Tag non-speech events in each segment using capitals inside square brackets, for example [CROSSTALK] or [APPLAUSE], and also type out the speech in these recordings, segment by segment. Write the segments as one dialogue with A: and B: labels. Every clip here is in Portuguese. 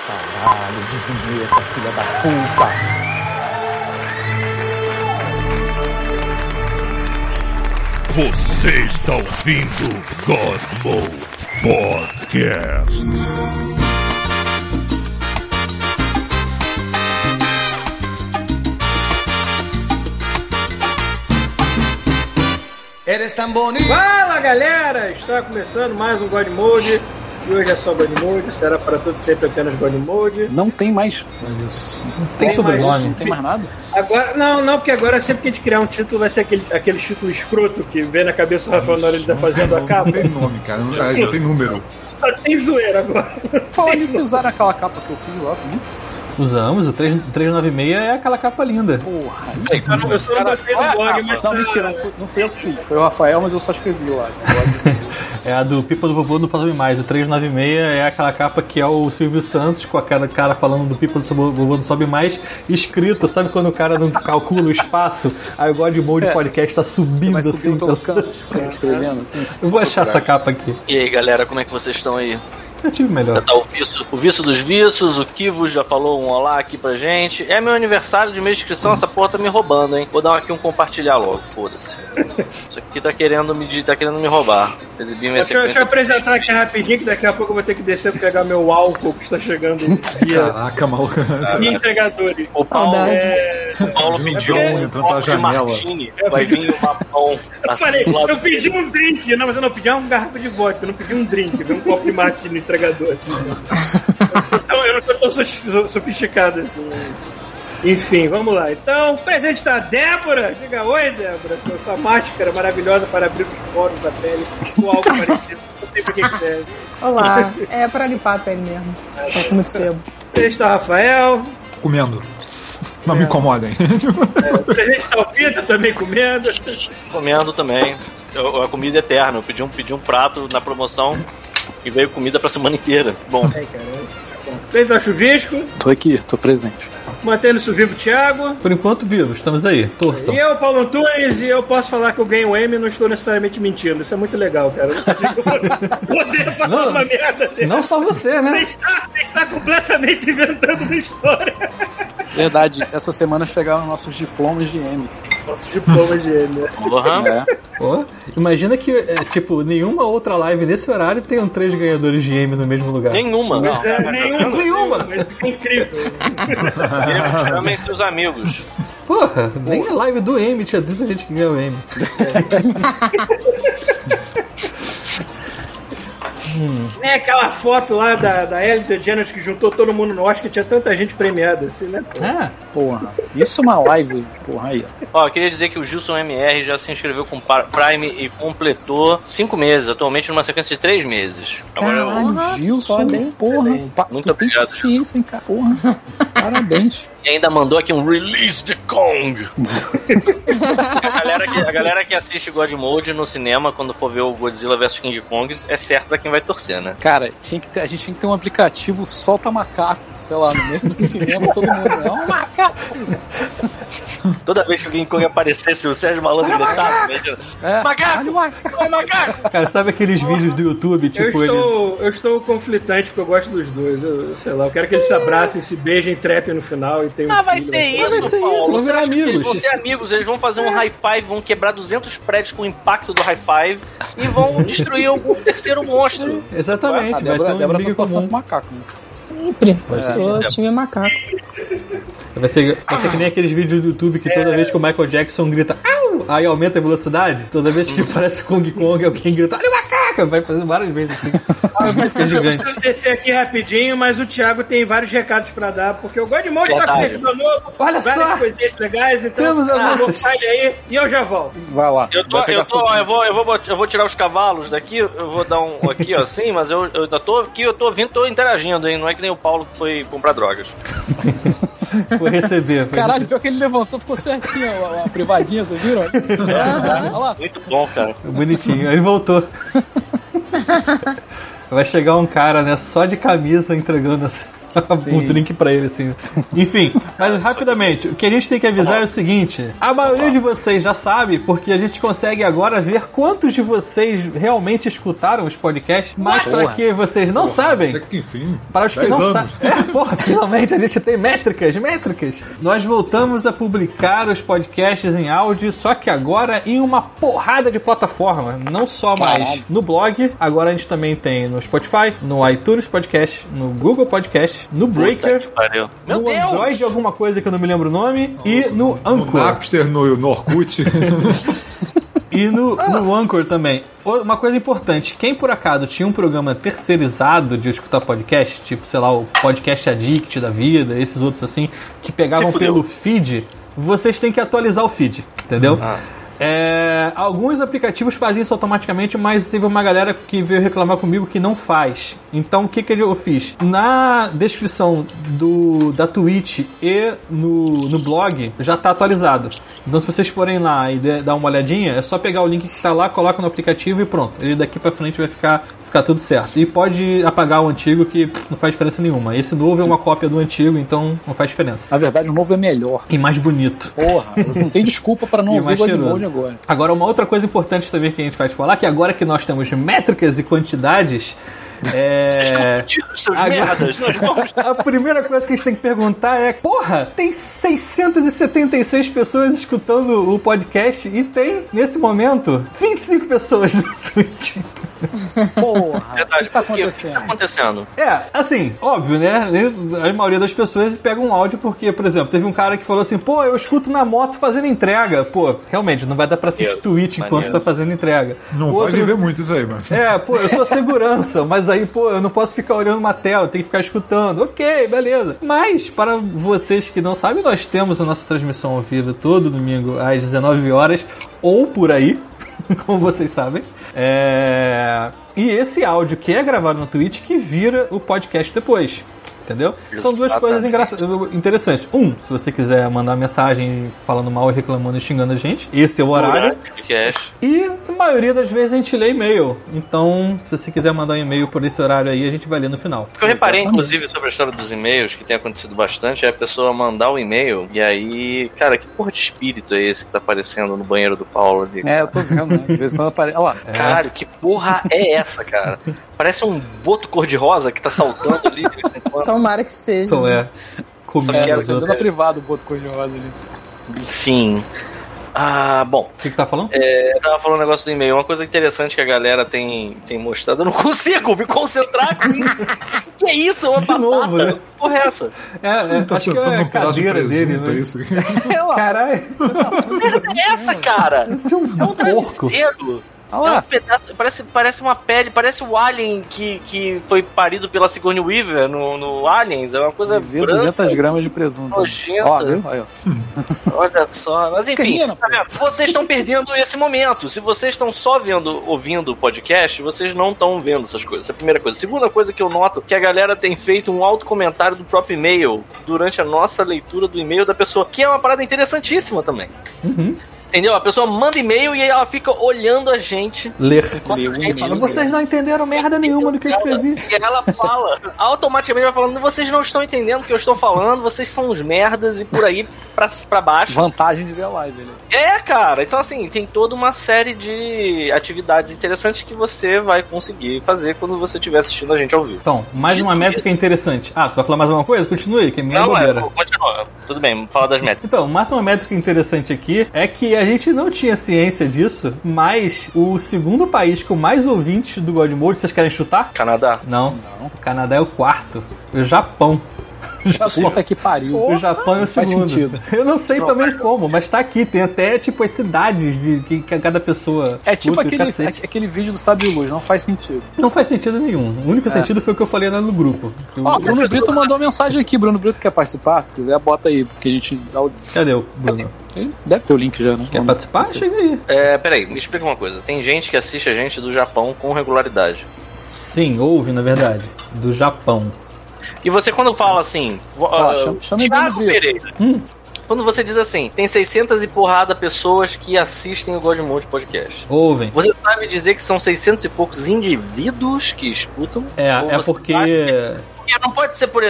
A: Caralho, de vinheta, filha da puta.
B: Você está ouvindo God Mode Podcast.
C: Eres tan bonito.
D: Fala galera, está começando mais um God Mode. E hoje é só God Mode, será para todo sempre apenas God Mode.
A: Não tem mais. Meu Deus. Não tem,
D: Tem
A: sobrenome,
D: mais. um
A: não tem mais nada.
D: Agora, não, não, porque agora sempre que a gente criar um título vai ser aquele, aquele título escroto que vem na cabeça do Rafael na hora de tá fazendo a capa.
E: Não tem nome, cara. Não, ah, não tem número.
D: Só tem zoeira agora.
A: Falar nisso, vocês usaram aquela capa que eu fiz lá bonito?
F: Usamos, o 3, 396 é aquela capa linda.
A: Porra,
D: Eu só não, eu só não botei no blog, mas. tá-
A: Não, mentira, não fui, não fui eu que fiz. Foi o Rafael, mas eu só escrevi lá.
F: É a do Pipa do Vovô do Fazome Mais. O 396 é aquela capa que é o Silvio Santos com aquela cara falando do Pipa do Sobo- Vovô do Sobe Mais, escrito, sabe quando o cara não calcula o espaço? Aí o God Mode
A: É.
F: Podcast tá subindo
A: Mas
F: assim.
A: subiu pelo
F: pela-
A: canto, escrevendo assim.
F: Eu vou achar essa capa aqui.
G: E aí galera, como é que vocês estão aí?
F: Eu tive
G: Já
F: melhor.
G: tá o vício, o vício dos vícios, o Kivo já falou um olá aqui pra gente. É meu aniversário de minha inscrição, essa porra tá me roubando, hein? Vou dar aqui um compartilhar logo,
D: [LAUGHS]
G: foda-se. Isso aqui tá querendo me, tá querendo me roubar. Exibi minha
D: Deixa eu, deixa eu
G: sequência.
D: apresentar aqui rapidinho, que daqui a pouco eu vou ter que descer pra pegar meu álcool que
A: [LAUGHS]
D: está chegando via,
E: Caraca, maluco.
D: via entregadores.
G: O Paulo,
D: É,
G: o Paulo pediu
E: John
G: um
E: entrando pela
G: copo de
E: janela.
G: martini, vai vir um assim uma pão
D: [LAUGHS] eu falei, eu pedi um drink. Não, mas eu não pedi é uma garrafa de vodka, eu não pedi um drink, veio um copo de mate no entregador, assim. Então eu não sou tão sof- sofisticado assim. Enfim, vamos lá. Então, presente da Débora. Diga oi, Débora, com a sua máscara maravilhosa para abrir os poros da pele, com algo parecido. Não sei pra que que serve.
H: Olá, é pra limpar a pele mesmo. É como sebo.
D: Presente da Rafael. É.
E: Comendo. Não me incomodem.
D: Presente da Alpita também comendo.
G: comendo também. Eu- A comida é eterna, eu pedi um, pedi um prato na promoção e veio comida pra semana inteira.
D: [LAUGHS]
G: Bom,
D: Presente da Chuvisco.
A: Tô aqui, tô presente.
D: Mantendo-se vivo, Thiago.
F: Por enquanto, vivo, estamos aí. Torçam.
D: E eu, Paulo Antunes, e eu posso falar que eu ganhei o M e não estou necessariamente mentindo. Isso é muito legal, cara. [LAUGHS] Poder falar
F: Não,
D: uma merda dessa.
F: Não só você,
D: Você
F: né?
D: está, você está completamente inventando uma história.
A: Verdade, essa semana chegaram nossos diplomas de M.
D: Nosso diploma de M.
G: porra,
A: É,
F: Pô, imagina que, é, tipo, nenhuma outra live nesse horário tenham três ganhadores de M no mesmo lugar.
G: nenhuma.
D: Mas é, nenhuma.
F: Nenhuma.
D: Mas é incrível.
G: Chamem seus amigos.
F: Porra, nem a live do M tinha tanta gente que ganhou o M.
D: É aquela foto lá da, da Ellie DeGeneres que juntou todo mundo no Oscar. Tinha tanta gente premiada assim, né? pô?
F: Ah,
A: porra. Isso é uma live, porra, aí. ó.
G: Ó, eu queria dizer que o Gilson MR já se inscreveu com Par- Prime e completou cinco meses, atualmente numa sequência de três meses.
A: Caralho, Gilson, porra. Pa,
G: Muito
A: tu tem
G: obrigado,
A: paciência, hein, cara. Porra, parabéns.
G: E ainda mandou aqui um Release the Kong! a, galera que, a galera que assiste God Mode no cinema, quando for ver o Godzilla vs King Kong, é certo pra quem vai torcer, né?
A: Cara, tinha que ter- a gente tinha que ter um aplicativo solta macaco, sei lá, no meio do cinema, todo mundo. É um macaco!
G: Toda vez que o King Kong aparecesse, o Sérgio Malandro gritava. né?
A: É,
G: Macaco!
A: olha o macaco!
G: Ô, macaco!
F: cara, sabe aqueles vídeos do YouTube,
D: Eu
F: tipo, ele.
D: estou, eu estou conflitante porque eu gosto dos dois. Eu, eu sei lá, eu quero que eles se abracem, se beijem, trepem no final e tenham.
G: Ah,
D: um
G: vai
D: filho,
G: ser
D: né?
G: isso,
F: vai ser
G: Paulo.
F: isso, vão
G: Você
F: virar
G: acha que Eles vão
F: amigos.
G: ser amigos, eles vão fazer um high five, vão quebrar 200 prédios com o impacto do high five e vão destruir algum terceiro monstro.
F: Exatamente,
A: A
F: vai ter
A: Débora, a
F: um
A: Débora tá
F: inimigo
A: torcendo
F: comum.
A: pro macaco, né?
H: Sempre. Sou time macaco.
F: Vai ser, vai ser que nem aqueles vídeos do YouTube que toda vez que o Michael Jackson grita "Au!", aí aumenta a velocidade. Toda vez que aparece Kong Kong, alguém grita Olha o macaco! Vai fazendo várias vezes assim. é gigante.
D: Vou descer aqui rapidinho, mas o Thiago tem vários recados pra dar, porque o Godmode tá com
G: Verdade.
D: servidor novo.
F: Olha
D: várias
F: só!
D: coisinhas legais, então
F: Temos
D: ah,
F: avanços.
D: vou sair aí e eu já volto.
A: Vai lá.
G: Eu tô,
A: vai pegar
G: eu tô,
A: seu-
G: ó, eu vou, eu vou, bot- eu vou tirar os cavalos daqui, eu vou dar um aqui, ó, assim, mas eu, eu ainda tô aqui, eu tô vindo, tô interagindo, hein? Não é que nem o Paulo que foi comprar drogas.
F: Vou receber. foi
A: Caralho, pior que ele levantou, ficou certinho a, a privadinha, vocês viram? [LAUGHS] Olha lá.
G: Muito bom, cara.
F: receber. Bonitinho. Aí voltou. [LAUGHS] Vai chegar um cara, né, só de camisa entregando assim. o drink pra ele, assim. Enfim, mas rapidamente, o que a gente tem que avisar é o seguinte: a maioria de vocês já sabe, porque a gente consegue agora ver quantos de vocês realmente escutaram os podcasts, mas pra que vocês não sabem,
E: Até É que enfim.
F: para os que
E: Dez
F: não
E: anos.
F: sabem. É, porra, [LAUGHS] finalmente a gente tem métricas, métricas. Nós voltamos a publicar os podcasts em áudio, só que agora em uma porrada de plataforma. Não só mais no blog, agora a gente também tem no Spotify, no iTunes Podcast, no Google Podcast, no Breaker,
G: Valeu. Meu
F: no
G: Deus!
F: Android alguma coisa que eu não me lembro o nome, e no
E: No
F: Anchor.
E: Napster, no, no
F: [LAUGHS]
E: Orkut.
F: E no, no Anchor também. O- Uma coisa importante, quem por acaso tinha um programa terceirizado de escutar podcast, tipo, sei lá, o Podcast Addict da vida, esses outros assim, que pegavam
G: Se fudeu.
F: pelo feed, vocês têm que atualizar o feed, entendeu? É, alguns aplicativos fazem isso automaticamente, mas teve uma galera que veio reclamar comigo que não faz. Então o que, que eu fiz? Na descrição do, da Twitch e no, no blog já tá atualizado. Então se vocês forem lá e de- dar uma olhadinha, é só pegar o link que tá lá, coloca no aplicativo e pronto. Ele daqui pra frente vai ficar, ficar tudo certo. E pode apagar o antigo que não faz diferença nenhuma. Esse novo é uma cópia do antigo, então não faz diferença.
A: Na verdade, o novo é melhor.
F: E mais bonito.
A: Porra, não tem desculpa pra não
F: E
A: ouvir
F: mais
A: o God
F: cheiroso.
A: Mode agora.
F: Agora, uma outra coisa importante também que a gente faz falar, que agora que nós temos métricas e quantidades, é...
G: Tira os seus
F: Agora-
G: merdas,
A: [LAUGHS]
G: nós vamos.
F: a primeira coisa que a gente tem que perguntar é: porra, tem 676 pessoas escutando o podcast e tem, nesse momento, 25 pessoas no [LAUGHS] Twitch.
A: Porra, o que
G: Verdade,
A: que tá
G: por quê? O que tá
A: acontecendo?
G: acontecendo?
F: É, assim, óbvio, né? A maioria das pessoas pega um áudio porque, por exemplo, teve um cara que falou assim, pô, eu escuto na moto fazendo entrega. Pô, realmente, não vai dar pra assistir
G: Maneiro,
F: Twitch enquanto
G: maneiro.
F: tá fazendo entrega.
E: Não
F: O
E: vai viver muito isso aí, mano.
F: É, pô, eu sou segurança, mas aí, pô, eu não posso ficar olhando uma tela, eu tenho que ficar escutando. Ok, beleza. Mas, para vocês que não sabem, nós temos a nossa transmissão ao vivo todo domingo às 19 horas ou por aí, [LAUGHS] como vocês sabem. É... E esse áudio que é gravado no Twitch que vira o podcast depois. Entendeu? São duas
G: Exatamente.
F: coisas engraçadas, interessantes. Um, se você quiser mandar mensagem falando mal, reclamando e xingando a gente, esse é o horário.
G: Podcast.
F: E a maioria das vezes a gente lê e-mail. Então, se você quiser mandar um e-mail por esse horário aí, a gente vai ler no final.
G: O que eu reparei, inclusive, sobre a história dos e-mails, que tem acontecido bastante, é a pessoa mandar o e-mail e aí. Cara, que porra de espírito é esse que tá aparecendo no banheiro do Paulo ali?
A: É, eu tô vendo, né? De vez em quando aparece. Olha lá,
F: É.
G: Caralho, que porra é essa, cara? Parece um boto cor-de-rosa que tá saltando ali. de vez em quando.
H: Tomara que seja.
F: Então é. Comida
A: é,
G: quero
A: você
F: do
A: deu na privada o boto cor-de-rosa ali.
G: Enfim. Ah, bom.
F: O que, que tá falando?
G: Eu tava falando um negócio do e-mail. Uma coisa interessante que a galera tem, tem mostrado. Eu não [LAUGHS] consigo me concentrar com isso. que é isso? É Uma
F: De
G: batata?
F: novo, né?
G: Que porra é essa?
F: É, é,
E: Tá
F: acho que
E: sentando
F: é a
E: um pedaço de
F: cadeira
E: presunto,
F: dele,
E: é
F: né?
E: isso?
F: Caralho,
G: Que é essa, cara?
F: isso é um,
G: É um
F: porco.
A: Olha
G: travesseiro. É um
A: lá,
G: pedaço, parece, parece uma pele, parece o Alien que, que foi parido pela Sigourney Weaver no, no Aliens. É uma coisa
A: vê
G: branca.
A: 200 gramas de presunto.
G: nojenta.
A: Ó, viu? Aí, ó.
G: Olha só, mas enfim,
A: Termina,
G: tá vendo? vocês estão perdendo esse momento. Se vocês estão só vendo, ouvindo o podcast, vocês não estão vendo essas coisas. Essa é a primeira coisa. Segunda coisa que eu noto que a galera tem feito um alto comentário do próprio e-mail durante a nossa leitura do e-mail da pessoa, que é uma parada interessantíssima também.
F: Uhum.
G: Entendeu? A pessoa manda e-mail e aí ela fica olhando a gente.
F: Ler.
G: Quando a gente
F: Fala, vocês não entenderam merda nenhuma do que eu escrevi.
G: e ela fala, automaticamente vai falando, vocês não estão entendendo o que eu estou falando, vocês são uns merdas e por aí pra, pra baixo.
A: Vantagem de ver a live ali.
G: É, cara. Então, assim, tem toda uma série de atividades interessantes que você vai conseguir fazer quando você estiver assistindo a gente ao vivo.
F: Então, mais uma métrica interessante. Ah, tu vai falar mais uma coisa? Continue, que é minha
G: não, é,
F: bobeira.
G: continua. Tudo bem, fala das metas.
F: Então, mais uma métrica interessante aqui é que a gente não tinha ciência disso, mas o segundo país com mais ouvintes do God Mode, vocês querem chutar?
G: Canadá.
F: Não. O Canadá é o quarto. O Japão. [LAUGHS]
A: Puta que pariu.
F: o Japão é o
A: Tá faz
F: segundo.
A: sentido.
F: Eu não sei também como, mas tá aqui. Tem até, tipo, as cidades de que, que cada pessoa
A: É tipo
F: escuta e
A: aquele,
F: cacete.
A: aque- aquele vídeo do Sábio Luz, não faz sentido.
F: Não faz sentido nenhum. O único sentido foi o que eu falei lá no grupo. Eu-
A: Ó, É. Ah, Bruno Brito mandou mensagem aqui. Bruno Brito quer participar? Se quiser, bota aí, porque a gente dá o.
F: Cadê o Bruno?
A: Ele Deve ter o link já, né?
F: Quer participar? Chega aí.
G: É, peraí, me explica uma coisa. Tem gente que assiste a gente do Japão com regularidade.
F: Sim, houve, na verdade. Do Japão.
G: E você, quando fala assim. vo-
A: Ó,
G: ah,
A: chama- chama
G: Thiago
A: Bruno Brito.
G: Pereira.
F: Hum.
G: Quando você diz assim, tem 600 e porrada pessoas que assistem o Godmode Podcast.
F: Ouvem.
G: Você sabe dizer que são 600 e poucos indivíduos que escutam?
F: É,
G: Ou
F: é
G: você sabe
F: porque
G: que Porque não pode ser, por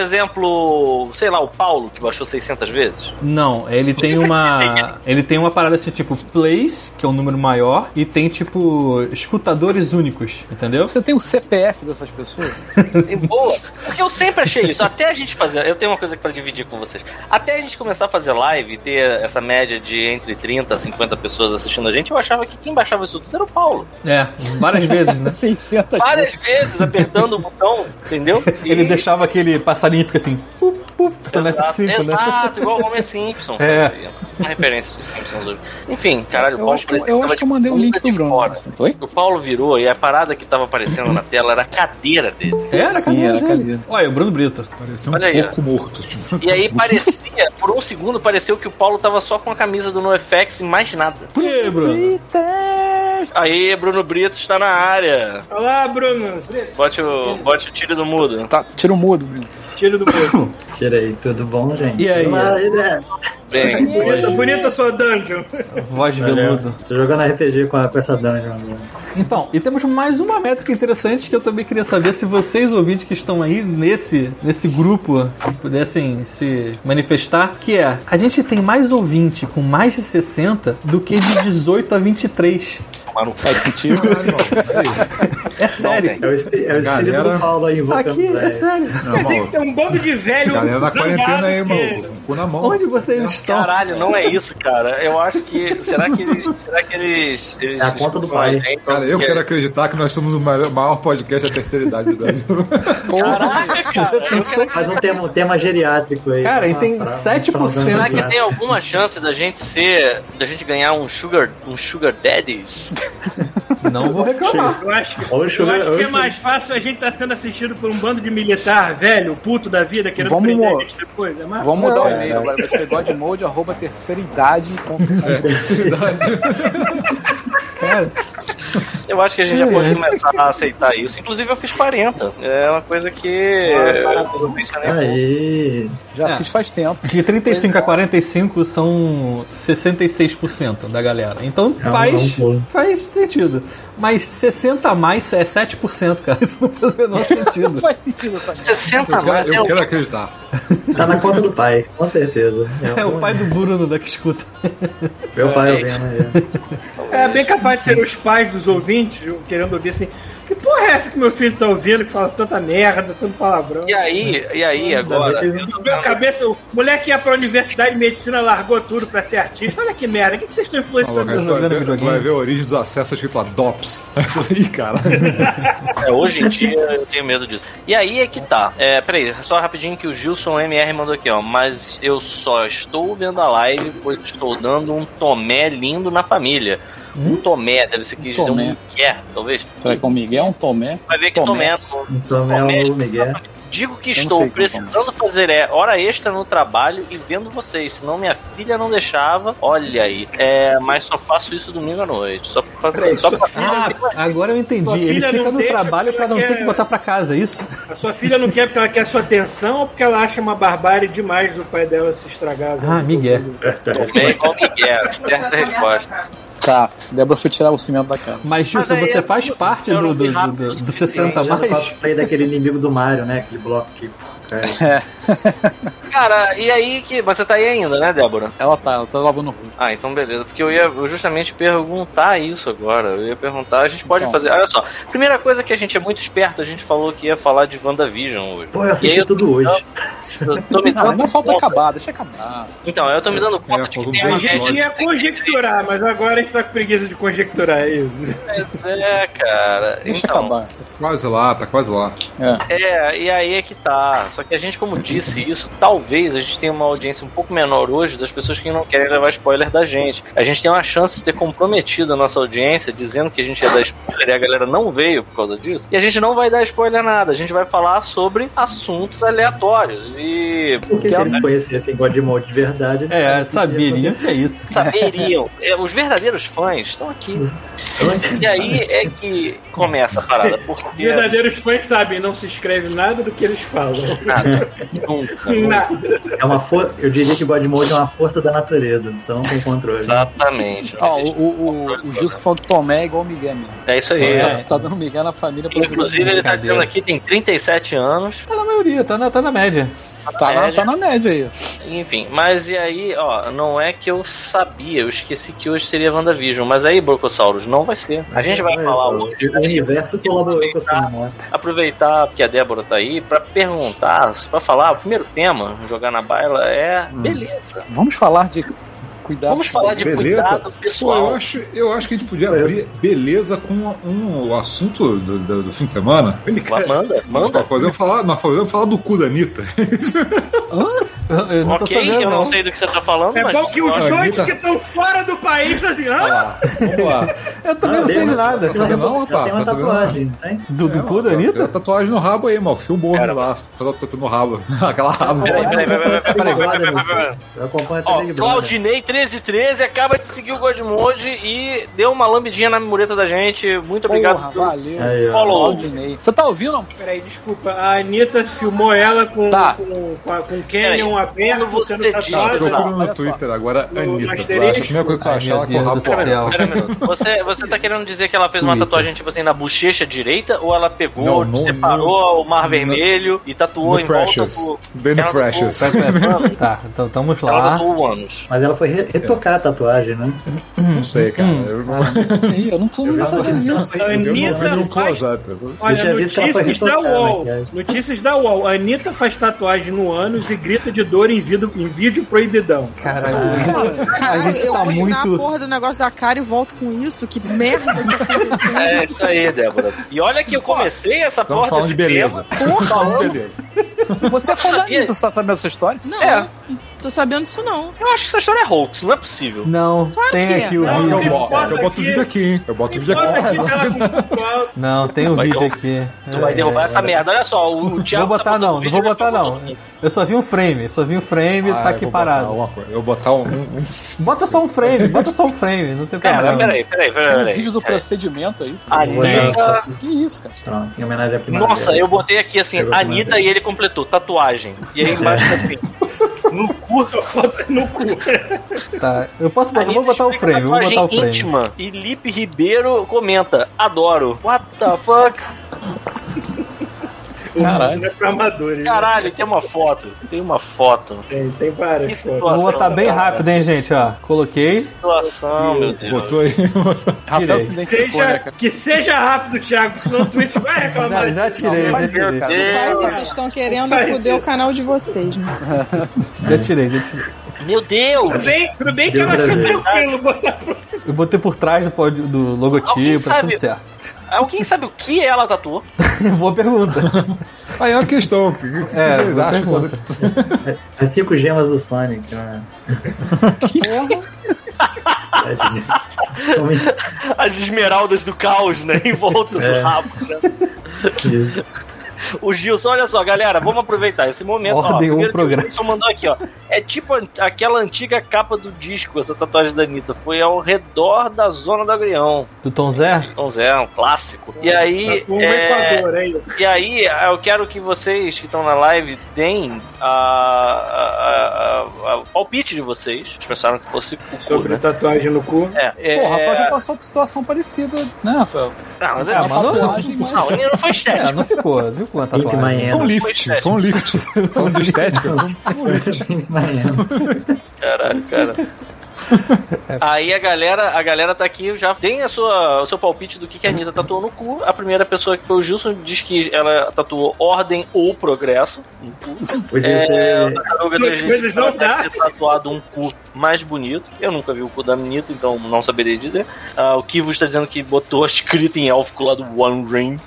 G: exemplo, sei lá, o Paulo, que baixou 600 vezes.
F: Não, ele tem uma. Ele tem uma parada assim, tipo, plays, que é um número maior, e tem, tipo, escutadores únicos, entendeu?
A: Você tem o CPF dessas pessoas? [LAUGHS]
G: E boa. Porque eu sempre achei isso. Até a gente fazer. Eu tenho uma coisa pra dividir com vocês. Até a gente começar a fazer live e ter essa média de entre 30 a 50 pessoas assistindo a gente, eu achava que quem baixava isso tudo era o Paulo.
F: É, várias vezes, né?
A: 600
G: Várias vezes apertando o botão, entendeu? E-
F: Ele deixava aquele passarinho fica assim, puf, puf, tocando
G: Exato,
F: F5, né?
G: exato, igual o Homer Simpson.
F: É.
G: fazia. Uma referência de Simpsons. hoje. Enfim, caralho, o
A: Eu
G: Paulo
A: acho que-
G: parecia
A: eu
G: tava
A: acho que eu
G: de
A: mandei o
G: bunda
A: link
G: de
A: pro Bruno,
G: fora.
A: assim. Oi?
G: O Paulo virou e a parada que tava aparecendo na tela era a cadeira dele.
F: Era,
A: Sim,
F: cadê?
A: era cadeira.
F: Olha, o Bruno Brito.
E: Parecia um
G: Olha aí, ó.
E: porco morto. Tipo,
G: E aí parecia, por um segundo, pareceu que o Paulo tava só com a camisa do NoFX e mais nada.
F: E aí, Bruno?
G: Aí, Bruno Brito está na área.
D: Olha lá, Bruno.
G: Bote o, bote o tiro do mudo.
A: Tá, tira o mudo, Bruno.
D: Tiro do Bruno.
C: Tirei, tudo bom, gente?
F: E aí?
C: Mas, é,
G: Bem,
D: bonita, bonita sua dungeon.
F: Voz de veludo.
C: tô jogando RPG com, a- com essa dungeon agora.
F: Então, e temos mais uma métrica interessante que eu também queria saber se vocês ouvintes que estão aí nesse, nesse grupo pudessem se manifestar, que é a gente tem mais ouvinte com mais de 60 do que de 18 a 23.
G: tomar no cu.
A: Faz sentido.
F: É sério.
C: É o, espi- é o espírito
E: Galera-
C: do Paulo aí
F: Tá
C: invocando
F: aqui,
C: o
F: é
C: velho.
F: sério.
E: Não, maluco.
D: Tem um bando de velho.
E: Galera na
D: zangado
E: quarentena aí,
D: que-
E: maluco. Com o cu na mão.
F: é Onde vocês estão?
G: Caralho, não é isso, cara. Eu acho que. Será que eles. Será que eles. eles
C: É a conta do
G: desculpam
C: pai.
G: a gente?
E: Cara, eu quero acreditar que nós somos o maior maior podcast da terceira idade do Brasil.
G: Caralho, cara. Eu quero
C: Faz um tema, um tema geriátrico aí. Tá
F: Cara, e
C: Uma
F: tem
C: parada,
F: 7%
C: uma
G: Será
C: fraldona
G: que tem
F: né?
G: alguma chance da gente ser. da gente ganhar um Sugar. um Sugar Daddy?
F: Não vou reclamar.
D: Eu acho, que-
C: Olha o
D: eu
C: sugar-
D: acho
E: né?
C: olha o
D: que é
C: sugar.
D: mais fácil a gente tá sendo assistido por um bando de militar velho, puto da vida, querendo
A: Vamos,
D: prender
A: ó.
D: a gente depois. É mais...
A: Vamos mudar o e-mail agora. Vai ser godmode, arroba terceiridade.
F: Cara,
G: Eu acho que a gente já
F: É.
G: pode começar a aceitar isso. Inclusive eu fiz 40. É uma coisa que. eu não penso nem um pouco.
C: Aí,
A: Já assiste faz tempo.
F: de 35 a 45 são 66% da galera. Então
C: É um bom
F: faz,
C: pulo.
F: faz sentido. Mas 60 a mais é 7%, cara. [LAUGHS] Isso não faz o
C: É um
F: menor
A: Não
F: sentido.
A: faz sentido essa
G: 60
E: Eu
G: mais
E: quero,
G: é
E: eu
G: o
E: quero acreditar.
C: tá na conta do pai, com certeza.
F: [LAUGHS] É o pai do Bruno da que escuta.
C: Meu pai ouvindo aí.
D: É bem capaz de ser os pais dos ouvintes querendo ouvir assim. Que porra é essa que meu filho tá ouvindo que fala tanta merda, tanto palavrão?
G: E aí, e aí, agora. eu tô
D: Meu
G: vendo-
D: cabeça, o moleque ia pra universidade de medicina, largou tudo pra ser artista. Olha que merda, o que que vocês estão
E: Maluco,
D: influenciando?
E: aí tu vai
F: tá jogando
E: ver-
F: videogame.
E: tu vai ver a origem dos acessos escrito lá, DOPS. [LAUGHS] Aí, cara.
G: É, hoje em dia eu tenho medo disso. E aí é que tá. É, peraí, só rapidinho que o Gilson MR mandou aqui, ó. Mas eu só estou vendo a live pois estou dando um tomé lindo na família. Um tomé, deve ser que dizer
A: Hum? Tomé.
G: um quer, talvez.
A: Será que é o Miguel, um Tomé?
G: Vai ver que
A: Tomé.
G: tomé. tomé
C: Então é o Miguel.
F: Tá
G: Digo que
A: Eu não
G: estou
A: sei como
G: precisando fazer é, hora extra no trabalho e vendo vocês, senão minha filha não deixava. Olha aí, é, mas só faço isso domingo à noite. Só pra fazer. Só pra
F: Ah, agora eu
D: Sua
F: entendi. Ele
D: filha
F: fica
D: não
F: no
D: deixa
F: trabalho
D: porque
F: pra não ter
D: quer-
F: que botar pra casa, é isso?
D: A sua filha não quer porque ela quer sua atenção ou porque ela acha uma barbárie demais do pai dela se estragar?
F: Ah, Miguel.
G: tomé igual Miguel. Certa resposta.
A: Tá, Débora foi tirar o cimento da cara.
F: Mas, Gilson,
G: aí
F: você
G: é-
F: faz parte
G: eu
F: do,
G: não fui
F: do, do,
G: rápido o
F: do, do
G: suficiente,
F: 60 a
C: Já no
F: mais?
C: cosplay daquele inimigo do Mario, né? Aquele bloco que. Cara,
G: Cara, e aí que. Mas você tá aí ainda, né, Débora?
A: Ela tá, ela tá lavando o rosto.
G: Ah, então beleza. Porque eu ia eu justamente perguntar isso agora. Eu ia perguntar, a gente pode
A: Então.
G: fazer. Olha só, primeira coisa que a gente é muito esperto, a gente falou que ia falar de WandaVision hoje.
C: pô, eu
G: E aí
C: assisti tudo hoje.
G: Eu tô me
A: Ah,
G: dando
A: ainda falta
G: conta-
A: acabar, É, um deixa acabar.
G: Então, eu tô me dando conta de que tem
D: A
G: uma
D: gente ia conjecturar, mas agora a gente tá com preguiça de conjecturar é isso.
G: Pois é, cara.
A: Deixa
G: então,
A: acabar.
E: Quase lá, tá quase lá.
A: É.
G: É, e aí é que tá. Só que a gente, como disse isso, talvez a gente tenha uma audiência um pouco menor hoje das pessoas que não querem levar spoiler da gente. A gente tem uma chance de ter comprometido a nossa audiência dizendo que a gente ia dar spoiler e a galera não veio por causa disso. E a gente não vai dar spoiler nada. A gente vai falar sobre assuntos aleatórios e
C: Porque se eles conhecessem Godmode de verdade. eles
F: É,
C: saberiam o que ia
F: saberia. É isso.
A: [LAUGHS]
G: saberiam. É, os verdadeiros seus fãs estão aqui. E aí é que começa a parada, porque
D: Verdadeiros fãs sabem, não se escreve nada do que eles falam.
G: nada, nunca, nunca.
D: Nada.
C: É uma for... Eu diria que Godmode é uma força da natureza, só não tem controle.
G: Exatamente.
A: Ó, o, o, o, o Gilson falando que Tomé é igual o Miguel mesmo.
G: É isso aí.
A: Tá, tá dando Miguel na família pra
G: Inclusive, ele tá
F: Brincadeira.
G: dizendo aqui, tem 37 anos.
F: Tá na maioria, tá na, tá na média.
G: é,
A: tá, na, tá na média aí.
G: Enfim, mas e aí, ó, não é que eu sabia, eu esqueci que hoje seria WandaVision, mas aí, Brocossauros, não vai ser. A gente vai
C: Mas,
G: falar um
C: ó,
G: hoje. né?
C: O universo colaborou com a sua nota.
G: Aproveitar que a Débora tá aí pra perguntar, pra falar, o primeiro tema, jogar na baila, é beleza.
A: Vamos falar de cuidado.
G: Vamos falar de
E: beleza?
G: cuidado
E: Pô, eu
G: pessoal.
E: acho, eu acho que a gente podia abrir beleza com um, o assunto do, do- do fim de semana.
G: Manda, manda.
E: Nós podemos falar, nós podemos falar do cu da Anitta.
F: Eu, eu não
G: ok,
F: tô sabendo,
G: eu não sei do que você tá falando,
D: É
G: mas.
D: bom que os
E: Olha,
D: dois
E: Anitta-
D: que estão fora do país estão assim, hã?
E: Vamos [LAUGHS] lá.
F: Eu também não sei de nada.
E: Tá sabendo não,
C: Já
E: rapaz?
C: tem uma
E: Tá sabendo
C: tatuagem, não tem?
F: Do, do cu da
E: Tá-
F: Anitta?
E: Tatuagem no rabo aí, mal. Filma o
G: Cara,
E: olho lá. Tá tatuando o rabo. [LAUGHS] Aquela rabo.
G: Peraí, peraí, peraí, peraí, peraí, peraí, peraí, peraí, peraí.
C: Eu acompanho até
G: Ó,
C: Big Brother.
G: Claudinei1313 acaba de seguir o Godmode e deu uma lambidinha na mureta da gente. Muito obrigado
A: Porra,
G: pelo
A: valeu.
C: Aí, ó.
G: follow.
A: Claudinei. Você tá ouvindo?
D: Peraí, desculpa. A Anitta filmou ela com,
A: Tá.
D: com, com, a- com o Canyon aberto,
G: Quando
D: sendo
G: você diz-
D: tatuado.
E: Procura
A: Olha só.
E: Tá no Twitter agora,
D: No
E: Anitta. Tu
D: asterisco.
E: acha? A primeira coisa que tu
F: Ai,
E: achar, ela com o
F: meu
E: rabo tá
F: Deus do
E: fora.
F: céu.
G: Pera um minuto. Você, você tá querendo dizer que ela fez uma
F: Twitter.
G: tatuagem, tipo assim, na bochecha direita? Ou ela pegou,
E: Não, não,
G: separou o mar
E: não.
G: vermelho e tatuou
E: No
G: em
E: Precious.
G: volta do.
E: Bem no
G: ela
E: Precious.
G: Tatuou,
F: Tá, então estamos
G: ela
F: lá.
G: tatuou o ânus.
C: Mas ela foi re- retocar a tatuagem, né?
E: Não sei, cara. Eu não-
H: né?
A: Ih, Eu não tô não tô sabendo disso.
E: eu não vi
D: Anitta
E: nenhum
D: faz
E: close-up. eu só-
C: Eu
D: Olha,
C: tinha visto que ela foi
D: notícias da
C: retocada,
D: UOL.
C: aliás.
D: Notícias da UOL. Anitta faz tatuagem no ânus e grita de dor em vídeo, em vídeo proibidão.
F: Caralho.
H: Caralho,
F: A gente
H: eu
F: tá
H: vou tirar
F: muito-
H: a porra do negócio da cara e volto com isso. Que merda que tá acontecendo.
G: É isso aí, Débora. E olha que eu comecei essa
E: Estamos
G: porta
E: falando
G: desse
E: de beleza.
G: tema.
E: Estamos falando de beleza.
A: Você é fã da
G: sabia.
A: Anitta, você tá sabendo essa história?
H: Não, tô sabendo disso não.
G: Eu acho que essa história é hoax, não é possível.
F: Não,
H: Claro que
F: tem
H: é.
F: aqui o
D: Não,
E: Eu
F: vídeo.
E: boto- Eu boto o vídeo aqui, hein? Eu boto o vídeo
D: Bota
E: [LAUGHS]
D: aqui
E: aqui. Ah,
D: ela com tudo alto.
F: Não, tem o
G: Vai
F: vídeo
G: derrubar-
F: aqui.
G: Tu vai
F: É,
G: derrubar essa
F: agora-
G: merda. Olha só, o o Thiago.
F: Vou
G: tá
F: botar
G: botando
F: não, não
G: vídeo
F: vou
G: e eu tô
F: botar não.
G: botando.
F: Eu só vi um frame, só vi um frame e
E: Ah,
F: tá
E: eu
F: aqui
E: vou botar
F: parado.
E: alguma coisa. Eu vou botar um- um
F: Bota só um frame, bota só um frame, não tem
G: Cara,
F: problema.
G: peraí, peraí,
A: Tem
G: peraí.
A: um vídeo do
G: peraí.
A: procedimento, é isso?
G: Anitta.
A: Que isso, cara?
C: Pronto, em homenagem à primeira.
G: tá- Nossa, eu botei aqui assim,
C: Pegou
G: Anitta
C: primeiro.
G: e ele completou, tatuagem. E aí embaixo tá assim,
F: [LAUGHS]
G: no cu,
D: Só falta no cu.
F: Tá, eu posso botar, vou
G: Anitta
F: botar o
G: explica
F: frame, vou
G: tatuagem
F: botar o frame.
G: íntima. E Lipe Ribeiro comenta, adoro. What the fuck?
A: Caralho.
D: É pra amadores.
G: Caralho, tem uma foto. Tem uma foto.
D: Tem, tem várias
G: Isso,
D: fotos.
F: Vou botar
G: Nossa,
F: bem
G: cara.
F: rápido, hein, gente, ó. Coloquei.
G: Situação, meu Deus.
E: um Botou aí.
A: Rafael se identificou, né,
D: Seja,
A: cara?
D: que seja rápido, Thiago, senão o Twitch vai reclamar.
F: Já, já tirei, já
A: Mas,
F: tirei.
A: cara,
G: Deus.
H: Faz isso, vocês estão querendo
D: Faz
H: foder
D: isso.
H: o canal de vocês, né?
F: Já tirei, já tirei.
G: Meu
D: Tudo
G: Deus!
D: bem, tudo bem que eu
C: Deus
D: achei
C: Deus.
D: tranquilo botar pro...
F: Eu botei por trás do, pod- do
G: Alguém
F: logotipo, tá
G: sabe-
F: tudo certo. [LAUGHS]
G: Alguém sabe o que ela tatuou?
F: Boa pergunta.
E: [LAUGHS] Aí é uma questão. O que o que
F: É,
E: vocês
F: boa
E: acham?
F: pergunta.
C: As cinco gemas do
G: [LAUGHS]
C: Sonic, né?
H: Porra.
C: Tadinho. Como é
G: As esmeraldas do caos, né? Em volta do
C: É.
G: rabo, né?
C: que isso?
G: O Gilson, olha só, galera, vamos aproveitar esse momento. ó,
F: Ordem ou
G: primeiro que o
F: progresso.
G: Gilson mandou aqui, ó. É tipo an- aquela antiga capa do disco, essa tatuagem da Anitta. Foi ao redor da zona do Agrião.
F: Do Tom Zé?
G: Então, Zé, um clássico. E aí.
D: Um
G: é,
D: Equador, hein?
G: E aí, ah, eu quero que vocês que estão na live deem a, a- a- a- o palpite de vocês. Vocês pensaram que fosse o cu,
D: Sobre
G: né?
D: tatuagem no cu.
G: É, é,
A: Pô, o Rafael já passou por situação parecida, né, Rafael?
G: Não, mas é,
F: Ah,
A: Uma
F: mas não-
A: tatuagem, mas...
G: não, ele não foi chat.
F: É, não ficou, não ficou uma
C: Pink
F: tatuagem.
E: Foi um
C: Maena.
E: lift. Foi um lift. [LAUGHS] Falando de estética. foi um lift.
C: Pink Maena.
G: Caralho, cara. Aí a galera, a galera tá aqui já tem a sua, o seu palpite do que, que a Anitta tatuou no cu. A primeira pessoa que foi o Gilson diz que ela tatuou ordem ou progresso no cu.
C: Podia
G: É, o
C: ser.
G: Tartaruga
D: As
G: Ninja
D: duas coisas não
G: disse que ela
D: dá.
G: deve ter tatuado um cu mais bonito. Eu nunca vi o cu da Anitta, então não saberia dizer. Ah, o Kivo está dizendo que botou a escrita em élfico lá do One Ring.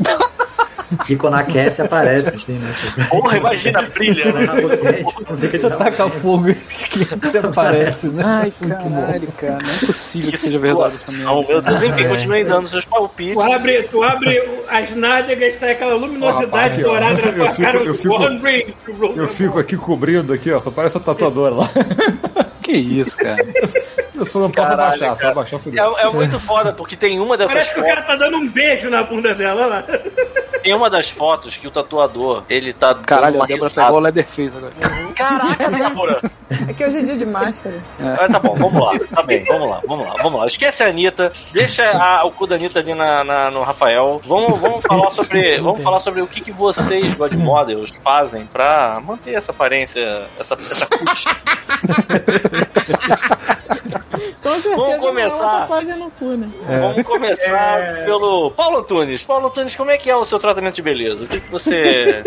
C: E quando aquece, aparece, assim, né?
G: Porra, imagina, brilha, né?
C: Rabo quente, não tem
F: Você
C: que dar um uma-
F: taca fogo [LAUGHS] e esquenta, parece, né?
A: Ai, caralho, cara, não é possível que seja verdade essa
G: situação,
A: merda.
G: meu Deus. Enfim, continuem dando seus palpites.
D: Tu abre, tu abre o- as nádegas sai aquela luminosidade
E: Ó, rapaz,
D: dourada na
E: eu
D: tua
E: fico-
D: cara.
E: eu fico-
D: One ring.
E: Eu fico aqui cobrindo aqui, ó. Só parece a tatuadora lá.
A: Que isso, cara?
E: [LAUGHS] Eu só não posso
G: Caralho,
E: abaixar, só
G: cara.
E: abaixar fudeu.
G: É, é muito foda, porque tem uma dessas
D: Parece que o
G: fotos,
D: cara tá dando um beijo na bunda dela, olha lá.
G: tem uma das fotos que o tatuador, ele tá dando
A: Caralho,
G: uma
A: a Débora tá
G: risada.
A: igual o Leatherface agora.
G: Caraca, Débora!
H: É que hoje é dia de máscara.
G: Ah, tá bom, vamos lá. Tá bem, vamos lá, vamos lá, vamos lá. Esquece a Anitta, deixa a- o cu da Anitta ali na, na- no Rafael. Vamos, vamos, falar sobre, vamos falar sobre o que, que vocês, God Models, fazem pra manter essa aparência, essa, essa cuxa.
H: Com certeza
G: Vamos começar.
H: não é uma tatuagem no cu, né?
G: Vamos começar pelo Paulo Antunes. Paulo Antunes, como é que é o seu tratamento de beleza? O que, que você.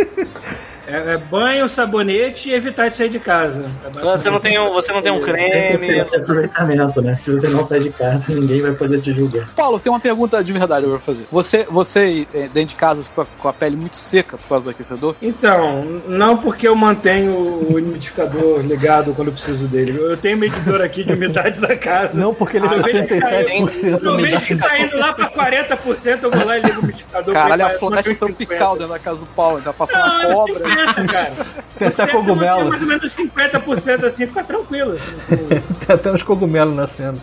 D: É, é banho, sabonete e evitar de sair de casa.
G: Você não tem um, você não tem um creme.
C: 100% de aproveitamento, né? Se você não sai de casa, ninguém vai poder te julgar.
A: Paulo, tem uma pergunta de verdade pra fazer. Você, você é, dentro de casa fica com a pele muito seca por causa do aquecedor?
D: Então, não porque eu mantenho o umidificador ligado quando eu preciso dele. Eu tenho medidor aqui de umidade da casa.
F: Não porque ele é
D: Ah,
F: 67%
D: No mês
F: umidade.
D: que tá indo lá pra 40%, eu vou lá e ligo o umidificador.
A: Caralho, a
D: pra-
A: floresta tá
D: pra 50.
A: tropical dentro da casa do Paulo. Tá passando
D: Não,
A: uma
D: era
A: cobra. Tá
D: 50,
A: [LAUGHS]
D: cara.
F: Tem até
D: Certo,
F: cogumelo.
D: manter Mais ou menos 50% assim, fica tranquilo. Assim.
F: Tem até uns cogumelos nascendo.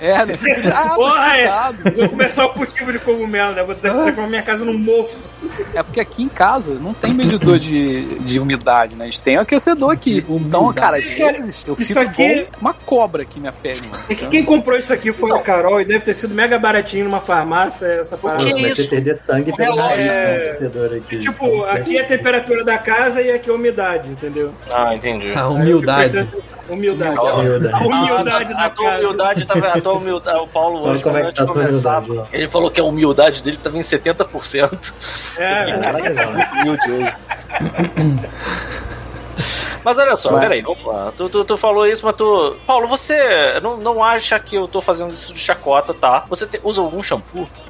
A: É, né? Ah,
D: Porra, é.
A: cuidado.
D: Vou começar o cultivo de cogumelo, né? Vou transformar minha casa num mofo.
A: É porque aqui em casa não tem medidor de, de umidade, né? A gente tem um aquecedor aqui.
F: De umidade.
A: Então, cara, às vezes eu
D: Isso
A: fico
D: aqui-
A: igual uma cobra aqui minha pele, mano.
D: É [LAUGHS] que quem comprou isso aqui foi o Carol e deve ter sido mega baratinho numa farmácia, essa parada.
G: Que
C: Vai
G: isso?
C: ter perder sangue pelo
G: Relógio.
C: nariz
D: É.
C: no aquecedor aqui.
D: Tipo, aqui é a temperatura da casa e aqui é a umidade, entendeu?
G: Ah, entendi.
F: A
D: Aí eu fico
F: humildade.
D: pensando- Humildade.
G: Humildade.
D: ó.
C: Humildade.
D: A [LAUGHS] humildade
G: Ah,
D: da
G: a tua
D: casa.
G: humildade tava. A tua humildade, o Paulo
C: Olha
G: hoje,
C: como
G: quando
C: é que
G: antes
C: tá
G: de
C: a tua
G: começar,
C: humildade.
G: ele falou que a humildade dele tava em 70%.
D: É,
G: [LAUGHS] Caraca, tá muito humilde hoje. Mas olha só,
A: Vai.
G: peraí, vamos lá. Tu, tu, tu falou isso, mas tu. Paulo, você não, não acha que eu tô fazendo isso de chacota, tá? Você te- usa algum shampoo? [LAUGHS]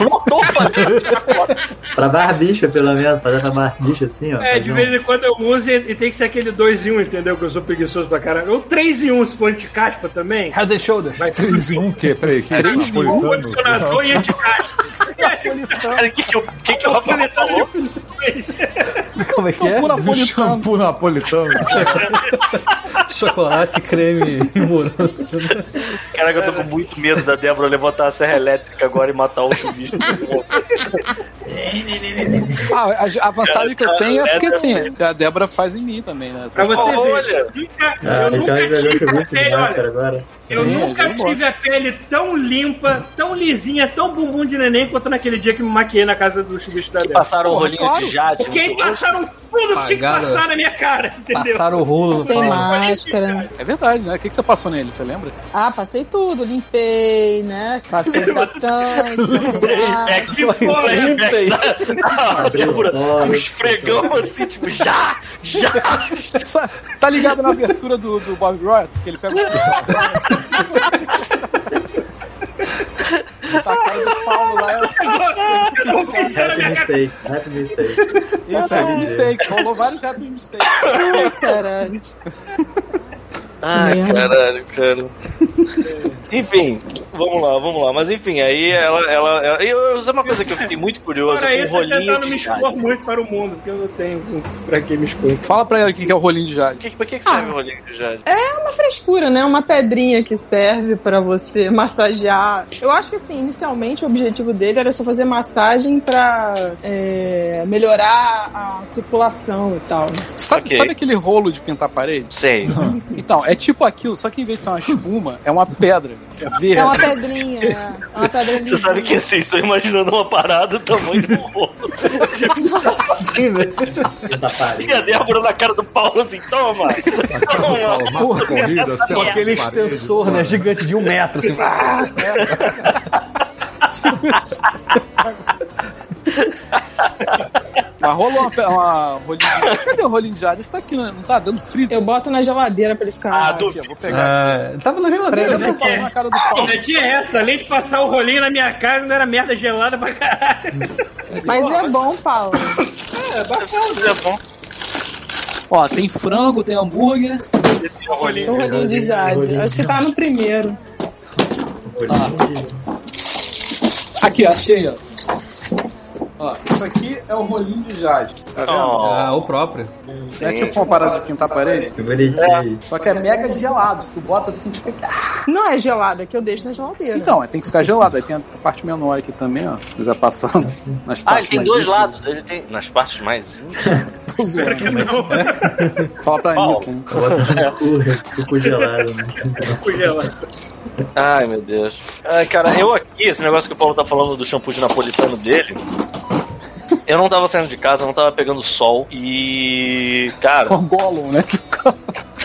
G: Eu não tô fazendo de chacota.
C: Pra barbicha, pelo menos. Fazer pra barbicha assim, ó.
D: é, de
C: fazer um-
D: vez em quando eu uso e, e tem que ser aquele 2 em 1, um, entendeu? Que eu sou preguiçoso pra caralho. Ou 3 em 1 um, se for anticaspa também.
F: Head and shoulders.
E: Vai 3 em 1 o quê? Peraí, que
D: Um
E: napolitano?
D: condicionador e anticaspa. É, tipo,
G: Cara, o que, que, eu- o que, que o
D: eu
G: Rafael falou?
D: um,
F: Como é que é?
A: Shampoo napolitano.
E: Shampoo napolitano.
F: Chocolate, creme e [LAUGHS] morango.
G: Caraca, eu tô com muito medo da Débora levantar a serra elétrica agora e matar o chuvisco.
A: Ah, a, a vantagem que eu
G: Cara,
A: tenho é porque
G: essa-
A: assim, a Débora faz em mim também, né?
D: Pra você ver,
G: Olha.
D: nunca-
C: Ah,
D: eu
C: então
D: nunca
C: ele jogou
D: tive
C: com
D: a
C: isso de
D: pele, olha,
C: máscara agora.
D: eu
A: Sim,
D: nunca
A: vamos
D: tive a pele tão limpa, tão lisinha, tão bumbum de neném quanto naquele dia que me maquiei na casa do chuvisco da Débora.
G: [LAUGHS] Passaram um
A: Porra,
G: rolinho
A: claro.
G: de jade.
D: Porque
G: no
D: aí
G: teu rosto.
D: passaram tudo que tinha que
F: Pagaram-
D: passar na minha cara, entendeu?
F: Passaram o rolo no
H: Sem
F: Paulo.
H: máscara.
A: É verdade, né? O que, que você passou nele, você lembra?
H: Ah, passei tudo. Limpei, né? Passei hidratante. passei
G: É
H: máscara.
G: que
D: Ah.
G: flashback da Débora.
C: Olha,
G: Um esfregão assim, tipo, já, já.
A: Sa- Tá ligado na abertura do, do Bob Ross? Porque
H: [LAUGHS]
A: ele pega o. tá a cara do Paulo lá.
D: Passaram na minha cara.
C: Happy mistakes, happy mistakes.
A: Isso, happy mistakes. Rolou vários happy mistakes.
H: Ai, caralho.
G: Ai,
H: Merda.
G: caralho, cara. enfim, vamos lá, vamos lá. Mas enfim, aí ela. ela, ela eu, eu usei uma coisa que eu fiquei muito curioso.
D: Fora
G: Um
D: isso, eu
G: rolinho
D: tentando me
G: de jade.
D: expor muito para o mundo, porque eu não tenho pra que me expor.
A: Fala pra ela o que que é o rolinho de jade.
G: Que- Pra que, que
D: Ah.
G: serve o rolinho de jade?
H: É uma frescura, né? Uma pedrinha que serve pra você massagear. Eu acho que, assim, inicialmente o objetivo dele era só fazer massagem pra é, melhorar a circulação e tal.
A: Sabe,
G: Ok.
A: sabe aquele rolo de pintar a parede?
G: Sei.
A: Então, é tipo aquilo, só que em vez de ter uma espuma, é uma pedra verde.
H: É uma pedrinha. É uma pedrinha.
G: [LAUGHS] Você sabe que assim, estou imaginando uma parada do tamanho do rolo.
F: Sim, né?
C: Da parede.
G: E a Débora na cara do Paulo assim, toma! Toma!
E: Massa corrida, assim,
F: Com
E: ó,
F: aquele
E: parede,
F: extensor, né?
E: cara.
F: Gigante de um metro. Assim, ah!
A: Mas rolou uma, pe- uma rolinho de jade. Cadê o rolinho de jade? Isso tá aqui, né? não tá dando frio.
H: Eu boto na geladeira pra ele ficar.
G: Ah, do-
A: Aqui, eu vou pegar.
F: Ah, tava na
A: Prenda
F: geladeira.
A: essa
F: né?
H: é.
A: palma na cara do Paulo.
D: Ainda tinha é essa, além de passar o rolinho na minha cara, não era merda gelada pra caralho.
H: Mas é bom, Paulo.
G: É bom.
A: Ó, tem frango, tem hambúrguer.
D: Esse
G: um
D: rolinho.
H: O um rolinho de Jade. Acho que tá no primeiro.
A: Ah. Aqui, achei, ó. Ó, Ó, isso aqui é o rolinho de jade, tá vendo?
G: Ó,
F: Ah, o próprio.
A: é
G: sim.
A: tipo uma parada de pintar a parede.
C: Que bonitinho.
A: Só que é mega gelado. Se tu bota assim, fica.
H: Não é gelado, é que eu deixo na geladeira.
A: Então, é, tem que ficar gelado. Aí tem a a parte menor aqui também, ó. Se quiser passar nas
G: Ah,
A: partes
G: ele tem
A: Tá mais
G: dois
A: íntimas.
G: lados. Ele tem. Nas partes mais íntimas.
A: Tô zoando.
D: Não,
G: é.
D: [LAUGHS]
A: Fala pra
G: Paulo.
A: Anitta, hein?
C: Eu boto de cu, cu gelado. né?
D: congelado.
G: Ai, meu Deus. Ai, cara, eu aqui, esse negócio que o Paulo tá falando do shampoo de napolitano dele. Eu não tava saindo de casa, eu não tava pegando sol e. Cara, [LAUGHS]
A: Com Gollum, né?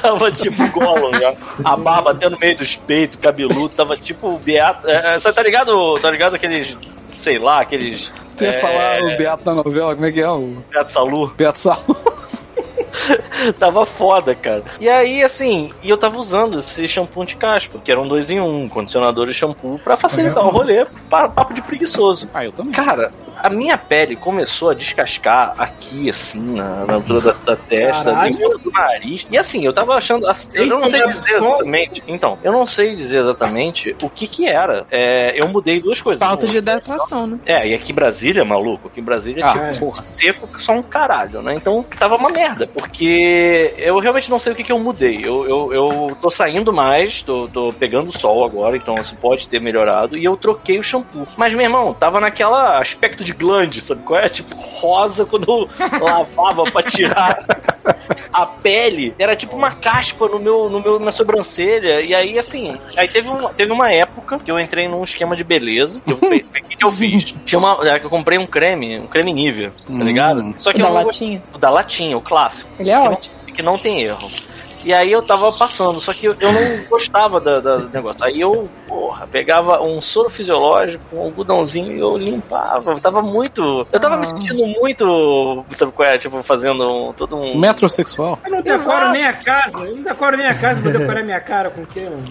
G: tava tipo Gollum já. A barba até no meio dos peitos, cabeludo, tava tipo Beato. É, é, sabe, tá ligado? Tá ligado aqueles. Sei lá, aqueles.
A: Tu ia
G: é,
A: falar o Beato da novela, como é que é? O
G: Beato Salu. [LAUGHS]
A: Beato Salo.
G: tava foda, cara. E aí, assim, e eu tava usando esse shampoo de caspa, que era um dois em um, condicionador e shampoo, pra facilitar o rolê, pa- papo de preguiçoso.
A: Ah, eu também.
G: Cara, a minha pele começou a descascar aqui, assim, na, na altura da, da testa,
D: Caralho.
G: dentro do nariz. E assim, eu tava achando. Assim, eu não sei
D: tomar
G: dizer
D: sol.
G: exatamente. Então, eu não sei dizer exatamente o que que era. É, eu mudei duas coisas.
H: Falta de hidratação, né?
G: É, e aqui em Brasília, maluco, aqui em Brasília,
A: Ah,
G: tipo,
A: é. porra.
G: seco que só um caralho, né? Então tava uma merda, porque eu realmente não sei o que, que eu mudei. Eu, eu, eu tô saindo mais, tô, tô pegando sol agora, então isso pode ter melhorado, e eu troquei o shampoo. Mas, meu irmão, tava naquela aspecto de glande, sabe qual é? Tipo, rosa quando eu lavava pra tirar a pele era tipo uma caspa no meu, no meu minha sobrancelha. E aí, assim, aí teve, um, teve uma época que eu entrei num esquema de beleza. que Eu, fe- o que, que eu fiz? Tinha uma, é, que eu comprei um creme, um creme Nivea, tá ligado?
A: Hum.
G: Só que
H: da
G: eu não-
H: latinha.
G: o da latinha, o clássico
H: Ele é
G: não-
H: ótimo.
G: que não tem erro. E aí eu tava passando, só que eu eu não gostava da, da- do negócio. Aí eu, porra, pegava um soro fisiológico, um algodãozinho e eu limpava. Eu tava muito. Eu
H: Ah.
G: tava me sentindo muito. Sabe qual é? Tipo, fazendo um- todo um.
A: Metrosexual.
D: Eu não decoro nem a casa, eu não decoro nem a casa, vou decorar minha cara com o quê, mano?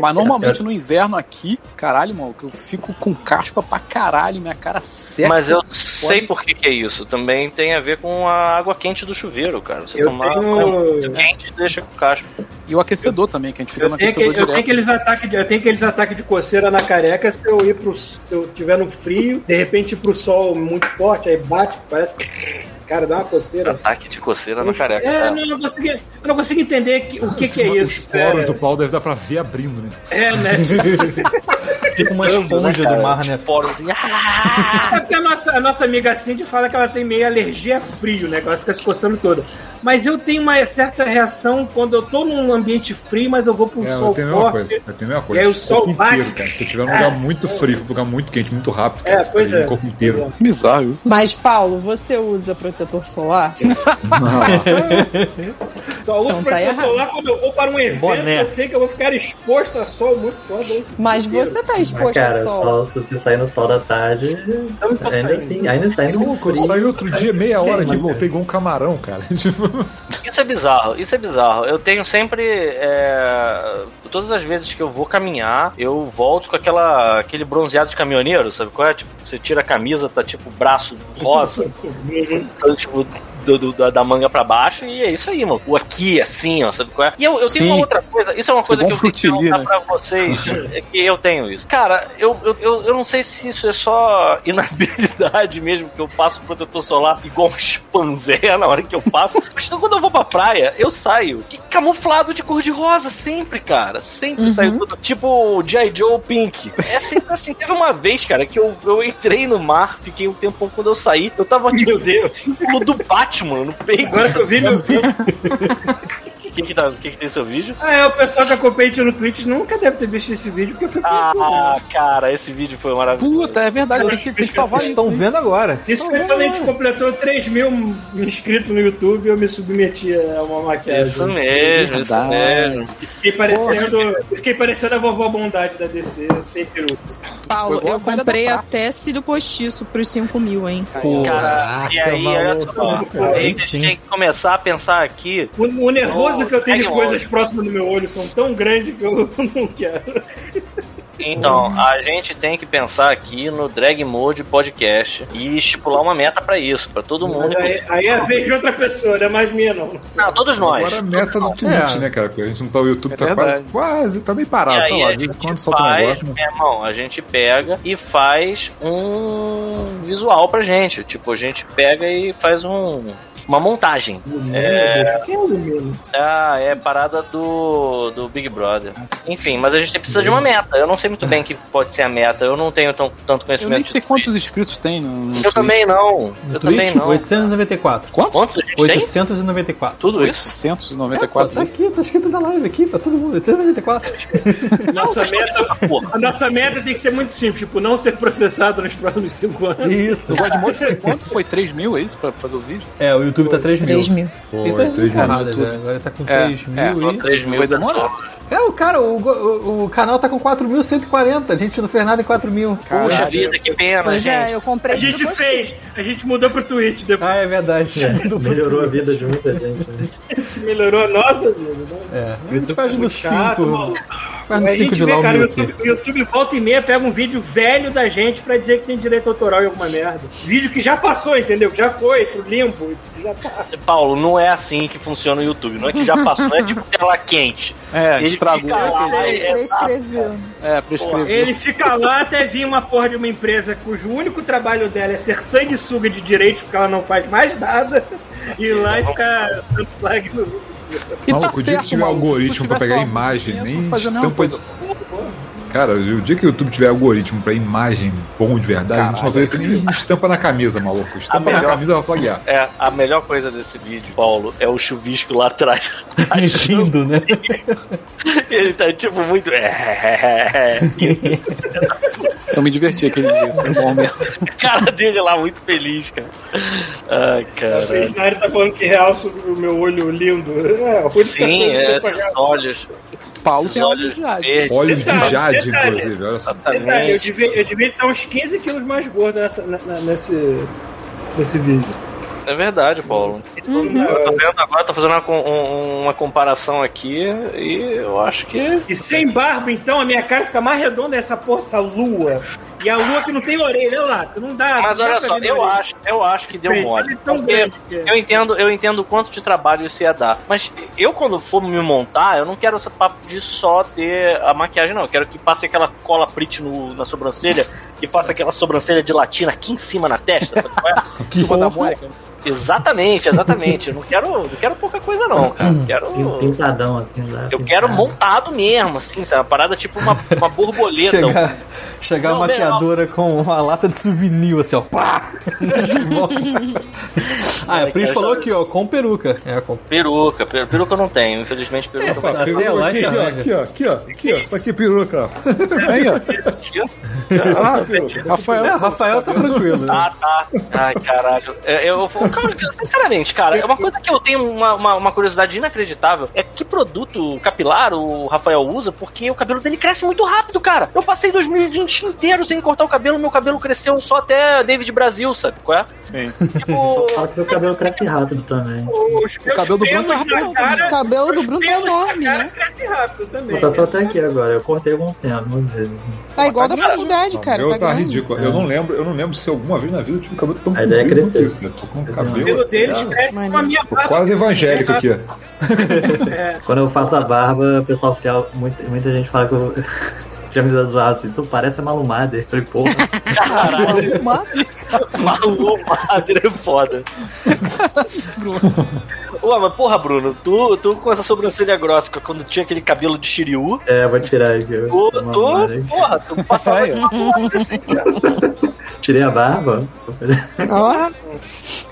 A: Mas normalmente no inverno aqui, caralho, maluco, eu fico com caspa pra caralho, minha cara seca.
G: Mas eu sei por que, que é isso. Também tem a ver com a água quente do chuveiro, cara. Você
D: Eu
G: tomar
D: tenho-
G: água muito quente deixa com caspa.
A: E o aquecedor também, que a gente fica no
D: Eu tenho,
A: aquecedor
D: aquele- eu, tenho
A: direto.
D: aqueles ataques de, eu tenho aqueles ataques de coceira na careca se eu ir pro. Se eu tiver no frio, de repente pro sol muito forte, aí bate, parece que. Cara, dá uma coceira.
G: Ataque de coceira Tá na careca.
D: É,
G: cara.
D: não, eu não consigo, eu não consigo entender que- o que, que é
E: Os
D: isso.
E: poros
D: É,
E: do pau deve dar pra ver abrindo, né?
D: é, né?
E: [LAUGHS]
F: Tipo uma
G: Né,
F: esponja
G: cara?
F: do mar, né?
G: Porozinho.
D: É porque a nossa, a nossa amiga Cindy fala que ela tem meio alergia a frio, né? Que ela fica se coçando toda. Mas eu tenho uma certa reação quando eu tô num ambiente frio, mas eu vou pro
E: É, eu
D: um sol
E: tenho a mesma coisa.
D: forte.
E: Eu tenho a mesma
D: E
E: coisa.
D: aí o sol
E: corpo
D: bate.
E: inteiro, cara. Se eu tiver num lugar muito frio, um lugar muito quente, muito rápido,
D: É,
E: cara,
D: pois
E: fica
D: é.
E: O corpo inteiro.
A: Bizarro isso.
H: Mas, Paulo, você usa protetor solar?
D: é. Então, eu uso
H: Então tá
D: protetor
H: errado.
D: solar quando eu vou para um evento,
F: Boné.
D: eu sei que eu vou ficar exposto a sol muito foda.
H: Mas você tá
C: Ah,
H: exposto
C: cara,
H: ao sol.
C: só se você sair no sol da tarde,
D: Eu não tô
C: ainda
D: saindo.
C: assim, ainda sai no né?
E: Louco, [LAUGHS] eu
C: frio.
E: saí outro dia, meia hora que voltei igual um camarão, cara. [LAUGHS] Tipo,
G: Isso é bizarro, isso é bizarro. Eu tenho sempre. é, Todas as vezes que eu vou caminhar, eu volto com aquela, aquele bronzeado de caminhoneiro, sabe qual é? Tipo, você tira a camisa, tá tipo braço
A: [LAUGHS]
G: rosa,
A: Uhum.
G: sabe, tipo, do- do- da, da manga pra baixo, e é isso aí, mano. O aqui, assim, ó, sabe qual é? E eu, eu tenho
A: Sim.
G: uma outra coisa, isso é uma coisa
A: bom
G: que eu tenho que
A: frutili,
G: perguntar
A: né?
G: pra vocês, é que eu tenho isso. Cara, eu, eu, eu, eu não sei se isso é só inabilidade [LAUGHS] mesmo, que eu passo protetor solar igual um chimpanzé na hora que eu passo. Mas então, quando eu vou pra praia, eu saio que camuflado de cor de rosa, sempre, cara. Sempre
H: Uhum.
G: saio tudo. Tipo G.I. Joe Pink. É sempre assim. Teve uma vez, cara, que eu, eu entrei no mar, fiquei um tempão quando eu saí. Eu tava tipo
D: Meu Deus.
G: pulo do Batman no peito.
D: Agora que eu vi meu
C: assim.
D: vídeo.
G: O que que, tá, o que que tem seu vídeo?
D: Ah, é, o pessoal que acompanha a gente no Twitch nunca deve ter visto esse vídeo, porque foi
G: Ah, cara, esse vídeo foi maravilhoso.
A: Puta, é verdade, tem que, tem que salvar
F: Vocês
A: isso.
F: estão
A: hein?
F: vendo agora.
D: Isso foi quando a gente completou 3 mil inscritos no YouTube e eu me submeti a uma
G: Isso
D: maquiagem.
G: mesmo, isso
A: Verdade.
G: mesmo.
D: Fiquei parecendo, fiquei parecendo a vovó Bondade da DC, sem peruca.
H: Paulo,
A: Foi igual
H: eu
A: a velha da
H: comprei
A: praça.
H: até cílio postiço pros 5 mil, hein?
G: Cara, e aí, olha só.
F: cara,
G: Aí
F: aí
G: a gente
F: sim.
G: tem que começar a pensar aqui.
D: O, o nervoso
G: Oh,
D: que eu tenho de
G: pega
D: coisas
G: logo.
D: [LAUGHS] próximas do meu olho são tão grandes que eu não quero.
G: Então, a gente tem que pensar aqui no Drag Mode Podcast e estipular uma meta pra isso, pra todo mundo.
D: Mas aí, aí é a vez de outra pessoa, não é mais minha, não.
G: Não, todos nós.
E: Agora a meta do Twitch,
F: É.
E: né, cara? Porque a gente não tá, o YouTube
A: É
E: tá quase,
A: verdade.
E: quase, tá bem
G: E
E: parado, tá
G: aí
E: lá.
G: a
E: De vez em quando
G: gente
E: solta um
G: faz,
E: negócio, né?
G: meu irmão, a gente pega e faz um visual pra gente. Tipo, a gente pega e faz um. Uma montagem. É,
D: Quem é o Lumino?
G: ah, é parada do, do Big Brother. Enfim, mas a gente precisa de uma meta. Eu não sei muito bem que pode ser a meta. Eu não tenho tão, tanto
A: Eu
G: conhecimento.
A: nem sei
G: de
A: quantos inscritos tem no. no
G: Eu
A: Twitch.
G: também não.
F: No
G: Eu
F: Twitch,
G: também não.
F: 894.
A: Quantos?
G: Quantos a gente tem?
F: 894.
G: Tudo isso?
A: 894
F: tá aqui, tá escrito na live aqui pra todo mundo. 894.
D: Nossa meta,
G: Porra.
D: a nossa meta tem que ser muito simples, tipo, não ser processado nos próximos cinco anos.
F: Isso.
A: O Godmode foi quanto? Foi 3 mil, é isso? Pra fazer o vídeo?
F: É, o YouTube tá 3 mil.
H: 3 mil.
E: Pô,
D: tá
F: Então,
E: três
F: cara,
E: minutos.
A: no YouTube.
F: agora ele tá com
A: É,
F: 3
A: é,
F: mil aí.
G: 3 mil.
A: Vai demorar.
F: É, o cara, o, o, o canal tá com 4.140. A gente não fez nada em 4 mil.
G: Puxa
A: Caralho.
G: vida, que pena,
H: Pois
G: gente.
H: é, eu
D: A
H: comprei tudo
D: gente
H: com
D: fez, a gente mudou pro Twitch, depois
F: Ah, é verdade. [LAUGHS] Do-
C: Melhorou a vida de muita gente. né?
D: melhorou a nossa vida. né?
F: É, a gente faz no
D: muito
F: 5.
D: chato, maluco.
F: Faz no
D: A
F: 5
D: gente
F: de lá
D: vê,
F: o
D: cara, o
F: meu aqui.
D: YouTube, o YouTube volta e meia pega um vídeo velho da gente pra dizer que tem direito autoral e alguma merda. Vídeo que já passou, entendeu? Que já foi pro limbo. que Já tá.
G: Paulo, não é assim que funciona o YouTube. Não é que já passou, é tipo tela quente.
A: É,
G: Ele
A: estragou.
G: fica lá,
H: Ele
G: é,
H: prescreveu.
A: É, prescreveu.
D: Ele fica lá até vir uma porra de uma empresa cujo único trabalho dela é ser sanguessuga de direitos porque ela não faz mais nada. E ir lá e ficar dando flag no.
A: E tá
E: Maluco, o dia que
A: certo,
E: tiver
A: maluco.
E: algoritmo
A: Se
E: pra
A: tivesse
E: pegar
A: uma-
E: imagem,
A: eu tô
E: nem
A: um
E: Então
A: fazendo a mesma
E: estampa.
A: coisa.
E: Cara, o dia que o YouTube tiver algoritmo pra imagem bom de verdade, a gente não vai ter nem estampa na camisa, maluco. Estampa na
G: melhor-
E: camisa vai flaguear.
G: é, a melhor coisa desse vídeo, Paulo, é o chuvisco
A: [LAUGHS]
G: lá atrás.
F: Mentindo, né?
G: Ele tá tipo muito. é,
A: Eu me diverti aquele dia, foi bom mesmo.
G: cara dele lá muito feliz, cara. Ai,
D: O
G: cara.
D: Snyder tá falando que realça o meu olho lindo. É, a única
G: Sim,
D: coisa que
G: é,
D: eu pagava.
G: esses olhos,
A: Paulo
G: esses
A: tem olhos
G: olhos
A: de ágil.
G: verdes.
E: Olhos de
D: Detalhe,
E: jade,
D: detalhe.
E: inclusive. Olha só.
D: Detalhe, É, eu
G: Exatamente.
D: devia, eu devia estar uns 15 quilos mais gordo nessa, na- na- nesse, nesse vídeo.
G: É verdade, Paulo. Eu tô vendo agora, tô fazendo uma, com- um- uma comparação aqui e eu acho que.
D: E sem barba, então, a minha cara fica mais redonda é essa porra, essa lua. E a lua que não tem orelha, olha lá, Ah, que não dá.
G: Mas
D: não dá
G: olha
D: pra
G: só,
D: ver na
G: eu
D: orelha.
G: acho, eu acho que deu
D: Bem,
G: mole.
D: ele é tão
G: Porque
D: grande que é.
G: eu entendo, eu entendo o quanto de trabalho isso ia dar. Mas eu quando for me montar, eu não quero esse papo de só ter a maquiagem, não. Eu quero que passe aquela cola print no- na sobrancelha e faça aquela sobrancelha de latina aqui em cima na testa, sabe? qual é? Turma da Mônica. Exatamente, exatamente. Eu não quero, não quero pouca coisa, não, cara. Eu
C: Pin-
G: Quero.
C: Pintadão, assim. Lá,
G: Eu quero
C: pintado.
G: montado mesmo, assim, sabe? Uma parada tipo uma, uma borboleta.
F: Chegar, chegar
G: Não,
F: a maquiadora com uma lata de souvenir, assim, ó. Pá! ah, a Pris falou aqui, ó, com peruca. É, com
G: um Peruca, peru- peruca eu não tenho, infelizmente peruca
F: Tá
E: Tá,
F: até
E: pegou
F: lá,
E: aqui,
F: que
E: ó,
F: arranha.
E: aqui, ó, aqui, ó, aqui, ó. Tá aqui, peruca.
A: Aí, ó,
G: Ah,
A: Rafael,
F: É, o Rafael tá tranquilo, né?
G: Ah, tá. Ai, caralho. É, Eu, eu, cara, eu- sinceramente, cara, é uma coisa que eu tenho uma, uma, uma curiosidade inacreditável. É que produto capilar o Rafael usa, porque o cabelo dele cresce muito rápido, cara. Eu passei 2020 inteiro sem cortar o cabelo, meu cabelo cresceu só até David Brasil, sabe qual é?
A: Sim.
C: [LAUGHS]
G: Tipo,
C: Só que meu cabelo cresce rápido também.
D: Os meus
A: cabelo do Bruno
D: pelos
H: tá
D: na
H: rápido,
D: cara-
H: o cabelo do
D: os
H: Bruno tá
D: pelos na
H: enorme,
D: cara
H: né?
D: cresce rápido também.
C: Pô, tá só até aqui agora. Eu cortei alguns tempos, algumas vezes.
H: Tá igual da faculdade, cara.
E: eu
H: Tá
E: tá
H: grande.
E: ridículo. Eu não lembro, eu não lembro se alguma vez na vida eu tive um cabelo tão
C: A ideia é
E: comprido quanto
C: crescer.
E: isso, cara. Tô com um
D: O cabelo
E: cabelo
D: deles cresce
H: Mano.
D: com a minha
E: tô
D: barba.
E: quase evangélico aqui. ó.
C: Quando eu faço a barba, o pessoal fica. Muita, muita gente fala que eu. [LAUGHS] Já me zoado assim, tu parece a malumada. Eu falei, porra,
A: Caralho, mano.
G: [LAUGHS] Malu Madre é foda. Ué, mas porra, Bruno, tu, tu com essa sobrancelha grossa, é quando tinha aquele cabelo de Shiryu,
C: é, vou tirar aqui. eu
G: tu,
C: sou
G: tu,
C: malumada.
G: porra, tu passava
A: Aí, ó.
G: uma porra assim, cara.
C: Tirei a barba.
H: Ó,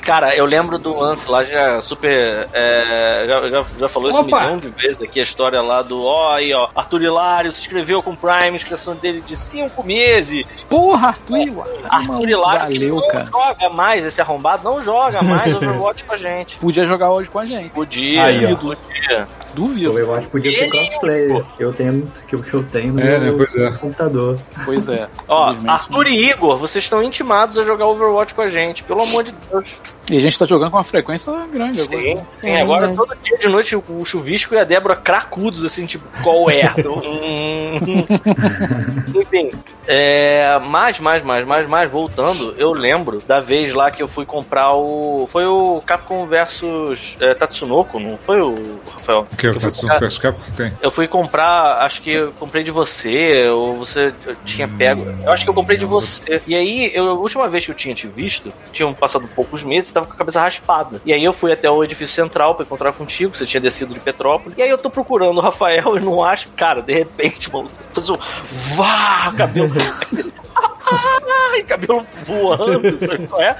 G: Cara, eu lembro do Lance lá, já super. é, já, já, já falou isso um
F: Opa!
G: milhão de vezes aqui, a história lá do. Ó, aí, ó. Arthur Hilário se inscreveu com o Prime, inscrição dele de 5 meses.
A: Porra, Arthur,
C: É.
G: Arthur
A: mano,
G: Hilário que
A: valeu,
G: não
A: cara.
G: joga mais, esse arrombado não
F: [LAUGHS]
G: joga mais Overwatch com a gente.
A: Podia jogar hoje com a gente.
G: Podia,
F: Aí, ó.
G: podia.
C: O
A: Duvido.
C: Overwatch podia ser
G: Ele-
C: crossplayer. Eu tenho que o que eu tenho no
E: É, né?
C: meu
E: Pois é.
C: computador.
A: Pois é.
G: Ó,
A: infelizmente.
G: Arthur e Igor, vocês estão intimados a jogar Overwatch com a gente, pelo amor de Deus.
A: E a gente tá jogando com uma frequência grande agora. né?
G: Sim, sim, agora todo dia de noite o chuvisco e a Débora cracudos, assim, tipo, qual é? Hum, Enfim, é, mais, mais, mais, mais, mais, voltando, eu lembro da vez lá que eu fui comprar o. Foi o Capcom versus é, Tatsunoko, não foi o Rafael?
E: Que é o
G: eu, fui
E: Tatsun
G: comprar-
E: Press Cap que tem.
G: eu fui comprar, acho que eu comprei de você, ou você tinha pego. Eu acho que eu comprei de você. E aí, eu, a última vez que eu tinha te visto, tinham passado poucos meses, eu tava com a cabeça raspada. E aí eu fui até o edifício central pra encontrar contigo, você tinha descido de Petrópolis. E aí eu tô procurando o Rafael e não acho. Cara, de repente, mano, faz um vá, cabelo. [LAUGHS] Ai, cabelo voando, sabe qual é?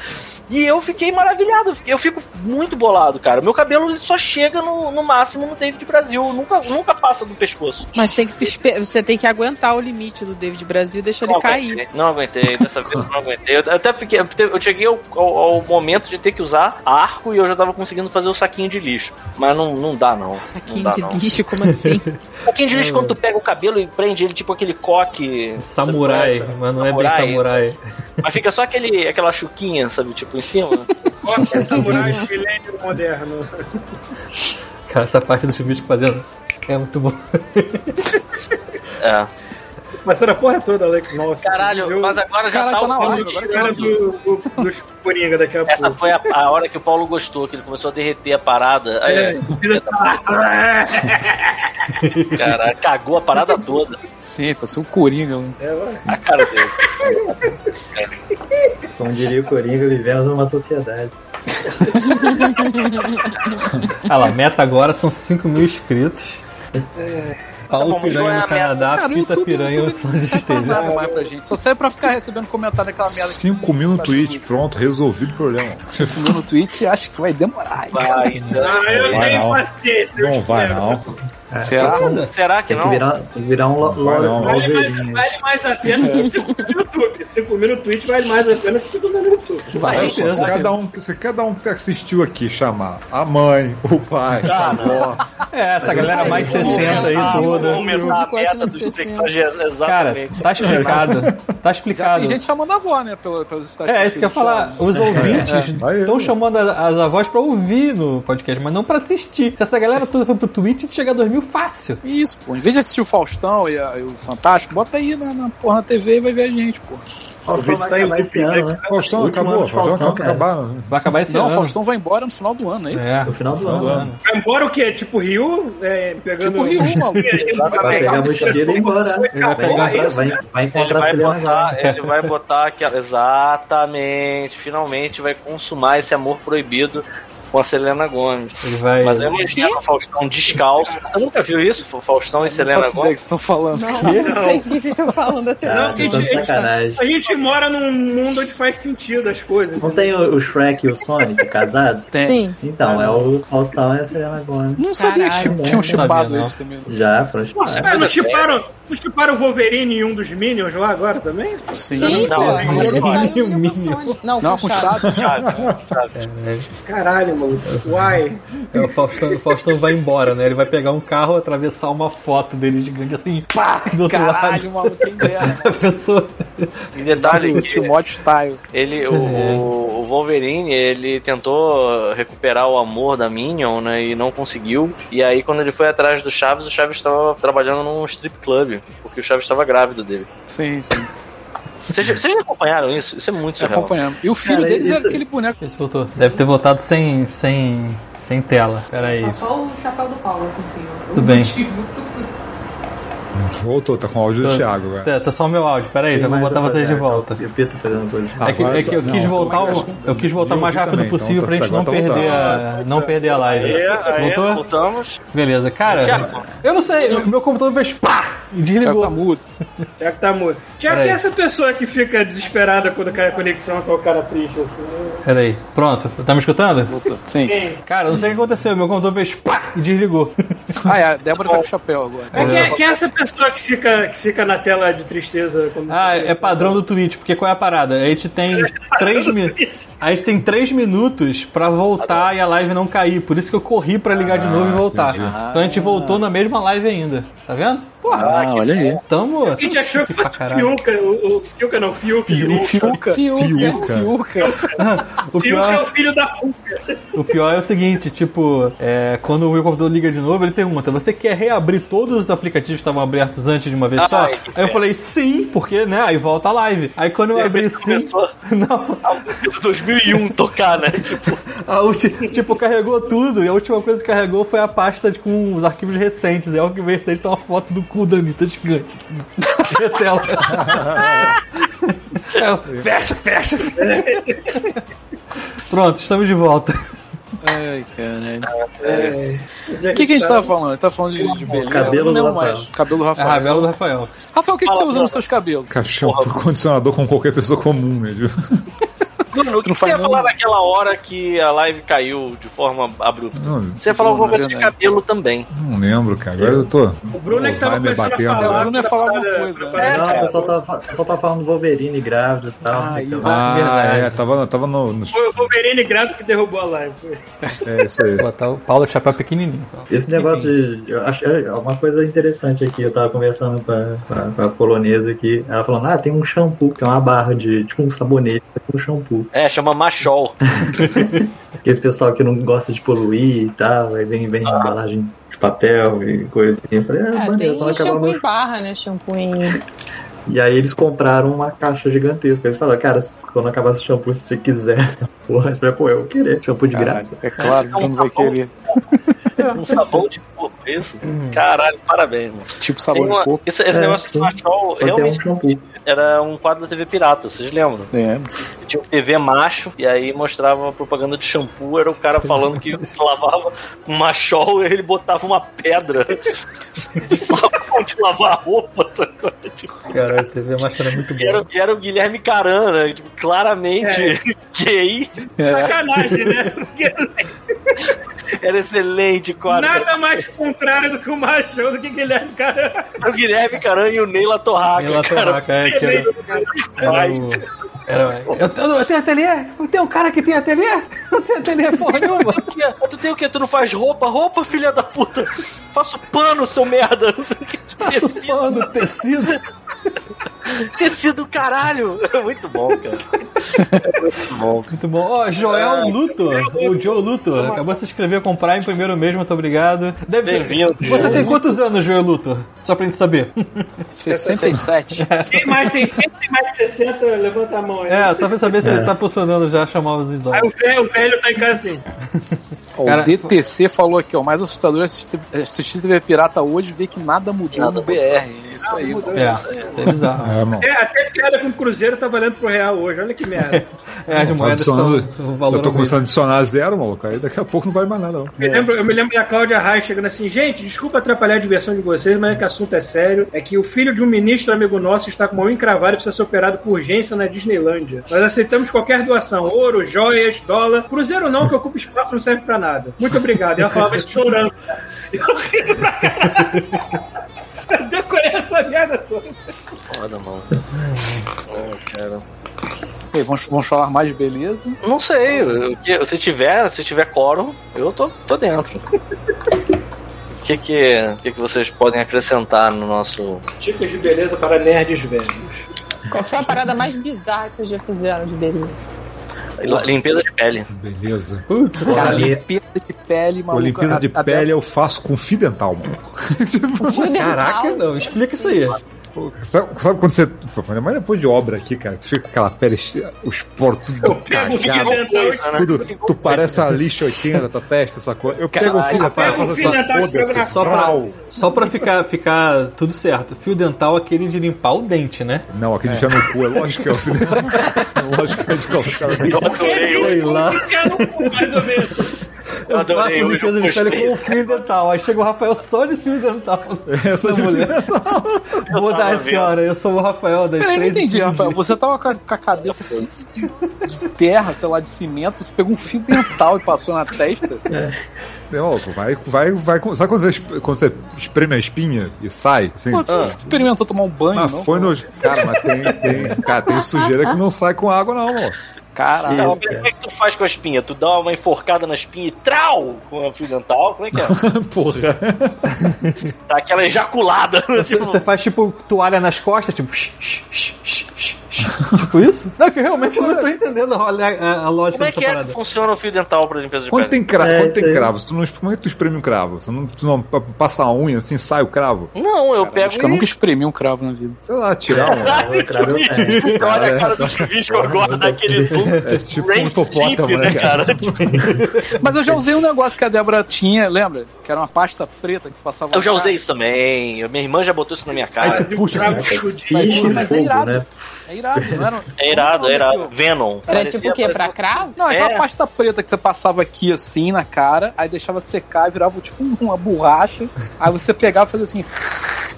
G: E eu fiquei maravilhado, eu fiquei- eu fico muito bolado, cara. Meu cabelo ele só chega no, no máximo no David Brasil, nunca, nunca passa do pescoço.
I: Mas tem que, espe- você tem que aguentar o limite do David Brasil e deixar ele cair.
D: é,
G: aguentei, não aguentei, dessa vez eu não aguentei. Eu até fiquei, eu te- eu cheguei ao, ao- ao momento de ter que usar arco e eu já tava conseguindo fazer o saquinho de lixo. Mas não, não dá, não.
I: Aqui
G: não dá,
I: Tá de
G: não.
I: lixo, como assim?
G: Saquinho de lixo quando tu pega o cabelo e prende ele, tipo aquele coque.
F: Samurai,
G: sabe?
F: mas não é bem
G: Samurai.
F: samurai.
G: Mas fica só aquele, aquela chuquinha, sabe, tipo, em [LAUGHS] cima.
D: Rock é samurai milênio moderno.
F: Cara, essa parte do chuvisco fazendo é muito bom.
G: É.
D: Mas era a porra toda, Alex. Nossa.
G: Caralho,
D: eu-
G: mas agora já
A: Caralho,
G: tá
A: tá
G: o
A: na
G: Paulo
A: live, agora
G: tirando.
D: Cara do, do, do Coringa daqui a
G: Essa
D: pouco.
G: foi a, a hora que o Paulo gostou, que ele começou a derreter a parada. Aí,
F: É.
G: [LAUGHS] Caralho, cagou a parada toda.
A: Sim, passou o Coringa. um-
G: A cara dele.
C: Como diria o Coringa, vivemos numa sociedade.
F: Olha lá, a meta agora são 5 mil inscritos. Paulo
G: bom, mas qual
F: Piranha
G: é
F: no
G: a meta?
F: Canadá,
A: Cara, o
F: Pita
A: YouTube-
F: Piranha
A: o
F: onde
A: YouTube não
F: você
A: serve pra
F: esteja.
A: nada mais pra gente. Só serve pra ficar recebendo comentário daquela merda que
E: 5 mil no Twitch, pronto, resolvi o problema.
A: você
F: [LAUGHS]
A: viu no Twitch e acho que vai demorar. hein?
G: Vai, então, será-
D: Ah, eu
E: Vai
D: tenho
E: não.
D: paciência. eu
E: Não vai
D: espero.
E: não.
C: É,
A: Será?
C: só são-
G: será que
C: Tem que
G: não?
C: virar, tem que virar um lo-
E: Vai não.
D: Vale
C: lo-
D: mais,
F: né?
C: loveirinho.
D: vale mais a pena que 5 mil no YouTube. 5 mil no Twitch vale mais a pena que 5 mil no YouTube.
E: Olha só, se cada um, se cada um que assistiu aqui chamar a mãe, o pai,
C: Ah,
E: a avó,
F: É, essa galera mais
I: Ai,
F: 60 aí
I: vamos
F: toda.
G: Aumentar a
I: Quase
G: meta
I: não
G: dos
I: sei se é.
G: 60,
F: Cara,
G: exatamente.
F: tá explicado. Tá
A: Já tem
F: explicado.
A: gente chamando a avó, né? Pela, pelas estatísticas.
F: É, isso que eu ia falar. Os ouvintes
E: Aí,
F: estão
E: né?
F: chamando as, as avós pra ouvir no podcast, mas não pra assistir. Se essa galera toda for pro Twitch, chega a 2000 fácil.
A: Isso, pô. Em vez de assistir o Faustão e, a- e o Fantástico, bota aí na, na porra na TV e vai ver a gente, pô.
D: O
C: Faustão
D: vídeo
C: vai
D: tá em
C: acabar esse
D: YouTube,
C: ano,
D: né?
C: né?
E: Faustão
C: Último
E: acabou,
C: ano de
E: Faustão
C: Faustão, cara.
E: acabou.
F: Vai acabar esse
A: Não, o
F: ano.
A: Faustão vai embora no final do ano, é isso?
F: É.
C: No final do ano. né?
D: Vai embora o quê? Tipo Rio? É, pegando
A: Tipo Rio, maluco.
F: tá
C: Vai pegar a mochila e ir embora. né?
F: vai
C: Vai
F: pegar-
C: encontrar- Vai vai
G: Ele
C: encontrar
G: vai,
C: Selena
G: botar,
C: Gomez.
G: ele vai botar aquela. Exatamente. Finalmente vai consumar esse amor proibido com a Selena Gomes.
F: Ele vai.
G: Mas eu imagino o Faustão descalço. Você nunca viu isso? Faustão e
C: né,
G: Selena
A: Faço ideia
G: Gomes?
A: que vocês estão falando.
I: [LAUGHS] Não, não sei o que vocês estão falando assim.
C: Cara,
D: Não, que
C: tá de
D: gente-
C: sacanagem.
D: A gente mora num mundo onde faz sentido as coisas.
G: É
C: Não tem o o Shrek e o Sonic casados?
A: Tem.
I: Sim.
C: Então, é o Faustão e a Selena Gomez.
A: Não sabia que
I: Caralho,
A: tinha- tinham
F: não sabia,
A: chipado
F: não.
A: eles também. né?
C: Já, Franz.
D: Ah, não chiparam, não chiparam o Wolverine e um dos Minions lá agora também?
I: Sim,
G: Não,
I: pô.
G: não,
D: um
G: não,
I: E ele
G: não,
I: caiu
F: não,
I: no
F: não.
I: meu sonho. Não,
A: Não,
I: com
A: com
I: chave.
A: chave.
G: Chave, chave.
D: Caralho, mano. Uai.
F: É, o, Faustão, o Faustão vai embora, né? Ele vai pegar um carro, atravessar uma foto dele gigante assim, pá, do outro
A: Caralho,
F: lado.
A: maluco, quem dera.
F: A pessoa.
A: [LAUGHS]
G: E detalhe
A: O
G: que
A: Timóteo Style.
G: ele, o, o- o Wolverine, ele tentou recuperar o amor da Minion, né? E não conseguiu. E aí, quando ele foi atrás do Chaves, o Chaves estava trabalhando num strip club, porque o Chaves estava grávido dele.
A: Sim, sim.
G: Vocês, vocês acompanharam isso? Isso é muito
A: Tô
G: surreal.
A: acompanhando. E o filho
C: Cara,
A: deles
C: isso-
A: era aquele boneco.
F: Esse voltou. Deve ter voltado sem. sem. sem tela. Pera aí.
J: Só o chapéu do Paulo eu consigo.
F: Tudo bem.
E: Voltou, tá com o áudio do Thiago agora.
F: Tá, tá só o meu áudio, pera aí, já vou
C: Mais
F: botar vocês de
C: atrapalhado.
F: volta.
C: E o Pito fazendo coisa. de-
F: É que, é que eu
E: então. Não,
F: quis
E: então
F: voltar,
E: eu
F: o-
E: acho-
F: eu quis voltar o
E: eu
F: mais
E: vi
F: rápido
E: também,
F: possível
E: então
F: pra gente
E: agora
F: não
E: tá
F: perder
E: voltando.
F: a, não perder a live.
G: Aí, aí,
F: Voltou?
G: voltamos.
F: Beleza, cara.
G: Tiago.
F: Eu não sei, meu computador fez pá e
A: Thiago tá
F: desligou.
A: mudo.
D: Tiago tá morto. Tiago
F: Peraí.
D: é essa pessoa que fica desesperada quando cai a conexão com o cara triste, assim.
F: Pera aí, pronto, tá me escutando?
A: Voltou. Sim.
F: Cara, eu não sei o que aconteceu, meu computador fez pá e desligou.
A: Ah, é, a Débora tá com chapéu agora.
D: É quem é, quem é essa pessoa que fica, que fica na tela de tristeza? Quando
F: Ah, é padrão do Twitch, porque qual é a parada? A gente tem
D: É
F: três minutos. A gente tem três minutos pra voltar e a live não cair. Por isso que eu corri pra ligar de novo e voltar. Então a gente voltou na mesma live ainda. Tá vendo? Porra,
A: Ah, olha aí.
F: Tamo.
D: A gente achou que
E: [LAUGHS]
D: fosse Fiuca, o, o Fiuca não, Fiuca.
A: Fiuca.
F: Fiuca.
D: Fiuca é
F: O
D: o
F: pior,
D: filho da puta.
F: o pior é o seguinte, tipo, é, quando o meu computador liga de novo, ele pergunta, você quer reabrir todos os aplicativos que estavam abertos antes de uma vez
G: Ah,
F: só?
G: é.
F: Aí eu falei, sim, porque, né, aí volta a live. Aí quando eu abri sim,
G: Começou
F: [LAUGHS] não,
G: a música de 2001 tocar, né? Tipo,
F: a ulti, tipo, carregou tudo, e a última coisa que carregou foi a pasta de- com os arquivos recentes, e o arquivo recente tá uma foto do cu da Anitta gigante, assim, [LAUGHS] na tela. [LAUGHS] Aí eu, fecha, fecha, fecha. Pronto, estamos de volta.
A: Ai, caralho. O que, que a gente tava falando? A gente tava falando de, de beleza.
C: Cabelo
A: Eu não lembro
C: do Rafael.
A: mais. Cabelo do
F: A
A: Rafael.
F: Rabelo É do Rafael.
A: Rafael, o que, que você
G: Fala,
A: usa nos seus cabelos?
E: Caixão, condicionador com qualquer pessoa comum né, mesmo.
G: Bruno, o que
A: Não
G: você
A: faz
G: ia
A: não.
G: falar naquela hora que a live caiu de forma abrupta?
E: Não,
G: Você ia falar alguma
A: Bruno,
G: coisa de
A: verdade.
G: cabelo também.
E: não lembro, cara. Agora eu tô.
D: O Bruno é que tava
E: Alzheimer
D: começando a
E: batendo.
D: falar.
A: O Bruno ia falar alguma
D: pra-
A: coisa,
D: pra-
G: né?
D: pra-
C: Não,
G: cara,
C: o pessoal tava, fa- o pessoal tava falando do Wolverine grávido e tal. não sei o que lá.
F: Ah,
E: Ah,
F: verdade.
E: é, tava, na- tava no, no.
D: Foi o Wolverine grato que derrubou a live.
E: É isso
F: [LAUGHS]
E: aí.
F: Botar o Paulo de chapéu pequenininho.
C: Esse negócio de. Eu acho é uma coisa interessante aqui. Eu tava conversando com a, com a polonesa aqui. Ela falando, ah, tem um shampoo, que é uma barra de. Tipo um sabonete com um shampoo.
G: É, chama Machol.
C: Que esse pessoal que não gosta de poluir e tal, aí vem,
G: Ah.
C: vem embalagem de papel e coisa assim. Eu falei,
I: É,
C: ah,
H: Ah,
C: maneiro,
H: tem
C: quando acabar o
H: shampoo
C: meu
H: em barra, né? Shampoo em.
C: E aí eles compraram uma caixa gigantesca. Eles falaram, cara, se- quando acabar esse shampoo, se você quiser [LAUGHS] essa porra, eu falei, pô, eu vou querer shampoo de graça.
A: É claro,
G: Então,
A: todo mundo vai querer.
G: Um sabão de coco, isso? Caralho, parabéns, mano.
A: Tipo sabor
G: Tem uma-
A: de coco.
G: Esse, esse
C: É,
G: negócio do
C: tem-
G: Machol
C: Só tem um
G: realmente
C: shampoo.
G: era um quadro da TV Pirata, vocês lembram?
A: É.
G: Tinha um TV macho, e aí mostrava uma propaganda de shampoo, era o cara falando que se lavava com Machol e ele botava uma pedra de sabão de lavar roupa, sacou? Tipo,
F: Caralho, TV Machado é muito
G: e era,
F: bom.
G: e era o Guilherme Carana, tipo, claramente [LAUGHS] gay,
A: É.
D: Sacanagem, né? Porque
G: era excelente quadro.
D: nada mais contrário do que o machão do que Guilherme Caramba.
G: Era o Guilherme Carana e o Neila Torraca,
F: Ela
G: cara.
F: tomaca, é, que era, era
G: Vai.
F: o- era- eu, eu- eu tenho ateliê? Eu tenho um cara que tem ateliê? [LAUGHS] Eu Não tenho ateliê porra nenhuma.
G: Ah, Tu tem o quê? Tu não faz roupa? Roupa, filha da puta! Faço pano, seu merda! [LAUGHS] Não sei o que. Tecido,
F: Mano, tecido.
G: tecido, caralho! [LAUGHS] Muito bom, cara. Muito bom.
F: Muito bom. Ó, Joel
G: É.
F: Luthor, o Joe Luthor, acabou de se inscrever, comprar em primeiro mês, muito obrigado. Deve ser.
G: Bem-vindo.
F: Você tem quantos anos, Joel Luthor? Só pra gente saber.
G: [LAUGHS]
A: [LAUGHS] 67.
D: Quem mais tem quem tem mais de 60, levanta a mão aí.
F: É, só pra saber se tá funcionando já chamar os
D: Aí o
F: idosos.
D: velho, o velho tá em casa assim.
A: Ó,
F: Cara,
A: o DTC falou aqui, ó. Mais assustador é assistir, assistir TV Pirata hoje e ver que nada mudou
G: Nada
A: no BR. Isso aí. mano.
F: É, isso é bizarro.
E: É, irmão.
D: É, até piada com o Cruzeiro tá valendo pro real hoje. Olha que merda.
F: É, as
E: Tô
F: moedas estão.
E: adicionando-
F: o um valor
E: Tá
F: é
E: eu tô
F: aumenta.
E: começando a adicionar zero, maluco. Aí daqui a pouco não vale mais nada, não.
D: Eu, me lembro, eu me lembro da Cláudia Raia chegando assim, gente, desculpa atrapalhar a diversão de vocês, mas é que o assunto é sério. É que o filho de um ministro amigo nosso está com uma unha encravada e precisa ser operado por urgência na Disneylândia. Nós aceitamos qualquer doação, ouro, joias, dólar. Cruzeiro não, que ocupa espaço, não serve pra nada. Muito obrigado. E ela falava isso chorando. E eu rindo pra caralho. [LAUGHS] Eu decorei essa merda toda.
G: Foda, mano. Oh, cara.
A: E aí, vamos, vamos falar mais de beleza?
G: Não sei, eu- eu- se tiver, se tiver quórum, eu tô, tô dentro. O que que, o que que vocês podem acrescentar no nosso...
D: Tipos de beleza para nerds velhos.
H: Qual foi a parada mais bizarra que vocês já fizeram de
I: [LAUGHS]
H: beleza?
G: Limpeza de pele.
E: Beleza.
F: Putz,
A: Cara,
C: Ali-
A: limpeza de pele, maluco.
E: Olimpíada de
A: a- até-
E: pele eu faço confidental, maluco.
F: caraca, não, explica isso aí.
E: Sabe, sabe quando você. Mas depois de obra aqui, cara, tu fica com aquela pele, cheia- os poros tudo
D: Pego o fio
E: cagado.
D: dental e
E: Tudo, tu parece a lixa 80 da tua testa, essa coisa. Eu pego o
A: Caralho.
E: fio da pele e
D: Pega o
E: faço
D: fio
E: essa
D: dental e escreve na
E: foda-se.
F: Só pra,
E: Frau.
F: só pra ficar, ficar tudo certo. Fio dental é aquele de limpar o dente, né?
E: Não, aquele já no cu, é lógico que é o fio dental. É lógico que é de
G: Eu
E: calçado.
G: adorei,
F: Sei lá.
D: enfiar no cu, mais ou menos.
F: Eu
G: Adorei,
F: faço
G: hoje
F: limpeza de
G: eu
F: pele
G: postei.
F: com o fio dental. Aí chega o Rafael só de fio
G: [LAUGHS]
F: dental.
E: Essa É de mulher.
F: Vou dar a
G: vendo.
F: senhora, eu sou o Rafael das
A: Peraí, não
F: três.
A: entendi, Rafael. Você tava com a, com a cabeça assim, de, de terra, sei lá, de cimento, você pegou um fio dental e passou na
E: [LAUGHS]
A: testa.
E: Não, maluco, vai, vai, vai. Sabe quando você, esp- quando você espreme a espinha e sai? Assim?
A: Pô, tu experimentou tomar um banho,
E: Mas
A: não?
E: foi no. Cara, mas tem, tem, cara, tem sujeira que não sai com água, não, mano.
A: Caralho.
G: Não, como é que tu faz com a espinha? Tu dá uma enforcada na espinha e trau com a fio dental? Como é que é?
E: [LAUGHS] Porra.
G: Tá aquela ejaculada.
F: Você,
G: tipo,
F: você faz tipo toalha nas costas, tipo. shh, shh, shh, shh, shh, shh. tipo isso? Não, que eu realmente não tô entendendo a, a- a lógica
G: como é
F: dessa
G: que é
F: parada.
G: que funciona o fio dental para as empresas de
E: Quando
G: pele?
E: tem cravo,
C: É,
E: quando
C: isso
E: tem
C: aí.
E: cravo, se tu não, como é que tu espreme um cravo? Tu não, tu não pa- passa a unha assim, sai o cravo?
G: Não, eu
A: Acho que eu
G: pego
A: nunca espremi um cravo na vida.
E: Sei lá, tirar
A: [LAUGHS]
E: um.
C: Caralho, cara, eu tenho.
G: e... Olha a cara
E: cara,
G: do chuvisco agora daquele zoom.
E: É tipo um hipopótamo, né, cara?
A: Mas eu já usei um negócio que a Débora tinha, lembra? Que era uma pasta preta que tu passava.
G: Eu já
A: na
G: usei
A: cara.
G: isso também. Minha irmã já botou isso na minha cara.
F: Aí tu puxa
D: Cravo
F: assim.
D: escudinho.
C: Ixi,
A: mas é
C: fogo,
A: irado.
C: né?
A: É irado, não era?
G: É irado, é irado. Venom.
I: Era
G: Parecia-
I: tipo o quê? Pra
G: parecia-
I: cravo?
A: Não, é aquela
G: É.
A: pasta preta que você passava aqui assim na cara, aí deixava secar e virava tipo uma borracha. Aí você pegava e fazia assim.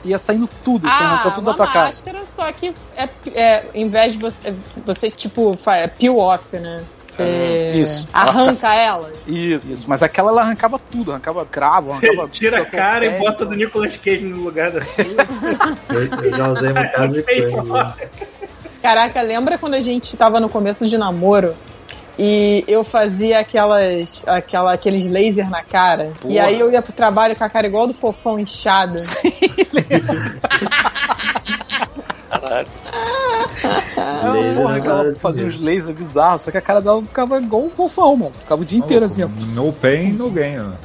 A: e Ia saindo tudo, assim,
I: Ah,
A: arrancava tudo da
I: uma
A: tua cara.
I: máscara, só que é, é, em vez de você, você tipo, fa- é peel off, né? Você
A: isso.
I: arranca ela.
A: Isso, isso. Mas aquela ela arrancava tudo, arrancava cravo, arrancava.
D: Você tira a
A: tudo,
D: cara e
A: pele,
D: bota
A: tudo.
D: do Nicolas Cage no lugar da
C: Eu, eu já
G: [LAUGHS]
C: usei um caso de coisa.
I: Caraca, lembra quando a gente tava no começo de namoro? E eu fazia aquelas, aquela, aqueles laser na cara. E aí eu ia pro trabalho com a cara igual do fofão inchada.
A: Porra, que
C: Laser na
D: né?
A: ela
C: cara,
A: fazia
C: assim.
A: uns lasers bizarros, só que a cara dela ficava igual um fofão, mano. Ficava o dia
D: Tá
A: inteiro assim, ó.
E: No pain, no gain. né?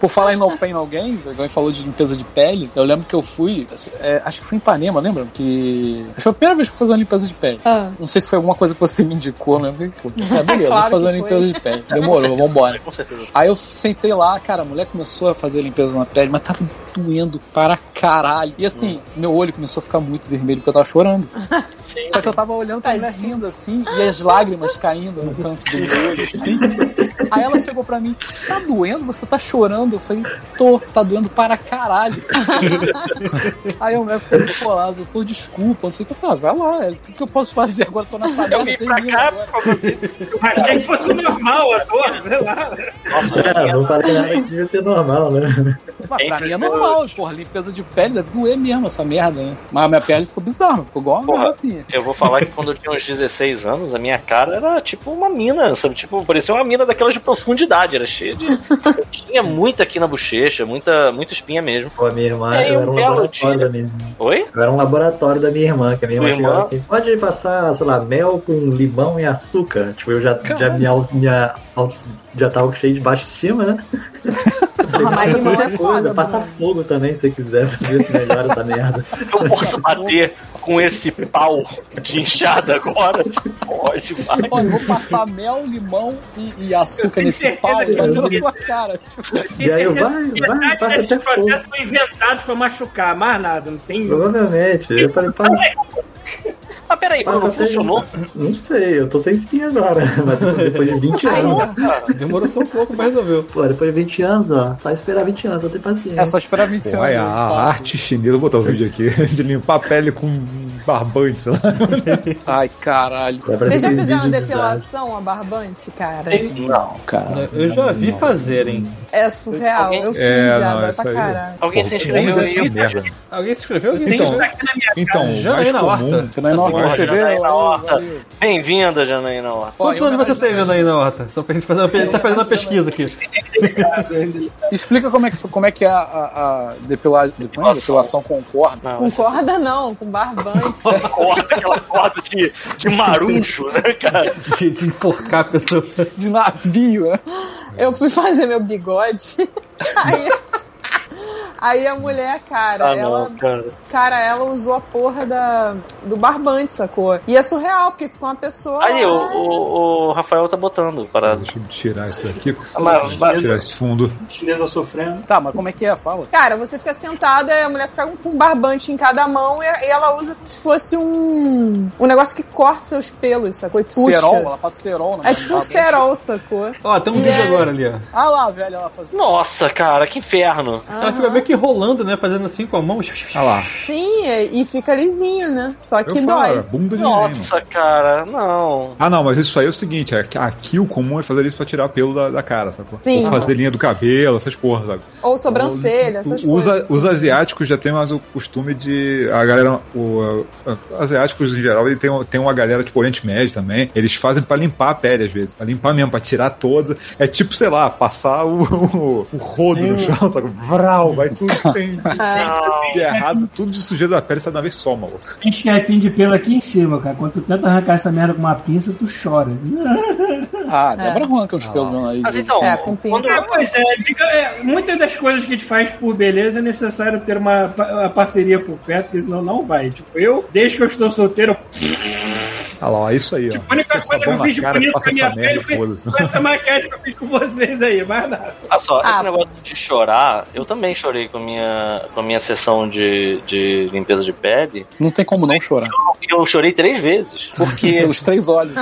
A: Por falar em No Pain No Gain, alguém falou de limpeza de pele. Eu lembro que eu fui, é, acho que foi em Ipanema, lembra? Que. acho que Foi a primeira vez que eu fui fazer uma limpeza de pele.
I: Ah.
A: Não sei se foi alguma coisa que você me indicou, né? Eu falei, pô,
I: [LAUGHS]
A: É, beleza,
I: Claro
A: vou fazer
I: que
A: uma limpeza
I: foi.
A: de pele. Demorou, vambora.
G: Com certeza.
A: Aí eu sentei lá, cara, a mulher começou a fazer a limpeza na pele, mas tava doendo para caralho. E assim, meu olho começou a ficar muito vermelho porque eu tava
G: [LAUGHS]
A: chorando. Só que eu tava olhando pra mulher rindo assim, e as lágrimas caindo no canto do meu olho, assim. Aí ela chegou pra mim, tá doendo? Você tá chorando? Eu falei, tô, tá doendo para
G: [LAUGHS]
A: caralho. Aí o médico ficou muito bolado, pô, desculpa, não sei o que eu falei, ah, vai lá, o que, que eu posso fazer agora? Eu tô nessa merda,
G: Eu vim
A: sem
G: pra
A: mim
G: cá
A: agora."
D: Eu achei que fosse normal, a dor, sei lá.
C: É, não falei nada que devia ser normal,
G: [LAUGHS]
C: né?
A: Mas pra
G: Entre
A: mim é
G: os
A: normal, porra, limpeza de pele deve doer mesmo essa merda, né? Mas a minha pele ficou bizarra, ficou igual assim. uma
G: Porra.
A: garrafinha.
G: Eu vou falar que quando eu tinha uns 16 anos, a minha cara era tipo uma mina, sabe? Tipo, parecia uma mina daquelas de profundidade, era cheia de. Eu tinha muita aqui na bochecha, muita, muita espinha mesmo.
C: Pô, a minha irmã,
G: É, um
C: eu era um
G: belo
C: laboratório
G: dia.
C: da minha irmã.
G: Oi?
C: Eu era um laboratório da minha irmã, que a minha irmã
G: Tua
C: chegava
G: irmã?
C: assim, pode passar, sei lá, mel com limão e açúcar. Tipo, eu já, já minha, au- minha auto- já tava cheio de baixa estima, né? Eu falei,
I: Ah, mas
C: "Passa
I: limão é
C: qualquer
I: foda,
C: coisa, Passa
I: Bruno."
C: fogo também, se você quiser, pra ver se melhora
I: [LAUGHS]
C: essa merda.
G: Eu posso bater com esse pau de inchada agora? Pode, vai.
A: Olha, eu vou passar [LAUGHS] mel, limão e, e açúcar
D: tenho
A: nesse
D: certeza
A: pau
D: que
A: e
C: eu
A: bater na
D: vi.
A: sua cara. Tipo,
C: E aí eu,
I: é
D: certeza
C: vai,
D: que
I: né?
C: vai,
D: é metade
C: passa até Uhum.
D: desses
C: fogo.
D: processos foi inventados pra machucar, mais nada, não tem.
C: Provavelmente. Eu falei, pá,
G: Mas peraí,
C: passa
G: quando
C: até.
G: funcionou?
C: Não sei, eu tô sem espinha agora, [LAUGHS] mas tipo, depois
I: [LAUGHS]
C: de 20 anos.
F: Demorou só um pouco, mas resolveu.
C: Pô, depois de 20 anos, ó, só esperar 20 anos, eu tenho paciência.
A: é só esperar 20 anos.
E: Porra, é a arte chinesa, vou botar o vídeo aqui, [LAUGHS] de limpar a pele com barbante, sei lá.
A: Ai, caralho.
C: Vai aparecer
I: Vocês já
C: aqueles
I: fizeram uma
C: vídeos bizarros.
I: depilação a barbante, cara?
G: Não.
E: É.
A: Cara.
F: Eu já vi fazerem.
I: É surreal. Eu fiz
E: É,
I: já,
E: não,
I: vai
E: isso
I: pra
E: aí-
I: caralho.
G: Alguém se inscreveu
E: Porra,
G: aí?
E: que merda.
F: Alguém se inscreveu? Alguém
E: Então,
F: se
E: então o
F: Já
E: mais
F: na horta.
E: comum...
A: Você não é normal,
G: Porra,
A: você vê?
G: Janaína Horta.
A: Olha, olha.
G: Bem-vinda, Janaína Horta.
A: Ó,
F: Quantos
A: eu
F: anos você
A: homenagem-
F: tem, Janaína Horta? Só pra gente fazer uma, pe- tá fazendo uma pesquisa aqui.
A: Explica como é que, como é, que é a, a, a depila- como é? depilação com corda.
I: Com corda não, com barbante.
G: [LAUGHS] Uma corda, aquela corda de, de maruncho, né, cara?
F: De, de enforcar a pessoa.
A: De navio, né?
I: Eu fui fazer meu bigode. [LAUGHS] Aí, aí a mulher, cara,
G: Ah,
I: ela
G: não, cara.
I: Cara, ela usou a porra da, do barbante, sacou? E é surreal, porque ficou uma pessoa.
G: Aí, o,
I: lá,
G: o, o Rafael tá botando parada.
E: Deixa eu tirar isso daqui,
G: mas-
E: deixa eu tirar esse fundo.
D: Chinesa sofrendo.
A: Tá, mas como é que é? Fala.
I: Cara, você fica sentada e a mulher fica com um barbante em cada mão e, e ela usa como se fosse um. um negócio que corta seus pelos, sacou? E puxa.
A: Cerol, ela passa cerol né? na
I: É tipo um
A: barba.
I: cerol, sacou?
F: Ó, tem um
I: E
F: vídeo
G: É.
I: aí?
F: agora ali, ó.
A: Ah lá, velho, ela fazendo.
G: Nossa, cara, que inferno.
F: Ela fica meio que que rolando, né? Fazendo assim com a mão.
E: Olha lá.
I: Sim, é- e fica lisinho, né? Só que
E: Eu falo,
I: dói.
E: era bunda de neném, mano.
G: Nossa, cara, não.
E: Ah, não, mas isso aí é o seguinte: é que aqui o comum é fazer isso pra tirar pelo da, da cara, sacou?
I: Sim.
E: Ou fazer linha do cabelo, essas porras, sabe?
I: Ou sobrancelha, essas
E: Usa,
I: coisas. né?
E: os asiáticos já tem mais o costume de. A galera. O, a- asiáticos em geral, ele tem, tem uma galera tipo Oriente Médio também. Eles fazem pra limpar a pele às vezes. Pra limpar mesmo, pra tirar todas. É tipo, sei lá, passar o, o, o rodo no chão, sabe? Vral, vai tudo que tem.
I: Ah.
E: que é errado, tudo de sujeira da pele sai de uma vez só, maluco.
K: Tem skypinho de pelo aqui em cima, cara. Quando tu tenta arrancar essa merda com uma pinça, tu chora.
A: Ah, Débora arranca os pelos do nariz.
G: Mas então,
I: É, com pinça.
G: quando,
K: Uhum.
D: É, pois é, fica- é, muitas das coisas que a gente faz por beleza é necessário ter uma, pa- uma parceria por perto, porque senão não vai. Tipo, eu, desde que eu estou solteiro,
E: Olha lá, ó, isso aí, ó.
D: Tipo, a única coisa que eu fiz de bonito
E: passa
D: pra minha
E: essa merda,
D: pele foi
E: foda-se.
D: foi essa maquiagem que eu fiz com vocês aí, mais nada.
G: olha só,
I: Ah.
G: esse negócio de chorar, eu também chorei com a minha, com a minha sessão de, de limpeza de pele.
A: Não tem como não chorar.
G: Eu chorei três vezes, porque
A: Pelos três olhos.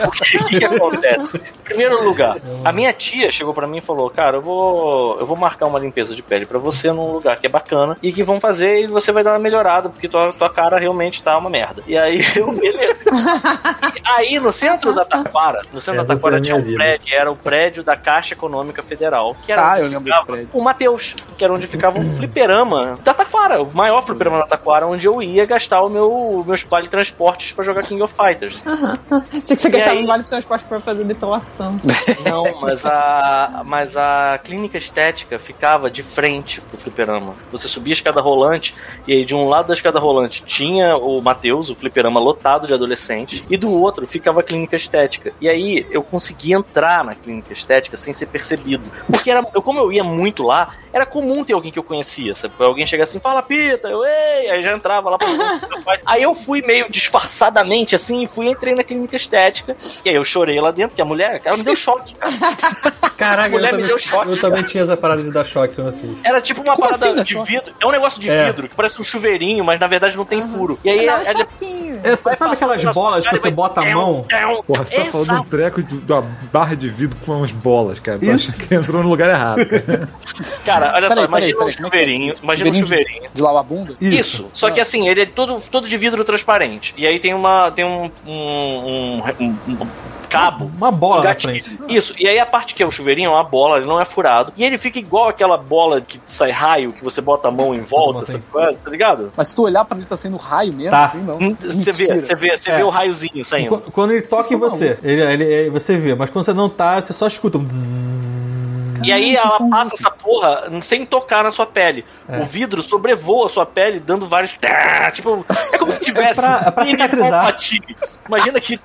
G: Porque o que, que acontece? Em primeiro lugar, a minha tia chegou pra mim e falou: Cara, eu vou, eu vou marcar uma limpeza de pele pra você num lugar que é bacana e que vão fazer e você vai dar uma melhorada, porque tua, tua cara realmente tá uma merda. E aí eu, beleza. E aí no centro da Taquara, no centro
A: É,
C: Essa
G: da
C: foi
G: Taquara
C: a
G: tinha um
C: minha vida.
G: prédio, que era o prédio da Caixa Econômica Federal, que era
A: Ah, eu lembro desse prédio.
G: o Matheus, que era onde ficava um fliperama da Taquara, o maior fliperama da Taquara, onde eu ia gastar o meu, meus de transportes pra jogar King of Fighters.
I: [LAUGHS] Achei que você
G: E
I: gastava
G: aí?
I: um vale de transporte pra fazer depilação.
G: Não, mas a, mas a clínica estética ficava de frente pro fliperama. Você subia a escada rolante e aí de um lado da escada rolante tinha o Matheus, o fliperama lotado de adolescentes, e do outro ficava a clínica estética. E aí eu conseguia entrar na clínica estética sem ser percebido. Porque era, eu, como eu ia muito lá, era comum ter alguém que eu conhecia, sabe? Alguém chegar assim, fala pita, eu, ei, aí já entrava lá pra Aí eu fui meio disfarçadamente assim e fui entrei na clínica estética. E aí eu chorei lá dentro, porque a mulher, cara, me deu choque. cara.
F: Caraca, eu
G: Mulher me
F: também,
G: deu choque,
F: eu também tinha essa parada de dar choque quando eu fiz.
G: Era tipo uma
A: Como
G: parada
A: assim, dá
G: de
A: choque?
G: vidro. É um negócio de
F: É.
G: vidro, que parece um chuveirinho, mas na verdade não tem furo. E aí é,
I: Dá um
G: ela- ela-
I: choquinho.
F: É, sabe aquelas
G: passando
F: bolas
G: na
F: que você
G: sua cara e vai-
F: bota a mão?
G: É um- é um-
E: Porra, você tá
G: Exato.
E: falando um treco de- da barra de vidro com umas bolas, cara. Tu
F: Isso.
E: acha que entrou no lugar errado, cara.
G: Cara, olha só,
A: Peraí, peraí,
G: imagina um
A: peraí, como é que é?
G: chuveirinho. Imagina
A: Chuveirinho
G: um
A: de-
G: chuveirinho.
A: De lavar a bunda.
G: Isso. Só
F: Ah.
G: que assim, ele é todo, todo de vidro transparente. E aí tem uma. tem um. um, um- um- um cabo.
F: Uma bola na
G: gatilho.
F: frente. Ah.
G: Isso, e aí a parte que é o chuveirinho é uma bola, ele não é furado. E ele fica igual aquela bola que sai raio, que você bota a mão em volta,
F: Bota
G: sabe qual é? tá ligado?
A: Mas se tu olhar pra ele, tá saindo raio mesmo,
F: Tá.
A: assim, não.
G: Hum, Você vê,
A: Mentira.
G: você vê, você
F: É.
G: vê o raiozinho saindo.
F: Qu- Quando ele toca em você, ele, ele- ele- você vê, mas quando você não tá, você só escuta. um
G: E aí ela passa essa porra sem tocar na sua pele.
F: É.
G: O vidro sobrevoa a sua pele, dando vários. [LAUGHS] tá, Tipo, é como se tivesse.
F: pra- é pra
G: mini
F: cicatrizar.
G: compatite. Imagina
F: [LAUGHS]
G: que.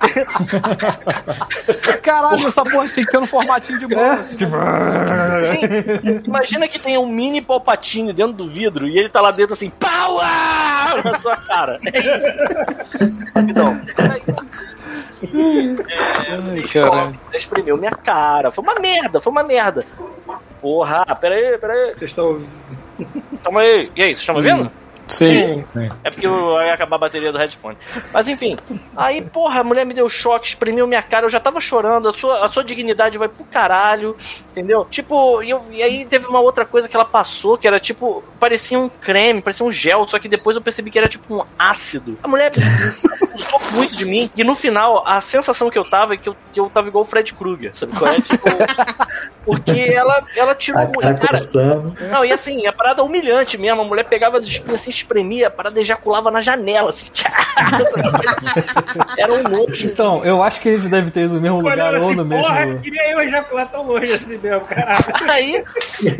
A: Caralho, essa porra tinha que ter no formatinho de mão. assim.
G: Sim. Imagina que tem um mini palpatine dentro do vidro e ele tá lá dentro assim, power! Na sua cara. É isso. Rapidão. É, ele
A: caralho.
G: sobe, espremeu minha cara. Foi uma merda, foi uma merda. Porra, peraí, peraí.
D: Vocês estão ouvindo?
G: Calma aí. E aí, vocês estão me vendo?
A: Sim.
G: É porque eu ia acabar a bateria do headphone. Mas enfim, aí, porra, a mulher me deu choque, espremeu minha cara, eu já tava chorando, a sua, a sua dignidade vai pro caralho, entendeu? Tipo, e, eu- e aí teve uma outra coisa que ela passou, que era tipo, parecia um creme, parecia um gel, só que depois eu percebi que era tipo um ácido. A mulher usou muito de mim, e no final, a sensação que eu tava é que eu, que eu tava igual o Fred Krueger, sabe qual é? Tipo, porque ela, ela tirou...
C: Tá, tá
G: cara,
C: coçando.
G: não, e assim, a parada humilhante mesmo. A mulher pegava as espinhas, assim, espremia, a parada ejaculava na janela, assim. tchá. [LAUGHS] Era um nojo.
F: Então, eu acho que eles devem ter ido no mesmo
D: Olha,
F: lugar ou
D: assim,
F: no
D: porra,
F: mesmo.
D: queria eu ejacular tão longe assim mesmo, caralho.
G: Aí,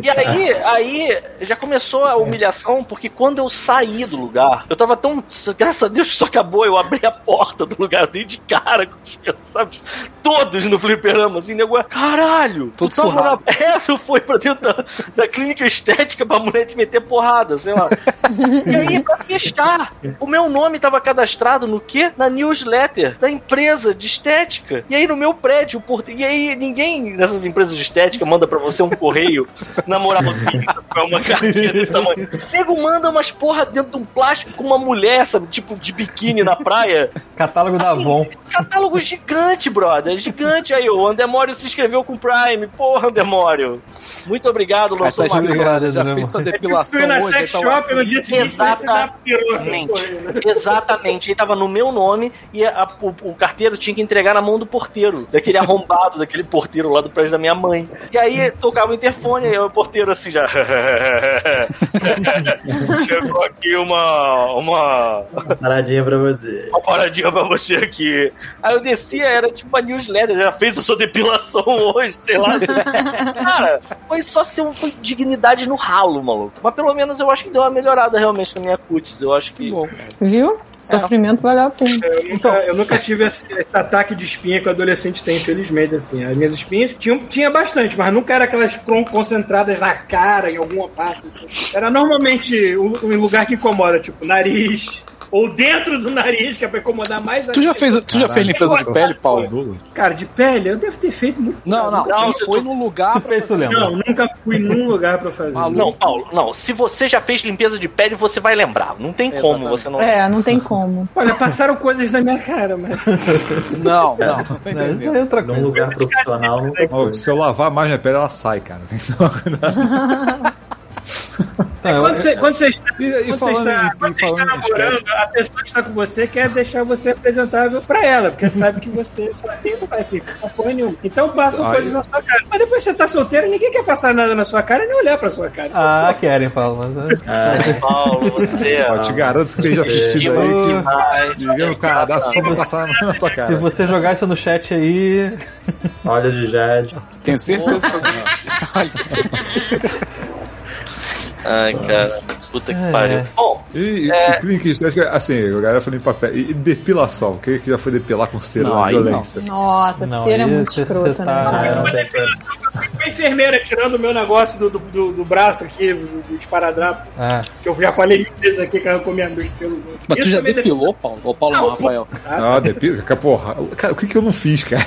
G: e aí, aí já começou a humilhação, porque quando eu saí do lugar, eu tava tão. Graças a Deus que isso acabou, eu abri a porta do lugar, eu dei de cara com os pensados, todos no fliperama, assim, nego. Caralho!
A: Todo
G: tu tava
A: surrado.
G: na- [LAUGHS] É, tu foi pra dentro da, da clínica estética pra mulher te meter porrada, sei lá. E aí, pra fechar, o meu nome tava cadastrado no quê? Na newsletter da empresa de estética. E aí, no meu prédio, por... e aí, ninguém nessas empresas de estética manda pra você um correio na moral, assim, é uma cartinha desse tamanho. Nego manda umas porra dentro de um plástico com uma mulher, sabe? Tipo, de biquíni na praia.
F: Catálogo da Avon.
G: Catálogo gigante, brother. Gigante aí. O Andemório se inscreveu com o Prime. Porra, Não, Demório. Muito obrigado, lançou
F: Até
G: uma
F: obrigado,
A: Cara, já
F: Demório.
A: fez sua
D: Fui
A: depilação
D: na
A: hoje.
D: sex
A: então,
D: shop né? no dia seguinte você dá piroca. pô. né?
G: Exatamente. Exatamente. Ele tava no meu nome e a- o, o carteiro tinha que entregar na mão do porteiro, daquele arrombado, daquele porteiro lá do prédio da minha mãe. E aí tocava o interfone, aí o porteiro assim já. [LAUGHS] Chegou aqui uma. uma.
C: Paradinha pra você. É
G: uma paradinha pra você aqui. Aí eu descia, era tipo uma newsletter, já fez a sua depilação hoje, sei lá. Cara, foi só ser um, foi dignidade no ralo, maluco. Mas pelo menos eu acho que deu uma melhorada realmente na minha cutis. Eu acho que.
I: Viu? Sofrimento valeu a pena.
D: Eu nunca, Então, eu nunca tive esse, esse ataque de espinha que o adolescente tem, infelizmente, assim. As minhas espinhas tinham, tinha bastante, mas nunca era aquelas cron- concentradas na cara, em alguma parte. assim. Era normalmente um, um lugar que incomoda, tipo, nariz. Ou dentro do nariz, que é pra incomodar mais
A: Tu
D: ainda.
A: já fez, tu já fez limpeza de pele, Paulo?
D: Cara, de pele, eu devo ter feito muito.
A: Não, não.
G: Não,
A: Ele foi num lugar.
F: Se fez, tu lembra.
D: Não, nunca fui num lugar pra fazer.
A: Tá Maluco.
G: Não, Paulo, não. Se você já fez limpeza de pele, você vai lembrar. Não tem como você não.
I: É, não tem como.
D: Olha, passaram coisas na minha cara, mas.
A: Não, não. não tá
F: Não, isso
A: entendendo.
F: é outra
C: Num
F: coisa.
C: um lugar profissional nunca
E: Ó,
C: foi.
E: se eu lavar mais minha pele, ela sai, cara.
F: Tá, eu-
D: Quando você, quando você está,
E: é E, e
D: quando você
E: falando,
D: está-
E: em-
D: quando
E: e
D: você está
E: falando em espécie,
D: namorando, a pessoa que está com você quer deixar você apresentável pra ela, porque sabe que você sozinho não vai assim, não foi nenhum. Então passam
E: Ai.
D: coisas na sua cara. Mas depois você tá solteiro, ninguém quer passar nada na sua cara e nem olhar pra sua cara.
F: Ah, querem, Paulo, mas...
C: Ah,
G: Paulo, você. é
A: Ah,
E: ó, te garanto que esteja assistindo aí que
G: Demais.
E: viveu no Canadá só pra passar na tua
F: Se
E: cara.
F: você jogar isso no chat aí,
C: olha de Jade.
A: Tenho certeza que alguém.
G: Ai, cara. Puta que
F: É.
G: pariu. Bom,
E: E, e,
A: É.
E: e por incrível que esteja, assim, a galera falou em papel. E, e depilação. Quem é que já foi depilar com cera
A: Não,
E: na
A: aí
E: violência?
I: Nossa,
F: Não,
I: cera é
F: aí
I: muito
F: você-
I: escrota,
F: você
I: né?
F: tá-
C: Ah, não tem coisa.
D: A enfermeira tirando o meu negócio do, do, do- do braço aqui, do, do esparadrapo,
F: ah,
D: que eu já falei mil vezes aqui, que eu comi a meus pelos.
A: Mas tu
D: Isso
A: já
D: me
A: depilou, Paulo? Ou Paulo não,
D: Não,
A: Rafael?
E: Ah, depila? que Porra, cara, o que, que eu não fiz, cara?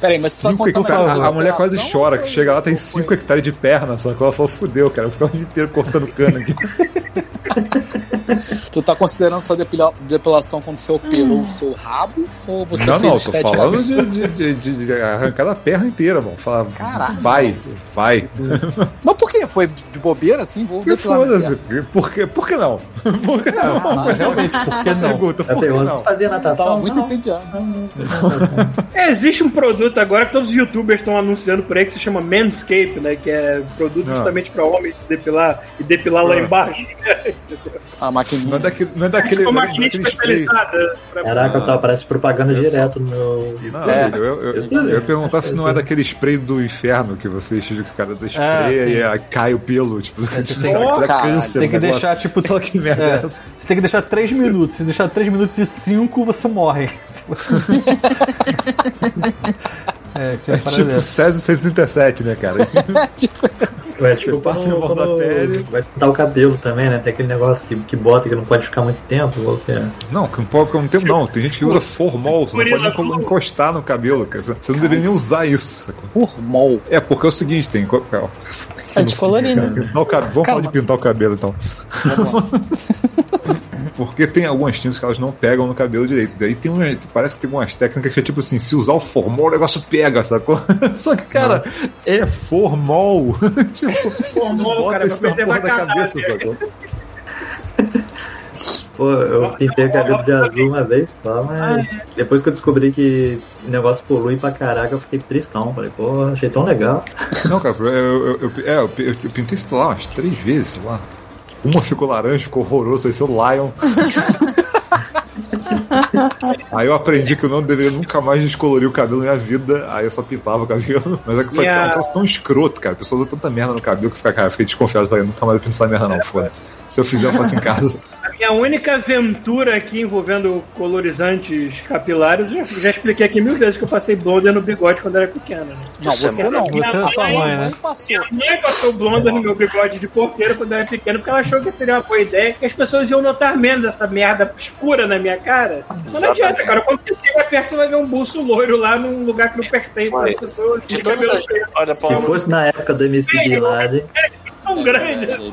A: Peraí, mas tu tá só
E: Cinco
A: contar
E: hectares.
A: mais
E: A, a mulher quase
A: Não,
E: chora,
A: não
E: que
A: foi-
E: chega lá, tem
A: não
E: 5 hectares de perna, só que ela falou, fudeu, cara, eu fico o dia inteiro cortando cana aqui.
A: Tu tá considerando sua depila- depilação quando você operou o seu rabo? Ou você
E: não,
A: fez
E: não, tô
A: esteticamente?
E: falando de, de, de- de- de arrancar da perna inteira, mano. Falar,
A: Caralho.
E: vai, vai.
A: Mas por que? Foi de bobeira assim? Vou
E: Que
A: depilar minha Ah,
E: foda-se. Por que, por que não? [LAUGHS] Por que não?
F: mas realmente, por que não?
E: Pergunta,
C: Eu
E: por que
C: tenho você
E: não?
C: fazia
A: perna. Eu tava
C: natação?
A: muito
C: Não.
A: entediado.
D: Existe um produto agora que todos os youtubers estão anunciando por aí que se chama Manscape, né? Que é produto
E: Ah.
D: justamente pra homens se depilar e depilar lá
E: Ah.
D: embaixo.
A: A
E: Não é
A: maquininha.
E: daquele. Não é
D: É
E: daquele
D: tipo uma
E: não é
D: maquininha
E: daquele spray.
D: especializada. Pra...
E: É,
C: Caraca, eu tava, parece propaganda direto no meu
E: Não,
C: YouTube.
A: É.
E: eu, eu, eu, eu ia perguntar se não é daquele spray do inferno que você estica que o cara da spray
F: sim.
E: e aí cai o pelo, tipo, [LAUGHS]
F: você tem que-
E: dá
A: Caralho,
E: câncer,
F: tem que
E: o negócio.
F: deixar, tipo...
E: né? [LAUGHS] Só que merda é
F: é,
E: essa?
F: você tem que deixar 3 minutos. Se deixar 3 minutos e 5, você morre. [LAUGHS] é, tem
E: É
F: uma parada
E: tipo
F: dessa.
E: Césio 137, né, cara? [LAUGHS]
C: Vai, tipo,
E: Você passa
C: quando-
E: em volta da
C: quando
E: pele.
C: Vai pintar o cabelo também, né? Tem aquele negócio que, que bota que não pode ficar muito tempo. Qual que é?
E: Não, que não pode ficar muito tempo, não. Tem gente que usa formol, você não pode nem como encostar no cabelo, cara. Você não deveria nem usar isso. sacou?
A: Formol.
E: É, porque é o seguinte, tem. co- cara,
I: Tá descolorindo.
E: Pintar o cabelo. Vamos falar de pintar o cabelo, então. Porque tem algumas tintas que elas não pegam no cabelo direito. Daí tem um, parece que tem umas técnicas que é tipo assim, se usar o formol, o negócio pega, sacou? [LAUGHS] Só que, cara, é formol. [LAUGHS] tipo,
D: Formol,
E: bota
D: um cara,
E: isso
D: pra
E: na porra da
D: preservar
E: cabeça, sacou?
C: Pô, eu pintei o cabelo de azul uma vez só, mas depois que eu descobri que o negócio polui pra caraca, eu fiquei tristão. Falei, pô, achei tão legal.
E: Não, cara, eu, eu, eu, é, eu, eu- eu pintei, sei lá, umas três vezes, sei lá. Uma ficou laranja, ficou horroroso, esse é o [LAUGHS] Lion. aí eu aprendi que eu não deveria nunca mais descolorir o cabelo na minha vida, aí eu só pintava o cabelo. Mas é que foi
D: Minha-
E: um troço tão escroto, cara. A pessoa usa tanta merda no cabelo que fica, cara, eu fiquei desconfiado, falei, nunca mais eu pinto essa merda não, foda-se. Se eu fizer, eu faço em casa.
D: A minha única aventura aqui envolvendo colorizantes capilares, eu já, já expliquei aqui mil vezes que eu passei blonder no bigode quando era pequena. Né?
A: Não, você não.
F: Você é sua mãe, né?
A: passou.
D: Minha mãe passou blonder no meu bigode de porteiro quando eu era pequeno, porque ela achou que seria uma boa ideia, que as pessoas iam notar menos essa merda escura na minha cara. Mas não adianta, cara. Quando você chega perto, você vai ver um bolso loiro lá num lugar que não pertence
G: Mas,
D: às pessoas.
G: de
D: De
G: todas
D: cabelo
G: as.
D: preto
G: Olha,
C: Se
G: Paulo.
C: fosse na época do MC Bin Laden,
D: tão grande.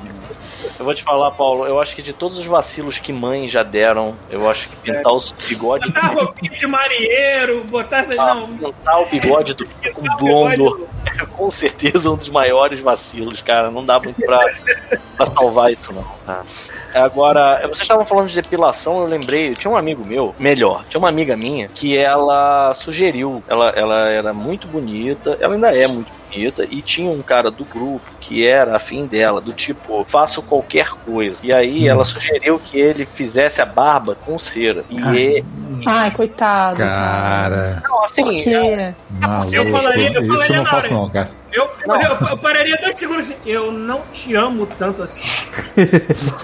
G: Eu vou te falar, Paulo, eu acho que de todos os vacilos que mães já deram, eu acho que pintar o bigode
D: Botar roupinha de marinheiro, botar um essas.
E: Ah,
D: Não,
G: pintar o bigode do Pico Blondo é [LAUGHS] com certeza um dos maiores vacilos, cara. Não dá muito pra, pra salvar isso, não. tá? Agora, vocês estavam falando de depilação, eu lembrei, tinha um amigo meu, melhor, tinha uma amiga minha que ela sugeriu, ela, ela era muito bonita, ela ainda é muito bonita, e tinha um cara do grupo que era afim dela, do tipo, faço qualquer coisa. E aí ela sugeriu que ele fizesse a barba com cera. E ele,
I: Ai, coitado.
E: [LAUGHS] Cara,
G: não, assim,
I: Porque
E: maluco.
D: eu falaria- eu
E: Isso eu
D: falaria
E: não
D: na
E: faço,
D: hora.
E: não, cara.
D: Eu, eu, eu pararia dois segundos assim. Eu não te amo tanto assim.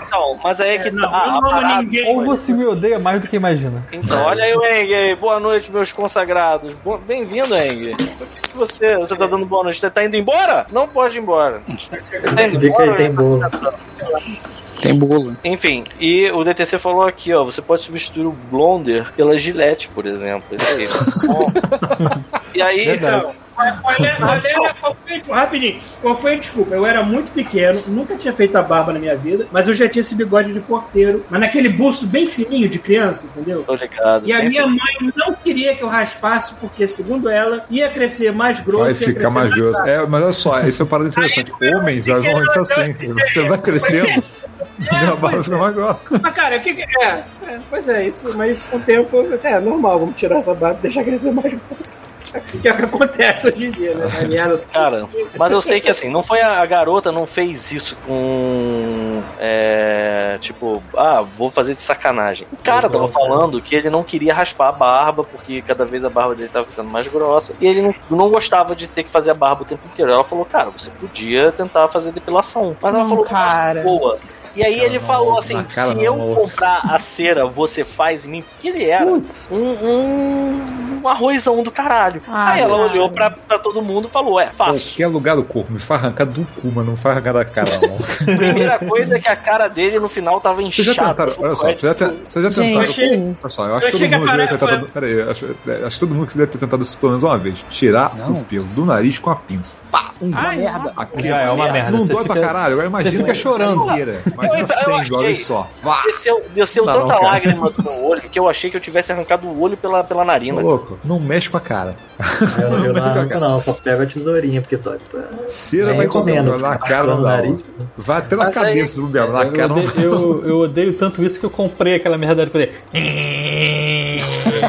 G: não, mas aí é que
D: Não,
G: tá.
D: eu não
G: a-
D: amo
G: a-
D: ninguém.
F: Ou você me odeia mais do que imagina.
G: Então, olha aí o Eng aí. Boa noite, meus consagrados. Bo- Bem-vindo, Eng. Por que que Você, você tá dando boa noite? Você tá indo embora? Não pode ir embora. Tá indo
C: Fica aí,
G: embora?
C: tem bolo.
A: Tem bolo.
G: Enfim, e o DTC falou aqui, ó, você pode substituir o Blonder pela Gillette, por exemplo. Esse
D: [LAUGHS]
G: aí, né? Bom. e aí,
F: Verdade.
G: então,
D: Olha, olha, qual foi- rapidinho, qual foi a desculpa? Eu era muito pequeno, nunca tinha feito a barba na minha vida, mas eu já tinha esse bigode de porteiro, mas naquele bolso bem fininho de criança, entendeu?
G: tô ligado.
D: E a
G: Enfim,
D: minha mãe não queria que eu raspasse, porque, segundo ela, ia crescer mais grosso.
E: Vai
D: ia
E: ficar
D: crescer
E: mais
F: tá.
E: grosso. É, mas olha só, isso é uma parada interessante. Homens, elas vão aumentar assim. Você vai
F: [LAUGHS]
E: crescendo, e a barba fica mais grossa.
D: Mas, cara, o que que é? é? Pois é, isso, mas com o tempo, eu pensei, é normal, vamos tirar essa barba e deixar crescer mais grosso. Que é o que acontece hoje em
G: [LAUGHS]
D: dia, né? A merda.
G: Cara, mas eu sei que assim, não foi a, a garota não fez isso com. É, tipo, ah, vou fazer de sacanagem. O cara tava falando que ele não queria raspar a barba, porque cada vez a barba dele tava ficando mais grossa. E ele não, não gostava de ter que fazer a barba o tempo inteiro. Ela falou, cara, você podia tentar fazer depilação. Mas ela
I: Hum,
G: falou,
I: cara.
G: boa. E aí ele
E: não,
G: falou
E: na
G: assim:
E: cara
G: se
E: não,
G: eu
E: não.
G: comprar a cera, você faz em mim. Porque ele era um, um, um arrozão do caralho.
I: Ah,
G: aí ela
I: cara.
G: olhou pra, pra todo mundo e falou: é, faço.
E: Qualquer lugar do corpo, me faz arrancar do cu, mas não faz arrancar da cara,
F: [LAUGHS]
E: não.
G: primeira coisa é que a cara dele no final tava
E: tipo Vocês já
G: inchada.
E: tentaram, olha só, vocês já, te- vocês já
I: Gente,
F: Tá
E: tentaram.
I: que isso?
E: Olha só, eu acho que
D: Eu
E: todo
D: achei
E: mundo
D: que a
E: deve ter
D: parada
E: tentado. Pera aí, acho, é, acho que todo mundo que deve ter tentado isso pelo menos uma vez. Tirar
A: Não.
E: o pelo do nariz com a pinça. Pá! Uma
I: Ai,
E: merda.
I: nossa.
E: Aqui,
F: Já é uma merda.
E: Não
F: Você
E: dói pra
F: fica-
E: caralho, agora imagina.
F: fica chorando.
E: Inteira. Imagina
G: Eu- eu
E: 100
G: achei.
E: dólares só. Vá!
G: Desceu, desceu
E: Não,
G: tanta
E: cara.
G: lágrima do meu olho que eu achei que eu tivesse arrancado o olho pela, pela
E: Ô,
G: narina.
E: louco, não mexe com a cara.
C: Eu, não- eu não arranco, não, só pego a tesourinha, porque tá, tipo, tô, tô,
E: Cera
C: Nem
E: vai
C: recomendo,
E: comendo na
C: fica
E: cara, não
C: no
E: dá.
C: nariz.
E: Vai até na
G: Mas aí-
E: cabeça, do mesmo, na
F: Eu
E: Ah, cara. não
F: odeio, [LAUGHS] eu, eu odeio tanto isso que eu comprei aquela merda de poder. [LAUGHS]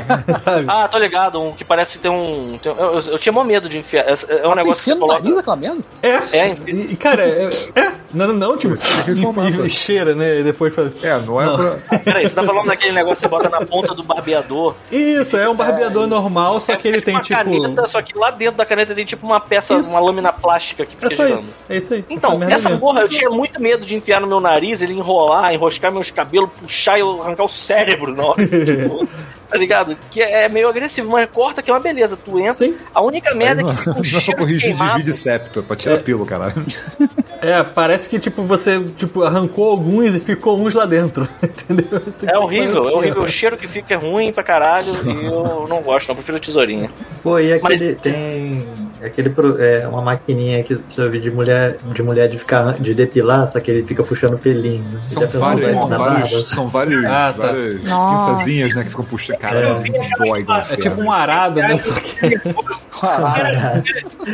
F: Sabe?
G: Ah, tô ligado, um que parece ter um. tem um- eu, eu- eu tinha mó medo de enfiar. É, é um
A: Ah, tu
G: negócio que
A: enfia
G: você
A: no nariz
G: coloca.
A: aquela merda?
F: É.
G: É,
F: E, cara, é, é. Não, não, não, tipo,
E: Isso é reformado.
F: e, e cheira, né? E depois faz.
E: É, não é
F: Não.
E: pra.
G: peraí, você tá falando daquele negócio que você bota na ponta do barbeador.
F: Isso, é um barbeador normal, só que
G: É
F: ele tem
G: uma
F: tipo.
G: caneta, só que lá dentro da caneta tem tipo uma peça,
F: Isso.
G: uma lâmina plástica que
F: É
G: fica
F: só
G: girando.
F: isso, é isso aí.
G: Então,
F: merda
G: essa
F: mesmo.
G: porra, eu tinha muito medo de enfiar no meu nariz, ele enrolar, enroscar meus cabelos, puxar e eu arrancar o cérebro
F: [LAUGHS]
G: na hora. tipo, tá ligado? Que é meio agressivo, mas corta que é uma beleza. Tu entra,
F: Sim.
G: a única merda
E: Não,
G: é que fica um
E: [LAUGHS] não é pra
G: cheiro
E: corrigir desvio
G: queimado.
E: de septo, pra tirar
F: É.
E: pelo, caralho.
F: É, parece que tipo, você tipo, arrancou alguns e ficou uns lá dentro. [LAUGHS] Entendeu?
G: É horrível, é
E: né?
G: horrível. O cheiro que fica é ruim pra caralho e eu não gosto, não prefiro
E: [LAUGHS]
G: tesourinha.
C: Pô, e
G: Mas-
C: aquele tem aquele pro- é, uma maquininha que você ouvi de mulher de mulher de ficar de depilar, só que ele fica puxando pelinho. Você
E: São
C: já pensou
E: vários,
C: nisso
E: são
C: na barba?
E: vários, são vários,
F: Ah, tá.
E: várias
I: Nossa.
E: pinçazinhas, né, que ficam puxando. Caralho, dói, do
F: É tipo
E: inferno.
F: um arado, né? Só que
A: Caralho.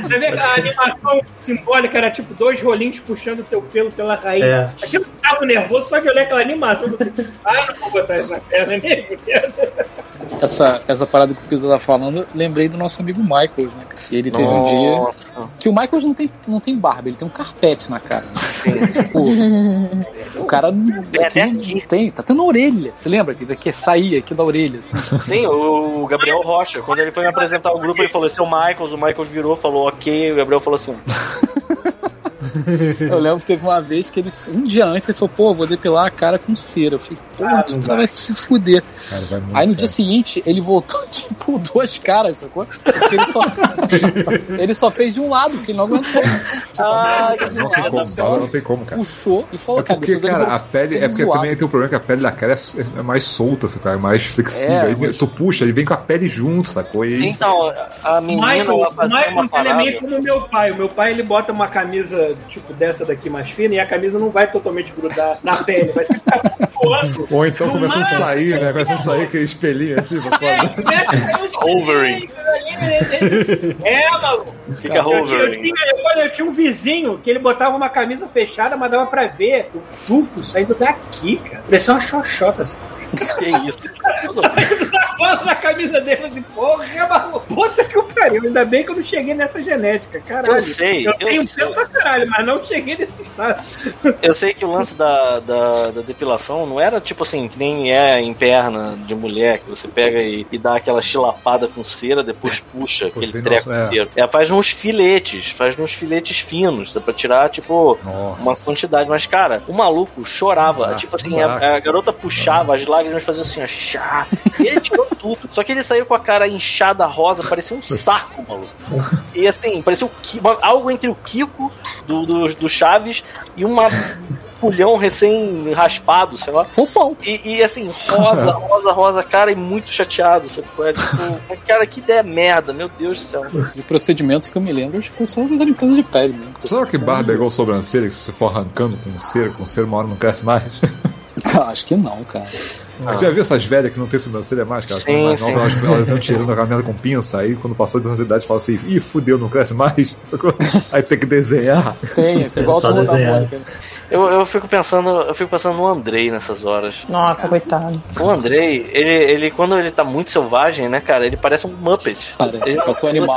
D: Você vê É a animação simbólica era tipo dois rolinhos puxando teu pelo pela raiz.
C: É.
D: Aquilo eu tava nervoso, só de olhar aquela animação. Eu falei, [LAUGHS] ah, eu não vou botar isso na perna
G: [LAUGHS]
D: mesmo. cara."
A: Essa, essa parada que o Pisa tá falando, lembrei do nosso amigo Michaels, né? Que ele teve um dia.
G: Nossa.
A: Que o Michaels não tem, não tem barba, ele tem um carpete na cara. Tipo, o cara não-
G: Tem até
A: aqui não
G: aqui.
A: tem, tá tendo orelha. Você lembra que daqui saía aqui da orelha?
E: [LAUGHS]
A: assim?
G: Sim, o Gabriel Rocha, quando ele foi me apresentar o grupo, ele falou assim, o Michaels, o Michaels virou, falou ok, o Gabriel falou
E: [LAUGHS]
G: assim,
A: Eu lembro que teve uma vez que ele, um dia antes, ele falou, pô, vou depilar a cara com cera. Eu falei, pô,
C: Ah,
A: tu
C: não
A: tá
C: dá.
A: vai se fuder.
E: Cara, vai muito
A: Aí no
E: inferno.
A: dia seguinte, ele voltou, [LAUGHS] tipo, duas caras, sacou? Porque ele
E: [LAUGHS]
A: só, ele só fez de um lado, porque ele não aguentou.
G: ah, que
E: Não tem
G: zoada,
E: como,
G: só
E: barba não tem como, cara.
A: Puxou e falou,
E: É porque,
A: depois ele
E: cara, a
A: voltou,
E: pele. É
A: todo
E: porque
A: zoado.
E: também tem o problema que a pele da cara é, é mais solta, sabe? É mais flexível.
A: É,
E: Aí
A: mas-
E: Tu puxa, ele vem com a pele junto, sacou? E
G: Então, a menina
D: Michael,
G: ela fazia
D: Michael
G: uma
D: não é nem
G: parada.
D: como meu pai. O meu pai ele bota uma camisa camisa, tipo, dessa daqui mais fina, e a camisa não vai totalmente grudar na pele,
E: [LAUGHS]
D: vai sempre ficar voando.
E: Ou então
D: Do
E: começou a
D: nada,
E: sair, né? Começou a sair aquele espelhinho assim
G: [LAUGHS]
E: pra fora.
G: Overing.
D: né? É, maluco.
G: Fica
D: Eu tinha, eu,
G: hovering.
D: tinha, eu falei, eu tinha um vizinho que ele botava uma camisa fechada, mas dava pra ver o tufo saindo daqui, cara. Parecia uma xoxota, assim.
G: Que isso?
D: Saindo da bola na camisa dele, assim, porra, maluco. Puta que o pariu. Ainda bem que eu não cheguei nessa genética, caralho.
G: Eu sei, eu
D: tenho
G: sei.
D: tempo pra caralho, mas não cheguei nesse estado.
G: Eu sei que o lance da, da, da depilação não era tipo assim, que nem é em perna de mulher, que você pega e, e dá aquela chilapada com cera, depois puxa aquele
E: bem,
G: treco
E: nossa, é.
G: inteiro. É, faz uns filetes, faz uns filetes finos, pra tirar, tipo,
E: Nossa.
G: uma quantidade. Mas, cara, o maluco chorava.
E: Ah,
G: tipo assim, a, a garota puxava as lágrimas fazia assim, ó, chá. E ele tirou [LAUGHS] tudo. Só que ele saiu com a cara inchada rosa, parecia um saco, maluco. E assim, parecia o Ki- uma- algo entre o Kiko do, do, do Chaves e uma pulhão recém-raspado, sei lá.
A: Fofão.
G: E, e, assim, rosa, rosa, rosa, cara, e muito chateado, sabe? qual É, tipo, cara, que ideia merda, meu Deus do céu.
A: De procedimentos que eu me lembro, acho que foi só fazer limpeza de pele mesmo.
E: Sabe que barba é igual sobrancelha que se você for arrancando com cera, com cera, uma hora não cresce mais?
A: Ah, acho que não, cara.
E: Você [LAUGHS] já viu essas velhas que não tem sobrancelha mais, cara?
G: Sim,
E: Quando mais
G: sim.
E: novas, elas, elas estão tirando a caminhada com pinça, aí quando passou de idade fala assim, ih, fudeu, não cresce mais. [LAUGHS] sacou? Aí tem que desenhar.
A: Tem, é igual o
C: só
A: turma da
C: desenhar.
A: Mônica.
G: Eu, eu fico pensando, eu fico pensando no Andrei nessas horas.
I: Nossa, coitado.
G: O Andrei, ele, ele quando ele tá muito selvagem, né, cara, ele parece um Muppet.
A: Cara, ele passou um animal.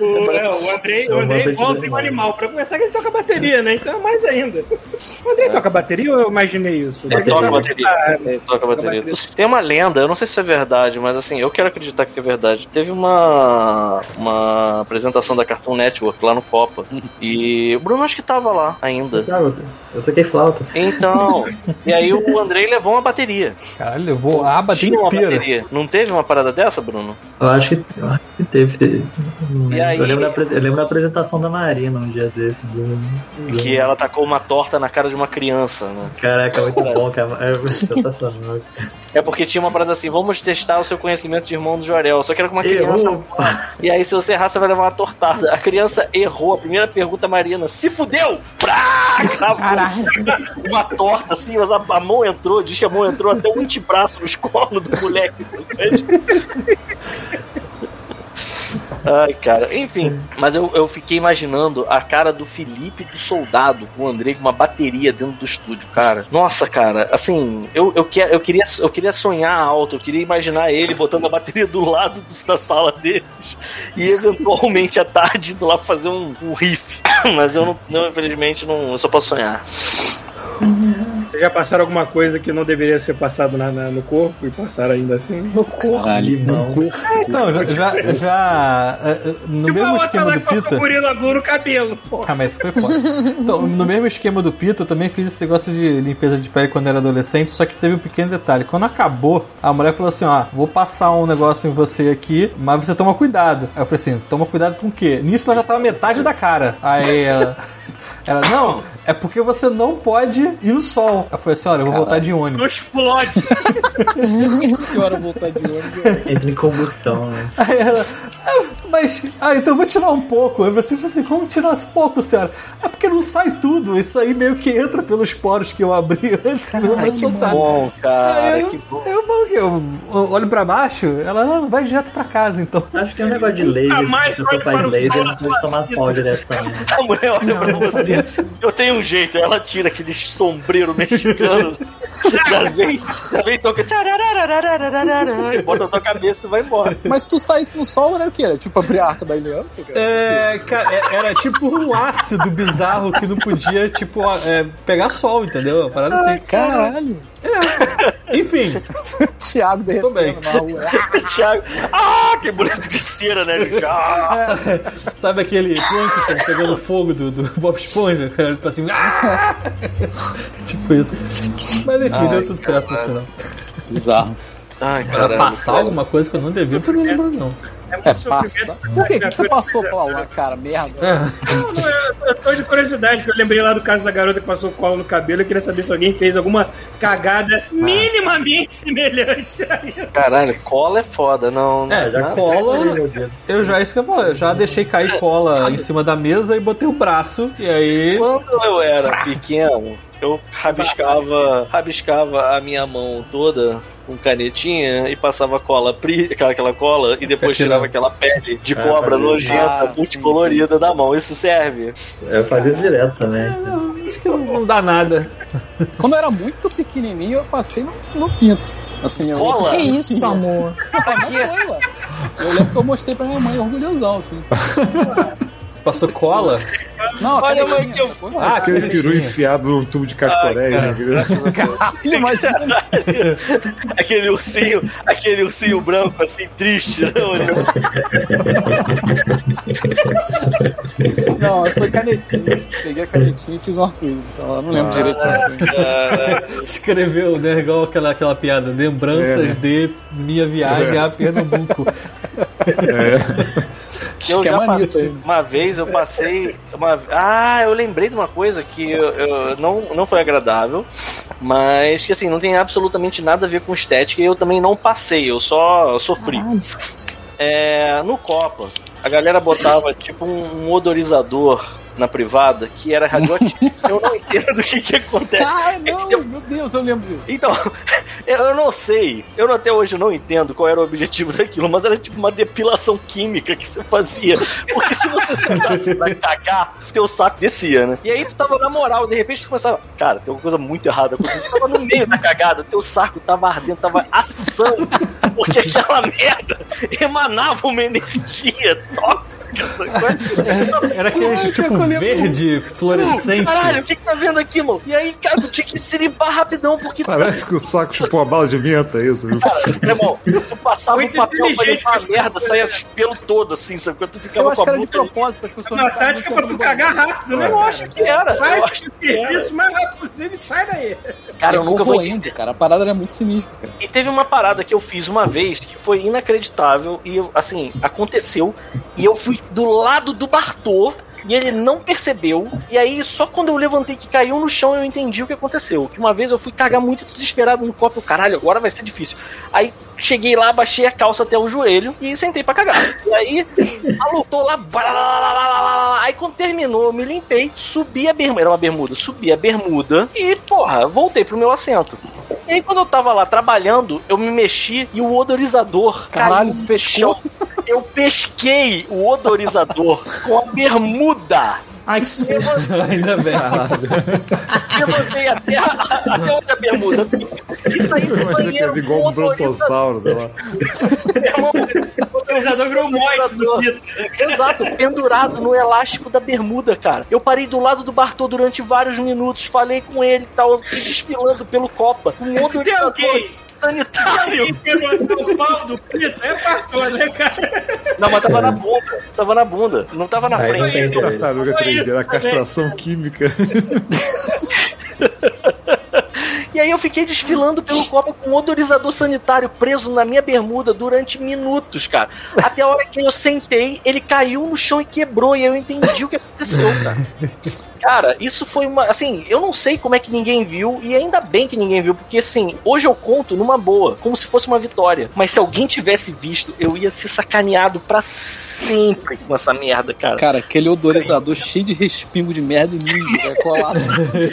D: O, é, o Andrei,
C: É
D: o
C: um
D: Andrei é
C: Muppet
D: igualzinho um
C: animal.
D: animal. Pra começar, que ele toca bateria, né? Então é mais ainda. O Andrei toca bateria ou eu imaginei isso? Eu sei que ele
G: Toca
D: toca É.
G: bateria. Ele toca bateria. Tem uma lenda, eu não sei se é verdade, mas assim, eu quero acreditar que é verdade. Teve uma, uma apresentação da Cartoon Network lá no Copa. E o Bruno acho que tava lá ainda.
C: Flauta. Eu toquei flauta.
G: Então, e aí o Andrei levou uma bateria.
F: Caralho, levou a aba
G: Tinha uma
F: inteira.
G: bateria. Não teve uma parada dessa, Bruno?
C: Eu acho que, eu acho que teve. teve. Não
G: E
C: lembro.
G: aí?
C: Eu, lembro da, apres- eu lembro da apresentação da Marina um dia desse. Do, do-
G: Que ela tacou uma torta na cara de uma criança, né?
C: Caraca, muito bom, cara. É sensacional.
G: É porque tinha uma parada assim, vamos testar o seu conhecimento de irmão do Jorel. Só que era com uma criança.
C: Errou, pá.
G: E aí, se você errar, você vai levar uma tortada. A criança errou. A primeira pergunta, a Mariana, se fudeu! Prá! Cravou
I: Caralho.
G: uma torta assim, mas a, a mão entrou, diz que a mão entrou até o antebraço nos colos do moleque. Ai, cara, enfim. Mas eu, eu fiquei imaginando a cara do Felipe do soldado com o Andrei com uma bateria dentro do estúdio, cara. Nossa, cara, assim, eu, eu, que, eu, queria, eu queria sonhar alto, eu queria imaginar ele botando a bateria do lado do- da sala deles e eventualmente à tarde indo lá fazer um, um riff. [COUGHS] Mas eu não, não, infelizmente, não, eu só posso sonhar.
D: Vocês já passaram alguma coisa que não deveria ser passado na- na- no corpo e passaram ainda assim?
I: No corpo.
A: Caralho,
C: Limão.
A: no corpo.
F: É, então, já. já, já, eh, eh, no
D: Tipo a
F: mesmo
D: outra
F: esquema
D: lá
F: do
D: que passou
F: Pita.
D: o gorila glue no cabelo, pô.
F: Ah, mas isso foi foda. Então, no mesmo esquema do Pita, eu também fiz esse negócio de limpeza de pele quando era adolescente, só que teve um pequeno detalhe. Quando acabou, a mulher falou assim: ó, vou passar um negócio em você aqui, mas você toma cuidado. Aí eu falei assim: toma cuidado com o quê? Nisso ela já tava metade da cara. Aí
D: [LAUGHS]
F: ela. Ela, não, é porque você não pode ir no sol. Eu falei assim: olha, eu vou voltar de
D: Não
F: ônibus.
D: explode.
A: senhora voltar de ônibus.
C: Entra em combustão, né?
F: Aí ela, ah, mas, ah, então eu vou tirar um pouco. Eu falei assim, como tirar esse pouco, senhora? É porque não sai tudo, isso aí meio que entra pelos poros que eu abri [LAUGHS] antes não vai soltar.
G: Bom, cara,
F: Aí É, eu,
G: que bom.
F: eu, falo o quê? eu olho pra baixo, ela não, vai direto pra casa, então. [LAUGHS]
C: Acho que é um negócio de laser. Se
D: mais
C: a pessoa
D: olhe Ah, para
C: faz
D: o
C: laser,
D: sol
C: não
D: na
C: pode tomar sol direto também.
G: A mulher olha pra você. Eu tenho um jeito. Ela tira aquele sombreiro mexicano. assim, já vem, já vem toca. tchararararararararara, E bota na tua cabeça e vai embora.
A: Mas se tu saísse no sol, era o quê? Era tipo abrir a arca da aliança, cara?
F: É, cara, é- era tipo um ácido bizarro que não podia, tipo, ó, é, pegar sol, entendeu? Uma Parada assim.
A: Caralho.
F: Enfim,
A: Thiago
F: Tô bem.
A: derretendo na rua. é
G: Thiago. Ah, que bonito de cera, né? gente? Ah,
F: sabe aquele plâncton pegando fogo do, do Bob Esponja? [LAUGHS] Cara, Ele tá assim. "Ah!" [LAUGHS] tipo isso. Mas enfim, deu tudo certo no final.
A: Bizarro.
G: Ai,
F: Pra
G: caralho.
F: passar alguma coisa que eu não devia, eu não lembro, não.
A: É,
G: tá?
A: passa. Por
G: é
A: que, que você passou, Paulo, na cara? Merda.
D: Não, não, eu, eu tô de curiosidade, porque eu lembrei lá do caso da garota que passou cola no cabelo. Eu queria saber se alguém fez alguma cagada
G: Ah.
D: minimamente semelhante a isso.
G: Caralho, cola é foda, não.
F: É,
G: não-
C: né?
F: cola. Eu já, é isso que eu falei, eu já deixei cair cola em cima da mesa e botei o braço, e aí.
G: Quando eu era pequeno, eu rabiscava, rabiscava a minha mão toda com canetinha e passava cola, pri- aquela, aquela cola, e depois tirava aquela pele de
C: Ah,
G: cobra
C: valeu.
G: nojenta, multicolorida da mão. Isso serve?
C: Eu fazia isso direto também.
F: Acho que não, não dá nada.
A: Quando eu era muito pequenininho, eu passei no, no pinto. Assim, eu
G: Cola?
I: Que isso, amor?
A: Mas não foi, ué. Eu lembro que eu mostrei pra minha mãe, orgulhosão, assim.
F: Você passou cola?
A: Não, um
G: Olha,
A: aquela
G: mãe, que eu-
A: coisa.
F: Ah,
E: Aquele peru
F: bonitinho.
E: enfiado num tubo de cascoré. né?
G: Ah,
A: Aquilo, mas
G: Aquele ursinho, aquele ursinho branco assim, triste, não, né?
A: Não, foi canetinha. Peguei a canetinha e fiz um arco-íris. Então, eu não lembro direito.
G: Ah. [LAUGHS]
A: Não.
F: Escreveu, né? Igual aquela, aquela piada. Lembranças
E: É, né?
F: de minha viagem a Pernambuco.
G: Eu
A: que é
G: já
A: manito
G: passei,
A: ainda.
G: uma vez eu passei uma ah eu lembrei de uma coisa que eu, eu- não não foi agradável mas que assim não tem absolutamente nada a ver com estética e eu também não passei eu só sofri É, no Copa a galera botava tipo um, um odorizador na privada que era radioativo eu não entendo o que que acontece
A: Ah,
G: é
A: não, meu Deus, eu lembro disso.
G: então, [LAUGHS] eu não sei, eu até hoje não entendo qual era o objetivo daquilo, mas era tipo uma depilação química que você fazia. Porque se você sentasse pra cagar, teu saco descia, né? E aí tu tava na moral, de repente tu começava, cara, tem alguma coisa muito errada acontecendo. Tu tava no meio da cagada, teu saco tava ardendo, tava assando, porque aquela merda emanava uma energia tóxica, sacou?
F: Era aquele
A: Ai, que
F: tipo
A: acolhedor.
F: verde, fluorescente.
G: Caralho, o que que tá vendo aqui, mano? E aí, cara, tu tinha que se limpar rapidão, porque
E: Parece que o saco chupou a bala de menta, isso. viu?
G: Meu irmão, é tu passava
D: Muito
G: o papel pra
D: inteligente,
G: limpar a
D: mas-
G: merda, saía pelo todo, assim, sabe? Quando tu
A: Eu
G: ficava com
A: acho
G: a
A: que era de
G: boca. ali.
A: propósito para as pessoas.
D: Uma
A: ficarem
G: é
D: tática
A: muito
D: pra tu
A: orgulhosas.
D: cagar rápido, né?
G: Eu acho que era. Eu
D: Faz
G: acho
D: o
G: que é. era.
D: serviço mais rápido possível e sai daí.
A: Cara,
G: Cara,
A: eu
G: eu
A: não
G: nunca
A: vou
G: vou
A: indo,
G: entender.
A: cara. A parada era muito sinistra, cara.
G: E teve uma parada que eu fiz uma vez que foi inacreditável e, eu, assim, aconteceu. E eu fui do lado do Bartô e ele não percebeu. E aí, só quando eu levantei que caiu no chão, eu entendi o que aconteceu. Que uma vez eu fui cagar muito desesperado no copo. Caralho, agora vai ser difícil. Aí cheguei lá, baixei a calça até o joelho e sentei pra cagar. E aí, maluco, tô lá. brá, lá, lá, lá, lá, lá, lá. Aí quando terminou, eu me limpei, subi a bermuda. Era uma bermuda, subi a bermuda e, porra, voltei pro meu assento. E aí, quando eu tava lá trabalhando, eu me mexi e o odorizador.
A: Caralho,
G: caiu no
A: você pescou?
G: chão. Eu pesquei o odorizador [LAUGHS] com a bermuda.
I: Ai, que susto.
F: [LAUGHS] Ainda bem.
G: Levantei até, a, até onde a bermuda. E saí do
E: Eu imaginei que
G: banheiro
E: era igual
G: com
E: um brontossauro, sei
D: [LAUGHS]
E: lá.
G: Meu irmão, [LAUGHS]
D: O organizador virou um moite do Pito.
G: Exato, pendurado no elástico da bermuda, cara. Eu parei do lado do Bartô durante vários minutos, falei com ele e tal, eu fui desfilando pelo Copa. Um
D: Se tem
G: odorizador
D: alguém
G: sanitário.
D: que levantou o pau do Pito, é partou, né, cara?
G: Não, mas tava na bunda. Tava na bunda. Não tava na
C: Aí não
G: frente.
C: tem interesse.
E: Tartaruga
D: Foi É isso
E: 3D, era
D: também.
E: castração química.
G: [LAUGHS] E aí eu fiquei desfilando pelo copo com um odorizador sanitário preso na minha bermuda durante minutos, cara. Até a hora que eu sentei, ele caiu no chão e quebrou, e eu entendi o que aconteceu, cara. Cara, isso foi uma. Assim, eu não sei como é que ninguém viu, e ainda bem que ninguém viu, porque assim, hoje eu conto numa boa, como se fosse uma vitória. Mas se alguém tivesse visto, eu ia ser sacaneado pra sempre com essa merda, cara.
A: Cara, aquele odorizador cheio de respingo de merda em mim, é colado.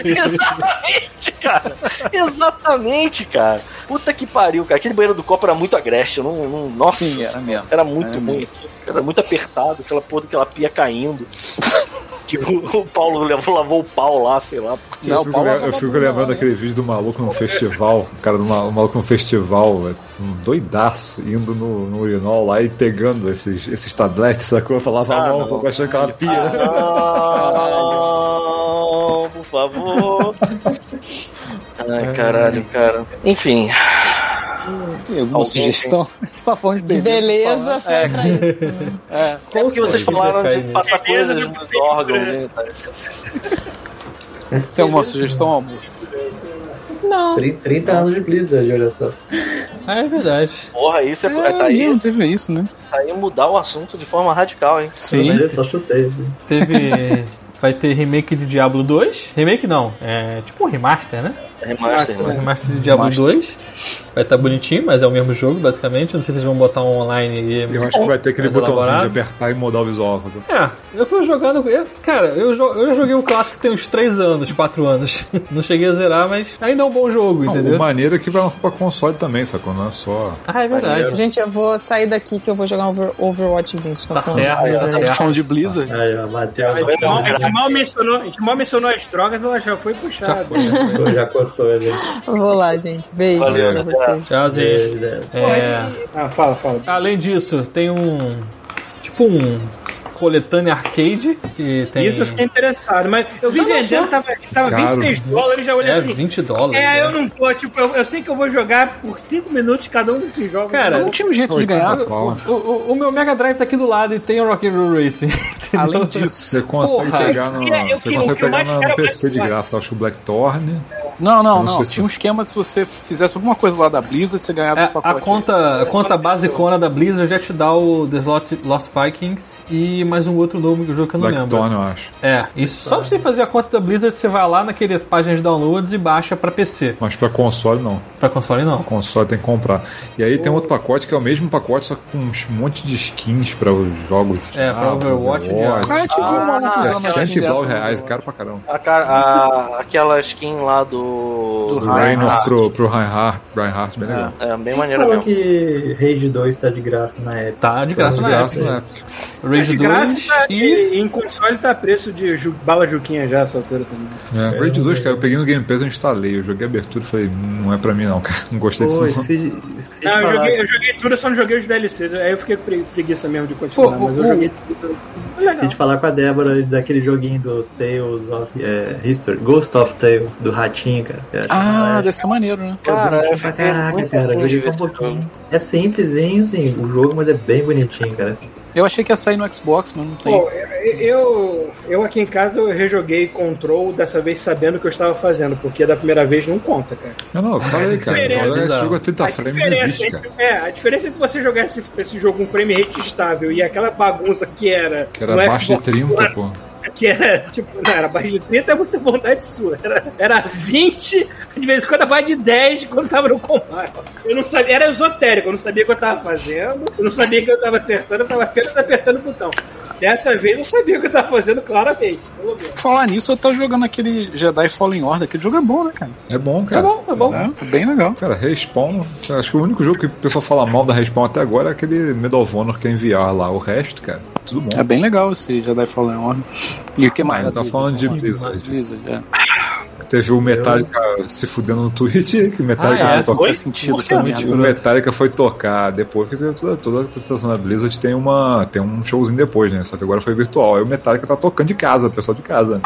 G: Exatamente, cara. Exatamente, cara. Puta que pariu, cara. Aquele banheiro do copo era muito agreste. eu Não, não, [LAUGHS] nossa,
A: Sim, era É, mesmo.
G: era muito
A: Era
G: ruim. aquilo. Era muito apertado, aquela porra daquela pia caindo. [LAUGHS] que o, o Paulo levou, lavou o pau lá, sei lá.
A: Não, né? o
E: eu fico,
A: Paulo
E: le-
A: tava
E: eu fico
A: bunda
E: lembrando
A: lá,
E: daquele vídeo do maluco num festival, o cara do ma- o maluco num festival, é, um doidaço, indo no, no urinol lá e pegando esses, esses tabletes, sacou? Eu Falava
G: Ah,
E: a mão,
G: não.
E: ficou achando que era uma pia.
G: Não, por favor.
A: É.
G: Ai, caralho, cara. Enfim,
A: né? Tem alguma
G: Alguém
A: sugestão? [LAUGHS] A gente tá falando
I: De
A: de beleza.
I: beleza, foi
A: É,
I: pra isso.
G: é porque vocês falaram de
F: Cocaína.
G: passar
D: Beleza,
G: coisas
D: não
G: nos
D: tem
G: órgãos.
D: cura.
G: né, cara?
A: É, tem alguma sugestão, amor?
F: [LAUGHS]
I: Não.
C: 30, 30 anos de Blizzard, olha só.
F: Ah, é verdade.
G: Porra, isso é.
A: É,
G: tá aí,
A: não teve isso, né?
G: Tá aí mudar o assunto de forma radical, hein?
C: Sim. Eu só chutei.
F: Teve. é, Vai ter remake de Diablo 2. Remake não, é tipo um remaster, né?
G: Remaster,
F: Um
D: É,
G: mano.
F: remaster de Diablo 2. Vai estar bonitinho, mas é o mesmo jogo, basicamente. Eu Não sei se eles vão botar um online aí.
E: [LAUGHS] Eu acho que vai ter aquele
F: mais
E: botãozinho de
F: elaborado.
E: apertar e mudar o visual. sabe?
F: É, eu fui jogando. eu- cara, eu, jo- eu já joguei o clássico tem uns 3 anos, 4 anos. [LAUGHS] Não cheguei a zerar, mas ainda é um bom jogo,
E: Não,
F: entendeu?
E: o maneiro é que vai lançar pra console também, sacou? Não é só.
F: Ah, é verdade.
I: Gente, eu vou sair daqui que eu vou jogar um Over- Overwatchzinho. vocês tão
F: Tá
I: falando.
F: certo, tá certo.
A: é um de Blizzard.
C: Aí, ó, bateu a
D: A gente, mal, a
C: nota.
D: gente mal mencionou, a gente mal mencionou as drogas, ela já foi puxada.
F: Já foi, né? já foi.
C: Já coçou ele.
I: Vou lá, gente. Beijo
G: Valeu,
I: pra
G: galera.
I: vocês.
F: Tchauzinho. É.
D: [LAUGHS] Ah, fala, fala.
F: Além disso, tem um. Tipo um. Coletânea arcade. Que tem.
D: Isso eu fiquei interessado, mas eu vi vendendo, tava, tava
E: Caro.
D: 26 dólares, já olhei
F: É,
D: assim.
F: 20 dólares.
D: É, eu
F: né?
D: não vou, tipo, eu, eu sei que eu vou jogar por 5 minutos cada um desses jogos.
F: Cara,
A: Não tinha um jeito de ganhar.
E: Fala.
F: O, o- o meu Mega Drive tá aqui do lado e tem o Rock and Roll Racing. [LAUGHS] entendeu?
A: Além disso.
E: Você consegue
F: Porra.
E: pegar no,
D: Eu queria- eu
E: você
D: queria- o
E: consegue
D: que eu
E: pegar
D: mais
E: no,
D: quero-
E: PC de graça, acho que o Blackthorn.
A: Não, não,
E: Eu não
A: não.
E: sei se-
A: Tinha um esquema de se você fizesse alguma coisa lá da Blizzard, você ganhava
F: É,
A: os
F: a
A: pacotes.
F: conta, a conta basicona da Blizzard já te dá o The Lost, Lost Vikings e mais um outro novo jogo que eu não lembro.
E: Blackthorn, eu acho.
F: É, isso só pra você fazer a conta da Blizzard, você vai lá naqueles páginas de downloads e baixa pra PC.
E: Mas pra console não.
F: Pra console não.
E: Console tem que comprar. E aí tem outro pacote que é o mesmo pacote, só que com um monte de skins pra os jogos. de
F: É, pra
E: Diablo,
F: Overwatch,
A: Ah,
I: tipo
A: eu te vi um maluco
E: É
A: usando a
E: 100 e
A: skin dessa,
E: blau
A: né?
E: reais, caro pra caramba.
G: A cara- a- aquela skin lá do.
A: Do
E: Do
A: Reinhardt.
E: Reinhardt pro, pro Reinhardt, Reinhardt, bem legal.
G: É, bem
C: Quem
G: maneiro mesmo.
C: falou que Rage 2 tá de graça na época?
F: Tá de graça
E: De
F: na
E: graça,
F: época.
E: né?
F: Rage
D: de graça
F: 2
D: tá,
F: e.
D: e... em console tá a preço de ju- bala Juquinha já essa altura também.
E: É, Rage 2, cara, eu peguei no Game Pass e instalei. Eu joguei a abertura e falei, "Hum, não é pra mim não, [LAUGHS] cara. Não gostei
C: Pô,
E: disso não.
C: esqueci, de- esqueci
D: Não,
C: de
D: eu
C: falar.
D: joguei, eu joguei tudo, eu só não joguei os DLCs. Aí eu fiquei com pre- preguiça mesmo de continuar,
F: Pô,
D: mas eu
F: o-
D: joguei tudo.
C: Esqueci de falar com a Débora daquele joguinho do Tales of é, History, Ghost of Tales, do ratinho, cara. Eu acho
A: Ah,
C: maravilhoso.
A: deve ser maneiro, né?
G: Cara, eu
C: pra
G: fiquei
C: caraca,
G: muito
C: cara. Eu
G: afim de
C: joguei
G: ver
C: só um
G: esse jogo.
C: pouquinho. É simplesinho, sim, o jogo, mas é bem bonitinho, cara.
A: Eu achei que ia sair no Xbox, mas não tem.
D: Pô, é, eu, eu aqui em casa eu rejoguei Control, dessa vez sabendo o que eu estava fazendo, porque da primeira vez não conta, cara.
E: Não, não, eu falei, cara.
D: diferença,
E: Olha, esse
F: exato.
E: jogo a 30 frames Tá, não existe, cara.
D: entre, é, a diferença entre você jogar esse, esse jogo com frame rate estável e aquela bagunça que era,
E: Que era
D: no
E: abaixo de
D: Xbox
E: 30,
D: One,
E: pô.
D: que era, tipo, não, era abaixo de 30 é muita vontade sua. Era, era 20, de vez em quando abaixo de 10 quando tava no combate. Eu não sabia, era esotérico, eu não sabia o que eu tava fazendo, eu não sabia o que eu tava acertando, eu tava apenas apertando o botão. Dessa vez eu sabia o que eu tava fazendo claramente, pelo menos.
A: Por Falar nisso, eu tava jogando aquele Jedi Fallen Order. Aquele jogo é bom, né, cara?
E: É bom,
F: É
E: cara.
F: bom, é bom.
A: É, bem legal.
E: Cara, Respawn, acho que o único jogo que o pessoal fala mal da Respawn até agora é aquele Medal of Honor que é enviar lá. O resto, cara, tudo bom.
A: É bem legal esse Jedi Fallen Order. E o que mais?
E: Mas tá
A: Blizzard?
E: falando de
A: Ah,
E: Blizzard.
A: Blizzard, é.
E: Teve o Metallica se fudendo no Twitch, que o Metallica
F: Ah, é?
E: foi
A: Não
E: tocar.
A: faz sentido essa
E: Exatamente,
A: merda.
E: O Metallica foi tocar depois, porque toda, toda a apresentação da Blizzard tem, uma, tem um showzinho depois, né? Só que agora foi virtual. Aí o Metallica tá tocando de casa, o pessoal de casa.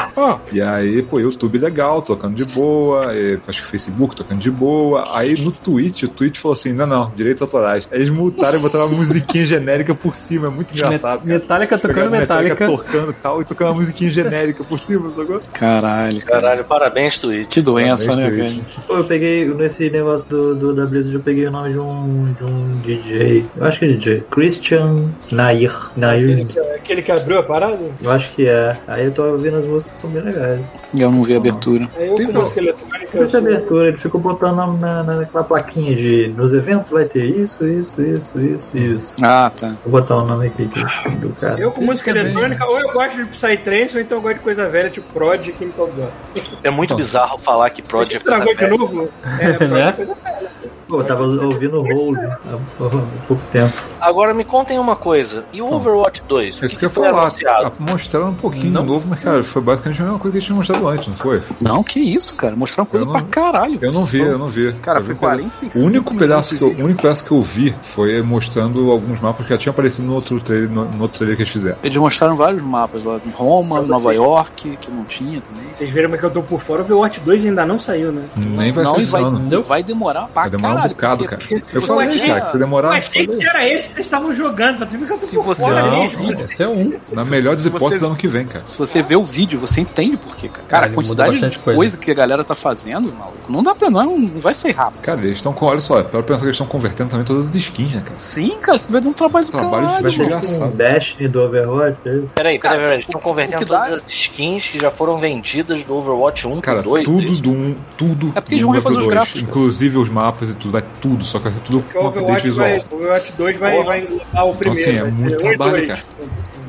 E: E aí, pô, YouTube legal, tocando de boa, e acho que Facebook tocando de boa. Aí no Twitch, o Twitch falou assim: não, não, direitos autorais. Aí eles multaram e botaram uma musiquinha genérica por cima, é muito engraçado. cara.
F: Metallica tocando
E: Pegaram
F: Metallica.
E: tocando e tal, e tocando uma musiquinha genérica por cima, sacou?
A: Caralho, cara.
G: Caralho, parabéns, Twitch.
A: Que doença, né,
E: Parabéns,
A: velho?
C: Pô, eu peguei, nesse negócio do, do, da Blizzard, eu peguei o nome de um, de um DJ. Eu acho que é DJ. Christian Nair. Nair.
D: Aquele que abriu a parada?
C: Eu acho que é. Aí eu tô ouvindo as músicas que são bem legais.
A: Eu não vi a abertura.
D: Aí É, eu
E: Tem
D: com
E: não.
D: música eletrônica. eu
C: Essa é
D: sou-
C: abertura, ele ficou botando na, na- na- naquela plaquinha de nos eventos vai ter isso, isso, isso, isso, isso.
A: Ah, tá.
C: Vou botar o nome aqui do, do cara.
D: Eu com música eletrônica, ou eu gosto de Psytrance, ou então eu gosto de coisa velha, tipo Prod e Chemical Blast.
G: É muito bizarro falar que Prod é
D: Dragão de
G: velha.
D: novo? É, Prod é
F: Né?
D: coisa velha.
C: Pô, eu tava ouvindo o Hold há pouco tempo.
G: Agora me contem uma coisa. E o Overwatch 2?
E: Isso que eu ia
G: foi
E: falar,
G: anunciado?
E: mostraram um pouquinho de novo, mas cara, foi basicamente a mesma coisa que eles tinham mostrado antes, não foi?
A: Não, que isso, cara. Mostraram coisa
E: Eu não-
A: pra caralho.
E: Eu não vi, eu não vi.
A: Cara,
E: eu
A: foi
E: vi um pedaço.
A: 45
E: O único pedaço, que eu,
A: minutos
E: o único pedaço que eu vi foi mostrando alguns mapas que já tinham aparecido no outro trailer, no, no outro trailer que eles fizeram.
A: Eles mostraram vários mapas lá em Roma, Nova York, que não tinha também.
D: Vocês viram como é que eu tô por fora, o Overwatch 2 ainda não saiu, né?
E: Nem vai
A: não,
E: ser
A: e
E: esse
A: vai,
E: ano.
A: vai demorar pra
E: Vai demorar um
A: caralho.
E: bocado,
A: porque-
E: cara.
A: porque
E: Eu
A: se
E: falei,
A: você-
E: cara, que se demorar,
D: Mas quem que era esse que vocês estavam jogando? Tá tudo que eu tô por
A: você
D: fora
A: não-
D: ali.
A: Não,
F: Esse é um.
E: na melhor das
A: se você-
E: hipóteses, ano que vem, cara.
A: Se você vê o vídeo, você entende por quê, cara. Cara,
F: Caralho,
A: a
F: muda
A: quantidade de
F: Ah, bastante
A: coisa.
F: coisa.
A: que a galera tá fazendo, maluco, não dá pra não, é um, não vai ser rápido.
E: Cara, eles estão com. Olha só, para pensar que eles estão convertendo também todas as skins, né, cara?
A: Sim, cara, isso vai dar um trabalho do
E: Trabalho de
A: caralho.
E: investigação.
A: mano.
E: Engraçado.
C: Um Destiny do Overwatch, é isso?
G: Peraí, peraí,
A: Cara,
G: peraí. Eles estão
A: o- o
G: convertendo
A: que dá-
G: todas as skins que já foram vendidas do Overwatch 1
E: Cara,
G: pro 2.
E: tudo do um, tudo.
A: É porque eles
E: do
A: vão
E: um é
A: refazer
E: pro
A: os
E: dois,
A: gráficos, cara.
E: Inclusive os mapas e tudo, vai tudo, só que vai ser tudo
D: Porque o
E: com update
D: Overwatch, vai,
E: visual.
D: o Overwatch 2 vai, vai englobar o
E: Então,
D: primeiro.
E: assim, é
D: vai ser
E: muito
D: um e
E: trabalho,
D: dois.
E: cara.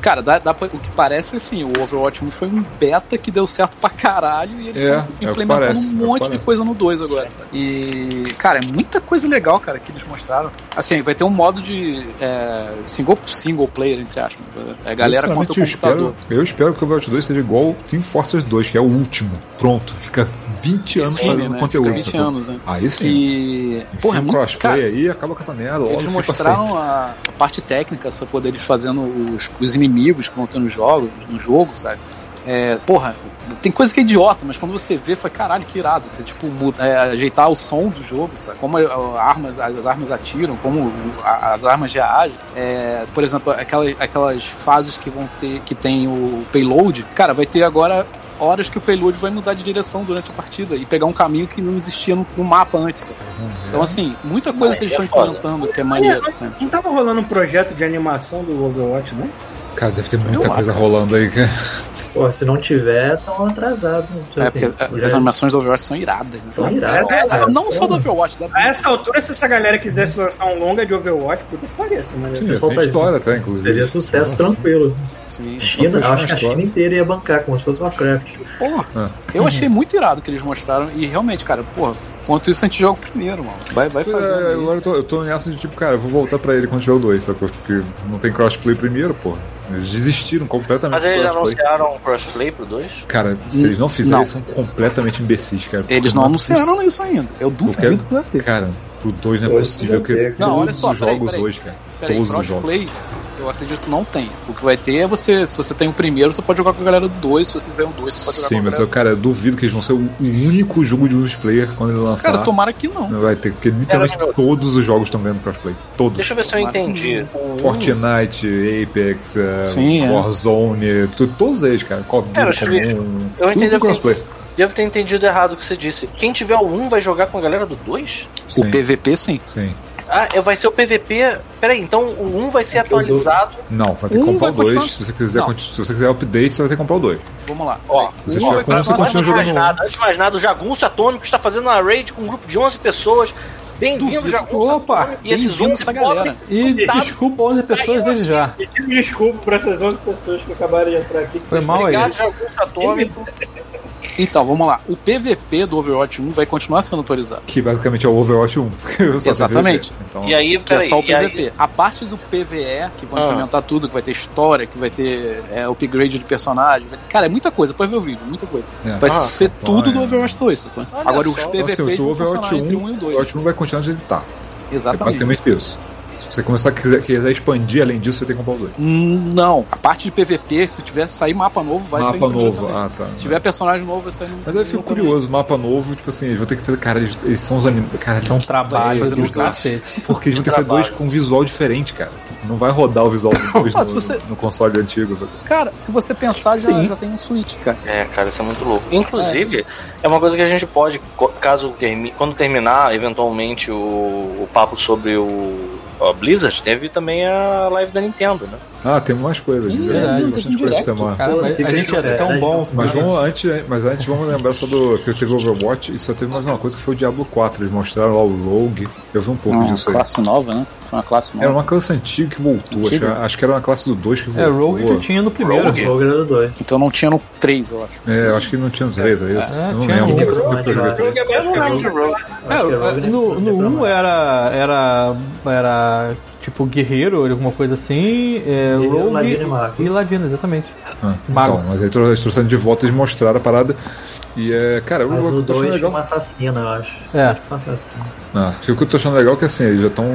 A: Cara, dá, dá pra, o que parece assim, o Overwatch 1 foi um beta que deu certo pra caralho e eles estão
E: É, é o que
A: implementando
E: parece, é o
A: um
E: que
A: monte de
E: parece.
A: coisa no 2 agora. sabe? E, cara, é muita coisa legal, cara, que eles mostraram. Assim, vai ter um modo de é, single, single player, entre aspas. É galera
E: eu,
A: contra o
E: sinceramente,
A: computador.
E: eu espero, eu espero que o Overwatch 2 seja igual o Team Fortress 2, que é o último. Pronto, fica 20 anos
A: Sim,
E: fazendo
A: né?
E: um conteúdo.
A: 20
E: sacou?
A: anos, né?
E: Aí sim.
A: E,
E: Enfia
A: porra, é
E: um
A: muito,
E: crossplay
A: cara,
E: aí, acaba com essa merda. logo,
A: Eles
E: fica assim.
A: mostraram a, a parte técnica, só poder eles fazendo os, os inimigos que vão ter no jogo, no jogo, sabe? É, porra, tem coisa que é idiota, mas quando você vê, foi caralho, que irado. Que, tipo, muda- é, ajeitar o som do jogo, sabe? Como a- a- armas, as, as armas atiram, como o- a- as armas reagem. É, por exemplo, aquelas, aquelas fases que vão ter, que tem o payload, cara, vai ter agora horas que o payload vai mudar de direção durante a partida e pegar um caminho que não existia no, no mapa antes. sabe?
E: Uhum.
A: Então, assim, muita coisa
G: Ah,
A: que eles
G: é
A: estão
G: foda.
A: implementando que é maneiro, sabe?
D: Não tava rolando um projeto de animação do Overwatch, né? não?
E: Assim. Cara, deve ter muita
A: lá,
E: coisa rolando aí, cara.
C: Pô, se não tiver, estão atrasados. Né? Tipo
A: É,
C: assim,
A: porque
C: já
A: as animações do Overwatch são iradas. né?
C: São irados,
D: É,
C: cara.
A: Não só do Overwatch, da
D: A essa altura, se essa galera quisesse lançar um longa de Overwatch, puta que pareça, mas...
E: Sim,
C: pessoal
E: [LAUGHS] tem
C: tá-
E: história até, inclusive.
C: Seria sucesso tranquilo.
A: Sim.
E: Só
C: China,
E: fechar
C: acho que
E: a
C: a China
E: história.
C: inteira ia bancar, como se fosse Warcraft.
E: Ah.
A: Porra, eu achei muito irado o que eles mostraram. E realmente, cara, porra, quanto isso a gente joga o primeiro, mano. Vai, vai
E: Pois
C: um
A: fazendo.
E: é,
A: aí.
E: agora eu tô, eu tô nessa de tipo, cara, eu vou voltar pra ele quando tiver o 2, sacou? Porque não tem crossplay primeiro, porra. Eles desistiram completamente
G: Mas
E: do
G: eles
E: crossplay.
G: anunciaram um crossplay pro 2?
E: Cara, se eles não fizerem,
A: Não.
E: eles são completamente imbecis, cara. Porque
A: Eles não
E: é possível.
A: anunciaram isso ainda. Eu duvido
E: quero-
A: que vai ter.
E: Cara, pro 2 não é
C: Dois
E: possível,
C: não tem,
E: porque
C: cara.
A: Não, olha
E: todos
A: só,
E: os
A: peraí,
E: jogos
A: peraí.
E: hoje, cara,
A: Peraí,
E: todos os jogos.
A: crossplay, eu acredito que não tem. O que vai ter é você, se você tem o primeiro, você pode jogar com a galera do 2. Se você fizer um 2, você pode jogar
E: Sim,
A: com a
E: mas
A: galera
E: eu, cara, eu duvido que eles vão ser o o único jogo de multiplayer quando ele
A: do
E: lançar.
A: Cara, tomara que não.
E: Não vai ter, porque literalmente
G: Pera,
E: todos os jogos estão ganhando crossplay. Todos.
G: Deixa eu ver se eu entendi.
E: Fortnite, Apex, eh,
A: Sim, é.
E: Warzone, tu- todos eles, cara. Call of
G: Cara,
E: Duty,
G: eu cheguei-
E: comum,
G: eu entendi
E: tudo
G: o que-
E: crossplay.
G: Devo ter entendido errado o que você disse. Quem tiver o 1 vai jogar com a galera do 2?
E: Sim,
A: O PVP, sim.
E: sim.
G: Ah, é- vai ser o PVP. Peraí, então o 1 vai ser
C: que o dois-
G: atualizado.
E: Não, vai ter
A: Um
E: que
A: vai
E: comprar o 2.
A: continuar-
E: Se você quiser,
A: Não.
E: conti- se você quiser update, você vai ter que comprar o 2.
A: Vamos lá.
G: Ó,
E: Se você
A: Um
E: tiver
A: vai
E: com você
A: continuar-
E: continua
G: antes de mais
E: jogando um.
G: nada, antes de mais nada, o Jagunço Atômico está fazendo uma raid com um grupo de 11 pessoas. Bem-vindo, Jagunço
F: Opa,
G: Atômico. E esses
A: bem-vindo
G: 11
A: essa
G: pobres-
A: galera.
F: E
G: Tá.
F: desculpa 11 pessoas desde já.
D: E tive desculpa pra essas 11 pessoas que acabaram de entrar aqui. que
F: Foi
D: vocês-
F: mal aí.
G: Obrigado, Jagunço Atômico.
A: Então, vamos lá. O PVP do Overwatch 1 vai continuar sendo atualizado.
E: Que basicamente é o Overwatch 1. [LAUGHS] porque eu só sei
A: Exatamente.
E: PVP. Então,
G: E aí,
A: Que é
G: peraí.
A: só o
G: e aí-
A: PVP. A parte do PVE, que vão
G: Ah.
A: implementar tudo, que vai ter história, que vai ter é, upgrade de personagem. vai- Cara, é muita coisa, depois ver o vídeo, muita coisa.
E: É.
A: Vai
E: Ah,
A: ser
E: então,
A: tudo do
E: é.
A: Overwatch 2, sacou?
G: Olha
A: Agora
G: só.
A: os
G: Então,
A: PVPs
E: assim, o do
A: vão funcionar
E: Overwatch 1,
A: entre 1 e o 2.
E: Overwatch 1 vai continuar do jeito que tá. É
A: Exatamente.
E: basicamente isso. Se você começar a quiser, quiser expandir além disso, você tem que comprar o 2.
A: Hum, Não, a parte de PVP, se tiver sair mapa novo, vai sair
E: Mapa
A: no primeiro
E: novo,
A: também.
E: ah tá.
A: Se tiver personagem novo, vai sair no
E: Mas aí eu
A: no
E: fico
A: também.
E: curioso, mapa novo, tipo assim, eles vão ter que fazer. Cara, eles, eles são os animais. Cara, eles
F: É um
A: Vai
F: trabalho
A: fazer
F: do
A: um
F: cacete.
E: Porque eles vão ter que fazer dois com um visual diferente, cara. Não vai rodar o visual do dois
A: Ah, se
E: no,
A: você-
E: no console antigo. sabe?
A: Cara, se você pensar, já, já tem um Switch, cara.
G: É, cara, isso é muito louco. Inclusive, é, uma coisa que a gente pode, co- caso termi- quando terminar, eventualmente, o, o papo sobre o a Blizzard, teve também a live da Nintendo, né?
E: Ah, tem mais coisas.
A: Ih,
E: né?
A: verdade,
E: Tem
A: não
E: bastante
A: tem
E: coisa essa
A: direto,
E: semana.
F: Cara, mas a gente é tão bom.
E: Mas, um vamos, antes, mas antes vamos lembrar só do que teve Overwatch e só teve mais uma coisa que foi o Diablo 4. Eles mostraram lá o Rogue. Eu vi um pouco
A: Uma
E: disso aí.
A: classe nova, né? Foi uma classe
E: Era
A: nova.
E: uma classe antiga que voltou. Acho, que
A: Antiga?
E: era- acho que era uma classe do 2 que
F: É,
E: voltou.
F: Rogue já tinha no primeiro.
G: Rogue?
C: O grande 2.
A: Então não tinha no 3, eu acho.
E: É, eu acho que não tinha 3, é isso?
F: É,
E: Eu não
F: tinha
E: lembro.
F: um.
E: Faz tempo que eu joguei.
D: O jogo é basicamente
F: É, no, no 1 era, era, era tipo guerreiro, alguma coisa assim, é,
C: Guerreiro,
F: rogue
C: ladino e mago.
F: e ladino, exatamente.
E: Ah,
F: Mago.
E: Então, mas aí trou- eles trouxeram de volta, eles mostraram a parada. E é, cara, eu
C: Mas
E: eu
C: no
E: tô achando
C: 2 tinha
E: legal.
C: uma assassina, eu acho.
F: É.
C: Tipo uma assassina.
E: Ah, o que eu tô achando legal é que assim, eles já estão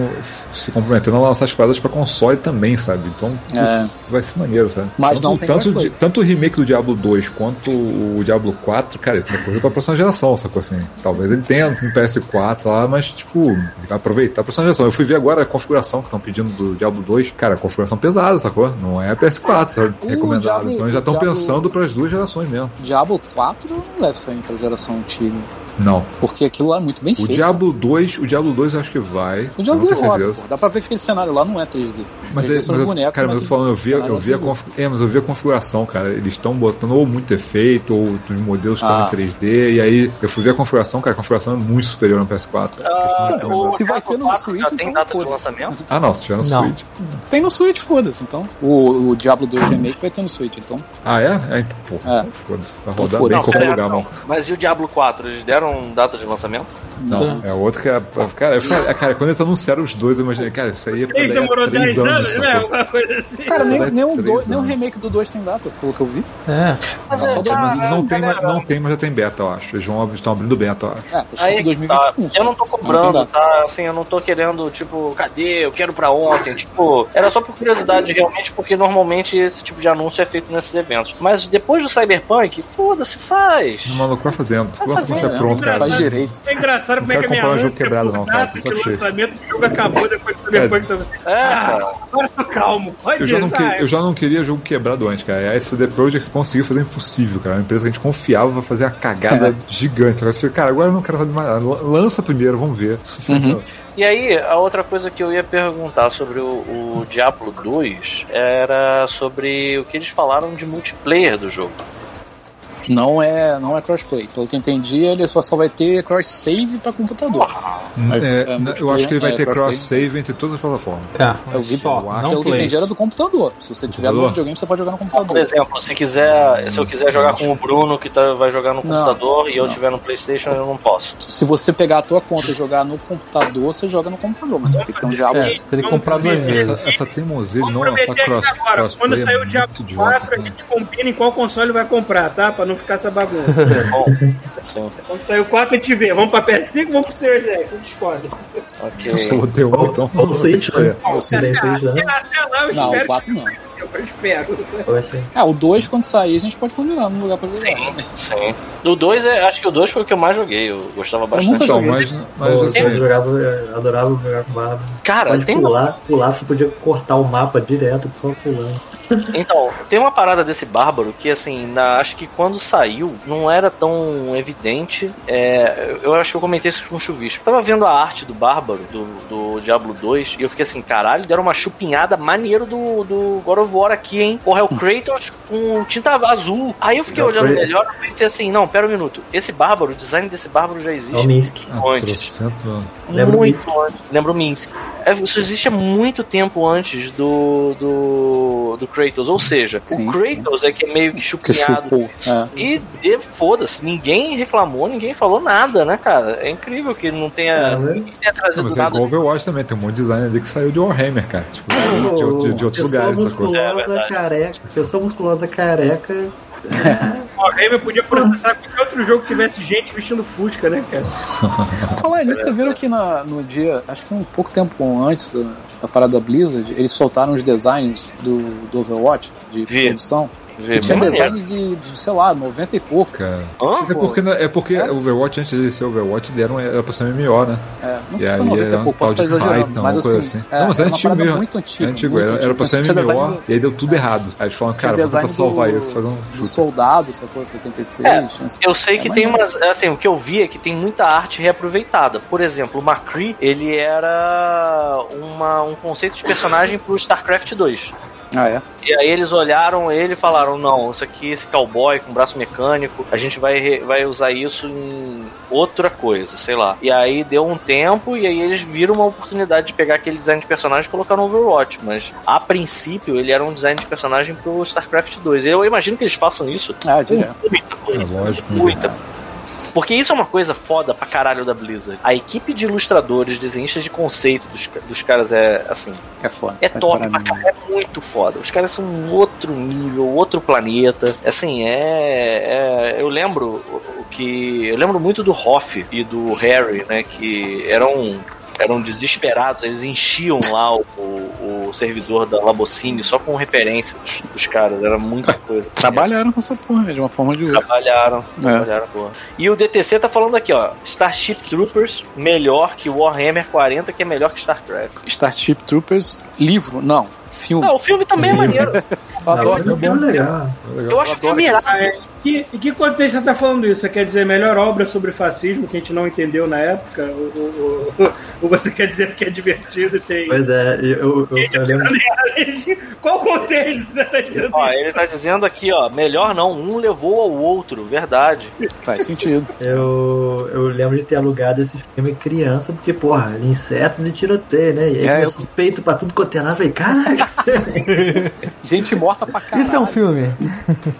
E: se comprometendo a lançar as paradas pra console também, sabe? Então, putz,
A: É.
E: isso vai ser maneiro, sabe?
A: Mas
E: tanto,
A: não tem
E: tanto,
A: coisa.
E: de- tanto o remake do Diablo 2 quanto o Diablo 4, cara, isso é coisa pra próxima geração, sacou assim? Talvez ele tenha um PS4 lá, mas tipo, ele vai aproveitar a próxima geração. Eu fui ver agora a configuração que estão pedindo do Diablo 2, cara, configuração pesada, sacou? Não é PS4, sabe?
A: O
E: Recomendado.
A: Diablo-
E: então eles
A: o
E: já estão
A: Diablo-
E: pensando pras duas gerações mesmo.
A: Diablo 4 não deve sair pra geração antiga.
E: Não.
A: Porque aquilo lá é muito bem
E: O
A: feito.
E: Diablo 2, o Diablo 2 eu acho que vai.
A: O Diablo é
E: eu não tenho
A: roda,
E: certeza.
A: pô. Dá pra ver que aquele cenário lá não é 3D.
E: Mas,
A: 3D
E: é, mas
A: são os
E: eu-
A: bonecos,
E: cara, mas eu tô falando, eu vi, eu,
A: cenário
E: vi a
A: é
E: confi- é, mas eu vi a configuração, cara. Eles estão botando ou muito efeito, ou os modelos estão
A: Ah.
E: em 3D, e aí eu fui ver a configuração, cara, a configuração é muito superior no PS4.
A: Ah.
E: cara. A questão é muito
G: Ah, O
A: Então, Se vai ter
G: Diablo
A: no
G: 4 já
A: Switch,
G: tem
A: então
G: data de
A: foda-se.
G: lançamento?
E: Ah não, se tiver no
F: Não.
E: Switch.
A: [LAUGHS] Tem no Switch, foda-se, então. O, o Diablo 2 Remake vai ter no Switch, então.
E: Ah, é? É, então, porra,
A: É.
E: então foda-se. Vai
A: foda-se.
E: rodar bem em
A: Não,
E: qualquer
G: pera,
E: lugar,
G: não.
E: mano.
G: Mas e o Diablo 4? Eles deram data de lançamento?
E: Não, é outro que é. Cara, eu- cara, quando eles anunciaram os dois, eu imaginei, cara, isso aí é pra
D: Ele
E: daí a
D: demorou
E: três
D: 10 anos, né?
E: sacou?
D: Alguma coisa assim.
A: Cara, nem,
E: Vai
A: nem, o
E: três
A: dois- nem o
E: anos.
A: remake do 2 tem data, pelo que eu vi.
F: É.
G: Mas
E: Não,
G: é,
E: mas eles não,
G: cara,
E: tem, mas-
G: galera,
E: não tem, mas já tem beta, eu acho. Eles vão, estão abrindo beta, eu acho.
A: É, tá
G: Aí,
A: escrito
G: que
A: 2021.
G: tá. Eu não tô
A: Não
G: cobrando,
A: tem
G: tá? Assim, eu não tô querendo, tipo, cadê? Eu quero pra ontem. [LAUGHS] Tipo, era só por curiosidade, realmente, porque normalmente esse tipo de anúncio é feito nesses eventos. Mas depois do Cyberpunk, foda-se, faz.
E: O maluco vai fazendo.
G: Vai
E: Lança quando
G: fazendo, né?
E: tiver pronto, cara.
A: Faz direito.
D: É engraçado como é
E: Não
D: que a
E: quero
D: minha
E: comprar um jogo
D: ânsia
E: quebrado,
D: por
E: não, cara,
D: data
E: tô
D: de
E: satisfeito.
D: lançamento, o jogo acabou depois do Cyberpunk. sabe?
G: É, cara.
D: Agora eu tô calmo. Pode é."
E: Eu
D: ir,
E: já, não que-
D: vai.
E: eu já não queria jogo quebrado antes, cara. A SD Projekt conseguiu fazer o impossível, cara. Uma empresa que a gente confiava vai fazer uma cagada
D: [LAUGHS]
E: gigante. Agora, tipo, cara, agora eu não quero saber mais nada. Lan- Lança primeiro, vamos ver.
D: Uhum.
E: Uhum.
G: E aí, a outra coisa que eu ia perguntar sobre o, o Diablo 2 era sobre o que eles falaram de multiplayer do jogo.
A: Não é, não é crossplay. Pelo que eu entendi, ele só, só vai ter cross save pra computador.
E: É,
A: é,
E: na- eu acho que ele vai
A: é,
E: ter
A: cross-play.
E: cross-save entre todas as plataformas.
F: é,
A: Eu vi,
F: só,
E: pô,
F: não
A: Pelo que eu
F: play.
A: entendi, era do computador. Se você tiver no
E: Computador?
A: videogame, você pode jogar no
G: Por
A: computador.
G: exemplo, se quiser, se eu quiser jogar com o Bruno que tá- vai jogar no computador e eu
A: não.
G: tiver no PlayStation, eu não posso.
A: Se você pegar a tua conta e jogar no computador, você joga no computador. Mas você tem que ter um diabo.
F: É, teria que comprar duas
E: Essa,
F: vezes.
E: essa teimosia de
D: Vamos
E: não lançar
D: prometer
E: cross,
D: aqui agora. Quando
E: crossplay
D: sair
E: é
D: o Diablo
E: muito idiota,
D: 4, a
E: cara.
D: gente combina em qual console vai comprar, tá? Pra não ficar essa [LAUGHS] bagunça.
G: Bom, assim,
D: Quando sair o 4, a gente vê. Vamos pra PS5 vamos pro Series X? A gente escolhe.
E: Eu
G: ok.
E: sou o teu,
C: Ou-
E: então.
C: ou Switch, né?
A: Ou
C: Se tem Switch, né?
D: Até lá eu
A: Não, o
D: espero.
A: 4 não.
D: que- Eu espero.
C: Poxa.
A: É, o 2, quando sair, a gente pode combinar num lugar pra jogar. né?
G: Sim, tá sim. Do 2, é, acho que o 2 foi o que eu mais joguei. Eu gostava bastante.
A: nunca
E: Então,
A: joguei.
E: mas, mas
C: Pô,
E: assim,
C: eu jogava, eu adorava jogar com barba.
G: Cara,
C: Pode
G: tem um,
C: pular, pular, você podia cortar o mapa direto, só pulando.
G: Então, tem uma parada desse bárbaro que, assim, na- acho que quando saiu não era tão evidente. É, eu- eu acho que eu comentei isso com o Chuvisco. Tava vendo a arte do bárbaro, do, do Diablo 2, e eu fiquei assim, caralho, deram uma chupinhada maneiro do, do God of War aqui, hein? Porra, é o Kratos com tinta azul. Aí eu fiquei
C: Não,
G: olhando
C: foi-
G: melhor e pensei assim, não, pera um minuto. Esse bárbaro, o design desse bárbaro já
C: É o
G: existe.
C: Minsk.
E: ah,
G: antes.
E: trocento-
C: Lembra o
G: muito
C: Minsk?
G: antes. Lembra o Minsk. É, isso existe há muito tempo antes do, do, do Kratos. Ou seja,
A: Sim.
G: o Kratos é que é meio que
A: Que
G: chupinhado.
A: chupou. É.
G: E de- foda-se, ninguém reclamou, ninguém falou nada, né, cara? É incrível que não tenha,
C: É, né?
G: ninguém tenha
E: Não,
G: trazido
E: mas é
G: nada.
E: igual Overwatch também, tem um monte de design ali que saiu de Warhammer, cara. Tipo, saiu de, outro- de outros
C: pessoa
E: lugares, sacou?
G: É
C: musculosa,
G: verdade.
C: careca. Pessoa musculosa, careca.
D: O Hammer podia processar qualquer outro jogo que tivesse gente vestindo Fusca, né, cara?
A: Falar nisso, vocês viram que na- no dia, acho que um pouco tempo antes da, da parada Blizzard, eles soltaram os designs do, do Overwatch, de
G: Vi.
A: produção.
G: Vê,
A: que tinha
G: maneiro.
A: design de, de, sei lá, 90 e pouco.
E: Cara.
G: Hã?
E: É porque, é porque Overwatch, antes de ser Overwatch, deram, era pra ser MMO, né?
A: É, não sei
E: E
A: se
E: aí
A: foi 90
E: era
A: e
E: um
A: pouco,
E: tal
A: posso
E: de
A: estar exagerando.
E: Titan,
A: mas
E: uma
A: assim,
E: coisa assim. Não, mas
A: era uma
E: é antigo
A: parada
E: mesmo.
A: muito antiga.
E: É antigo,
A: Tipo, muito
E: era, era
A: antiga.
E: pra ser
A: Tinha design
E: MMO,
A: do- É.
E: e aí deu tudo errado. Aí eles falaram, cara, vamos
A: design
E: tentar salvar
A: do-
E: isso, fazer um
A: Do
E: chute.
A: soldado, sacou? 76.
G: É,
A: tinha esse-
G: Eu sei que
A: É
G: tem
A: maneiro.
G: umas. Assim, o que eu vi é que tem muita arte reaproveitada. Por exemplo, o McCree, ele era uma, um conceito de personagem pro StarCraft 2.
A: Ah, é?
G: E aí eles olharam ele e falaram: não, isso aqui, esse cowboy com braço mecânico, a gente vai, re- vai usar isso em outra coisa, sei lá. E aí deu um tempo e aí eles viram uma oportunidade de pegar aquele design de personagem e colocar no Overwatch. Mas a princípio ele era um design de personagem pro StarCraft 2. Eu imagino que eles façam isso
A: Ah, direto.
G: com muita
E: É
G: coisa.
E: lógico. né?
G: Muita. Porque isso é uma coisa foda pra caralho da Blizzard. A equipe de ilustradores, desenhistas de conceito dos, ca- dos caras é assim.
A: É foda.
G: É
A: tá de
G: top, pra
A: parabéns.
G: caralho, é muito foda. Os caras são um outro nível, outro planeta. Assim, é. é- eu lembro o- o que. Eu lembro muito do Hoff e do Harry, né? Que eram. Eram desesperados, eles enchiam lá o, o- o servidor da Labocine só com referência dos, dos caras, era muita coisa.
A: Trabalharam com essa porra, né? De uma forma ou de outra.
G: Trabalharam,
A: É.
G: trabalharam, porra. E o DTC tá falando aqui, ó: Starship Troopers, melhor que Warhammer 40, que é melhor que StarCraft.
A: Starship Troopers, livro? Não, filme.
G: Não, o filme também é maneiro.
A: Ah, Eu adoro
C: Não,
A: filme.
C: é legal.
G: Eu acho o filme
D: Ah, é. Que, em que contexto você tá falando isso? Você quer dizer melhor obra sobre fascismo que a gente não entendeu na época? Ou, ou- ou- [LAUGHS] ou você quer dizer que é divertido e tem.
C: Pois é, eu, eu, eu lembro.
D: Qual contexto você tá dizendo
G: Ó, ele tá dizendo aqui, ó, melhor não, um levou ao outro, verdade.
A: Faz sentido.
C: Eu, eu lembro de ter alugado esse filme criança, porque, porra, insetos e tiroteio, né? E aí
A: É,
C: começou peito pra tudo quanto é lado, eu falei, caralho!
A: Gente morta pra caralho.
F: Isso é um filme.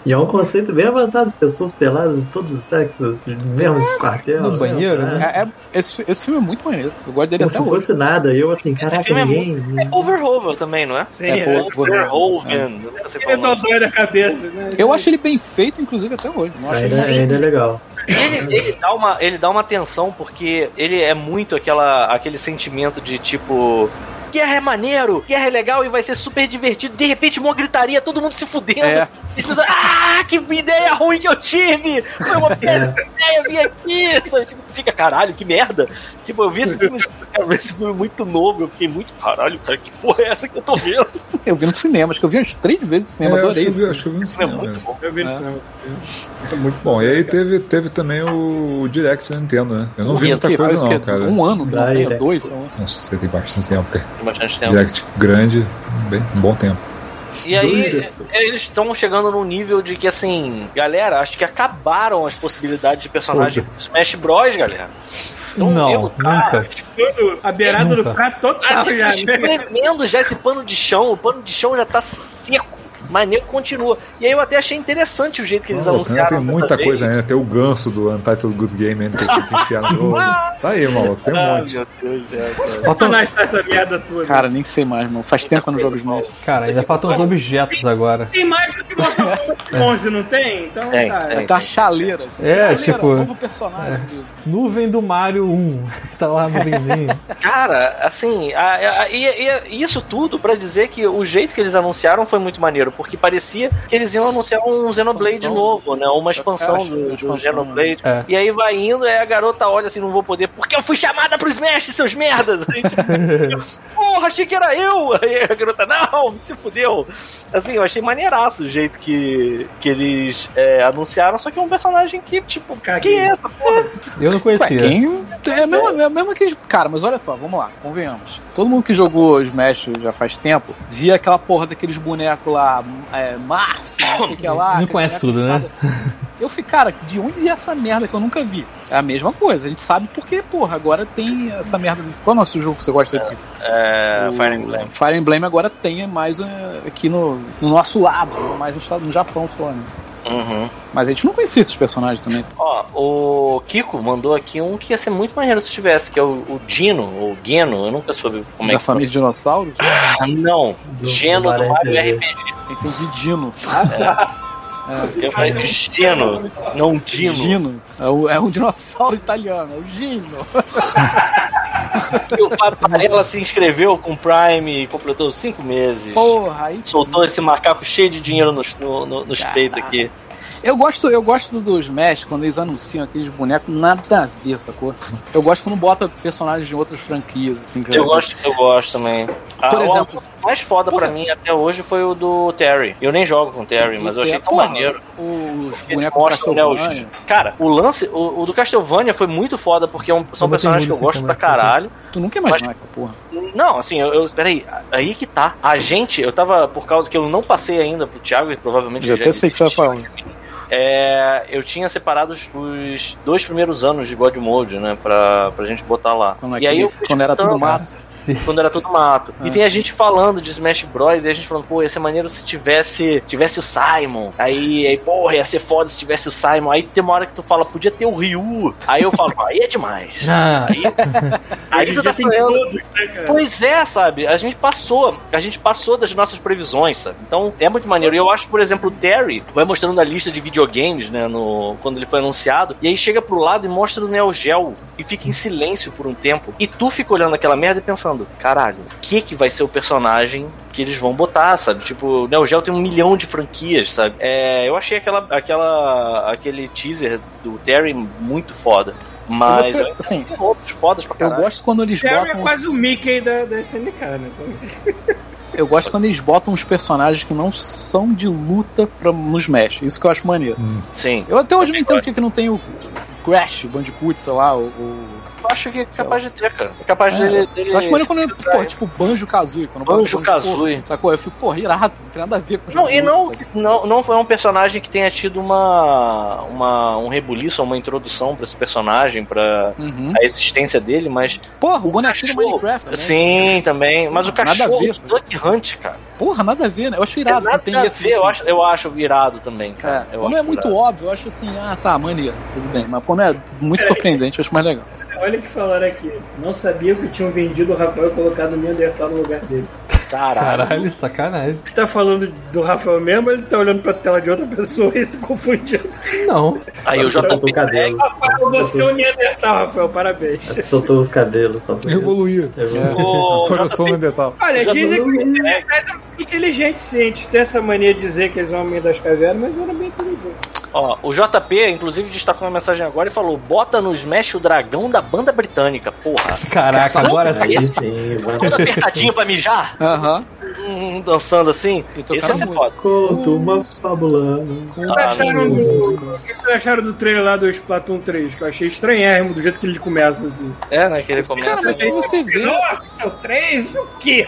C: e é um conceito bem avançado, pessoas peladas de todos os sexos, no mesmo quartel.
F: No banheiro, né?
A: É- é- esse, esse filme é muito maneiro. Eu gosto dele
C: Como
A: até
C: se
A: hoje.
C: fosse nada, e eu assim, caraca,
G: filme é
C: ninguém.
G: É Overhoven também, não é?
D: Sim,
A: É,
D: é.
A: pô, pô,
G: Overhoven. não sei
D: Ele é
G: como é o nome.
D: dodói da cabeça, né?
A: Eu acho ele bem feito, inclusive, até hoje. Não acho
C: Ainda,
A: ele
C: ainda é legal.
G: Ele, ele dá uma, ele dá uma atenção porque ele é muito aquela, aquele sentimento de tipo. Guerra é maneiro, guerra é legal e vai ser super divertido. De repente, uma gritaria, todo mundo se fudendo.
A: É.
G: As pessoas, ah, que ideia ruim que eu tive! Foi uma péssima ideia vir aqui! Sabe, Tipo, fica, caralho, que merda! Tipo, eu vi esse filme, [LAUGHS] cara, esse filme muito novo, eu fiquei muito, caralho, cara, que porra é essa que eu tô vendo?
A: Eu vi no cinema, acho que eu vi as três vezes no
E: É, eu
A: cinema,
E: acho que
A: adorei
E: eu vi-
A: isso.
E: acho que eu vi no
G: É
E: cinema.
G: muito
E: né?
G: bom.
D: Eu vi no
A: É.
D: cinema.
E: Bom, e aí teve, teve também o Direct da Nintendo, né? Eu não vi
G: Isso,
E: muita
A: Que
E: coisa
A: faz o
E: não,
A: quê?
E: cara.
A: Um ano que não
C: Daí,
A: tem,
C: né?
A: dois. um ano.
E: Não sei, tem bastante tempo. cara.
G: Tem bastante
A: É um
G: tempo.
E: Direct grande, bem, um bom tempo.
G: E aí, é, eles estão chegando num nível de que, assim, galera, acho que acabaram as possibilidades de personagem do Smash Bros, galera. Então,
F: Não,
G: eu tá-
F: nunca.
A: Ah,
D: Quando a beirada do
F: Nunca.
D: prato
G: tá
D: total
G: se
D: já, né?
G: espremendo já esse pano de chão, o pano de chão já tá seco. Mas nego continua. E aí eu até achei interessante o jeito que eles
E: Não,
G: anunciaram.
E: né, tem muita
G: dessa
E: coisa
G: vez.
E: ainda. Tem o ganso do Untitled Goose Game ainda que tem que enfiar no
A: [LAUGHS]
E: jogo. Tá aí, maluco. Tem um
G: Ah,
E: monte.
G: meu Deus do céu, cara.
F: Faltam,
D: Satanás tá essa merda toda.
A: Cara, nem sei mais, mano. Faz tempo que eu não jogo Smash.
F: cara, ainda faltam os objetos agora.
D: Tem mais do que botar 11, não tem? Então,
G: Tem,
D: cara.
G: tem.
A: Tá a chaleira. assim.
F: É,
A: Chaleira,
F: tipo-
A: Novo personagem. amigo.
F: Nuvem do Mario 1. [LAUGHS] Tá lá no vizinho.
G: Cara, assim, a- a- e, e isso tudo pra dizer que o jeito que eles anunciaram foi muito maneiro, porque parecia que eles iam anunciar um Xenoblade
A: Expansão.
G: novo, né? Uma expansão
A: caixa,
G: do,
A: é uma
G: do
A: expansão,
G: Xenoblade.
F: né?
G: E aí vai indo, aí a garota olha assim, não vou poder, porque eu fui chamada pro Smash, seus merdas! Aí, tipo, Porra, achei que era eu! [LAUGHS] Aí a garota, não, se fudeu! Assim, eu achei maneiraço o jeito que, que eles é, anunciaram, só que é um personagem que, tipo, quem é essa porra?
F: Eu não
A: Ué,
F: conhecia.
A: quem- É a mesma, é a mesma que. Cara, mas olha só, vamos lá, convenhamos. Todo mundo que jogou Smash já faz tempo via aquela porra daqueles bonecos lá, é, Marf, não sei o que lá.
F: Não
A: aquele
F: conhece
A: boneco
F: tudo, né?
A: cada- Eu fiquei, cara, de onde é essa merda que eu nunca vi? É a mesma coisa, a gente sabe porque, porra, agora tem essa merda. desse- Qual é o nosso jogo que você gosta de
G: É,
A: O
G: Fire Emblem.
A: Fire Emblem agora tem mais é, aqui no, no nosso lado, mais no, estado- no Japão só, né?
G: Uhum.
A: Mas a gente não conhecia esses personagens também.
G: Ó, o Kiko mandou aqui um que ia ser muito maneiro se tivesse, que é o, o Dino, ou Geno, eu nunca soube como é
A: da
G: que
A: família de dinossauros.
G: Ah, não,
C: Do-
G: Geno do
C: do
G: Mario
C: Mario
G: RPG.
A: Entendi Dino.
G: Eu falei Geno, não Dino.
A: Gino. É, o- é um dinossauro italiano, é o Gino.
G: E o Fábio Varela se inscreveu com o Prime e completou cinco meses.
A: Porra, aí
G: Soltou esse macaco cheio de dinheiro nos, no, no- nos peitos aqui.
A: Eu gosto, eu gosto dos Smash quando eles anunciam aqueles bonecos, nada a ver, sacou? Eu gosto quando bota personagens de outras franquias, assim. que
G: Eu gosto, eu gosto também. Ah,
A: Por
G: o
A: exemplo-
G: anúncio mais foda pra
A: Porra.
G: mim até hoje foi o do Terry. Eu nem jogo com o Terry, mas eu achei tão
A: Porra,
G: maneiro.
A: Os
G: Eles
A: bonecos do
G: mostram, né, os-
A: é Castlevania.
G: Cara, o lance, o, o do Castlevania foi muito foda, porque é um- são
F: Eu botei
G: personagens que eu
F: mudo
G: gosto
F: assim
G: pra
F: também.
G: caralho.
A: Tu nunca imaginou que porra.
G: Não, assim, eu, eu. Peraí, aí que tá. A gente, eu tava, por causa que eu não passei ainda pro Thiago, e provavelmente
A: Eu
G: ele
A: até sei o que você vai falar.
G: É, eu tinha separado os, os dois primeiros anos de God Mode, né? Pra, pra gente botar lá.
A: Quando,
G: e aí
A: aquele-
G: eu fui
A: quando era tudo
G: escutando,
A: mato.
G: Quando era tudo mato.
A: É.
G: E tem a gente falando de Smash Bros. E a gente falando, pô, ia ser maneiro se tivesse, tivesse o Simon. Aí, aí, porra, ia ser foda se tivesse o Simon. Aí tem uma hora que tu fala, podia ter o Ryu. Aí eu falo, aí é demais.
A: [LAUGHS]
F: Ah.
G: Aí, aí
D: Hoje
G: tu
D: em
G: tá
D: dia tem
G: falando.
D: todos, né, cara?
G: Pois é, sabe? A gente passou, a gente passou das nossas previsões, sabe? Então é muito maneiro. E eu acho, por exemplo, o Terry vai mostrando a lista de videogames, né? No, quando ele foi anunciado, e aí chega pro lado e mostra o Neo Geo e fica em silêncio por um tempo. E tu fica olhando aquela merda e pensando, caralho, o que que vai ser o personagem que eles vão botar, sabe? Tipo, o Neo Geo tem um milhão de franquias, sabe? É, eu achei aquela, aquela, aquele teaser do Terry muito foda. Mas
A: Você- assim,
G: tem outros fodas pra
A: eu
G: caralho.
A: gosto quando eles
D: Terry é
A: botam.
D: quase o Mickey da, da SNK, né? Então,
A: Eu gosto quando eles botam os personagens que não são de luta pra, nos Smash. Isso que eu acho maneiro.
G: Sim.
A: Eu até hoje não entendo porque que não tem o Crash, o Bandicoot, sei lá, o. o...
G: Eu acho que é capaz de ter, cara. É capaz dele, dele.
A: eu acho maneiro quando eu, pô, tipo Banjo Kazooie. Quando bota
G: Banjo
A: o Banjo- pô,
G: Kazooie.
A: Sacou? Eu fico, porra, irado, não tem nada a ver com
G: Não,
A: jogo
G: e
A: de
G: não,
A: luta, sabe?
G: não, não foi um personagem que tenha tido uma, uma um rebuliço, uma introdução pra esse personagem, pra
A: Uhum.
G: a existência dele, mas
A: Porra, o bonequinho do Minecraft. Né?
G: sim, também, mas o
A: Nada a
G: cachorro
A: ver,
G: do Duck Hunt, cara,
A: Porra, nada a ver, né? Eu acho
G: é
A: irado.
G: nada
A: que tem
G: a
A: esse,
G: ver, eu
A: assim.
G: acho, eu acho irado também,
A: É,
G: cara. eu
A: quando
G: acho
A: é muito
G: irado.
A: óbvio, eu acho assim, ah tá, maneiro, tudo bem. Mas quando é muito surpreendente, eu acho mais legal.
D: olha o que falaram aqui. Não sabia que tinham vendido o Rafael e colocado o Neandertal no lugar dele.
G: Caralho.
F: Caralho, sacanagem.
D: Tá falando do Rafael mesmo, ele tá olhando pra tela de outra pessoa e se confundindo. [LAUGHS]
F: Não.
G: Aí o
C: Soltou o
G: JP
C: cabelo.
D: Rafael, você é o Neandertal, Rafael, parabéns.
C: Soltou os cabelos. Tá bonito.
E: Evoluir.
G: [LAUGHS]
C: Evoluiu.
G: o
E: Coração no detalhe.
D: Olha,
G: Já
D: dizem que
G: não-
D: os Neandertais eram inteligentes, sim. A gente tem essa mania de dizer que eles são homens das cavernas, mas eram bem inteligentes.
G: Ó, o JP, inclusive, destacou uma mensagem agora e falou: bota no Smash o dragão da banda britânica, porra.
F: Caraca, agora sim.
C: Aí sim,
G: Todo
C: mano.
G: apertadinho pra mijar,
A: Aham.
G: hum, dançando assim.
A: E tocando
G: Esse ia ser
A: música.
G: foda.
C: Conta uma fábula.
G: Ah,
D: O que acharam do- o que vocês acharam do trailer lá do Splatoon 3? Que eu achei estranhérrimo do jeito que ele começa, assim.
G: É, né? Que ele
A: Cara,
G: começa.
A: mas se você vê,
D: Nossa, É o 3? O quê?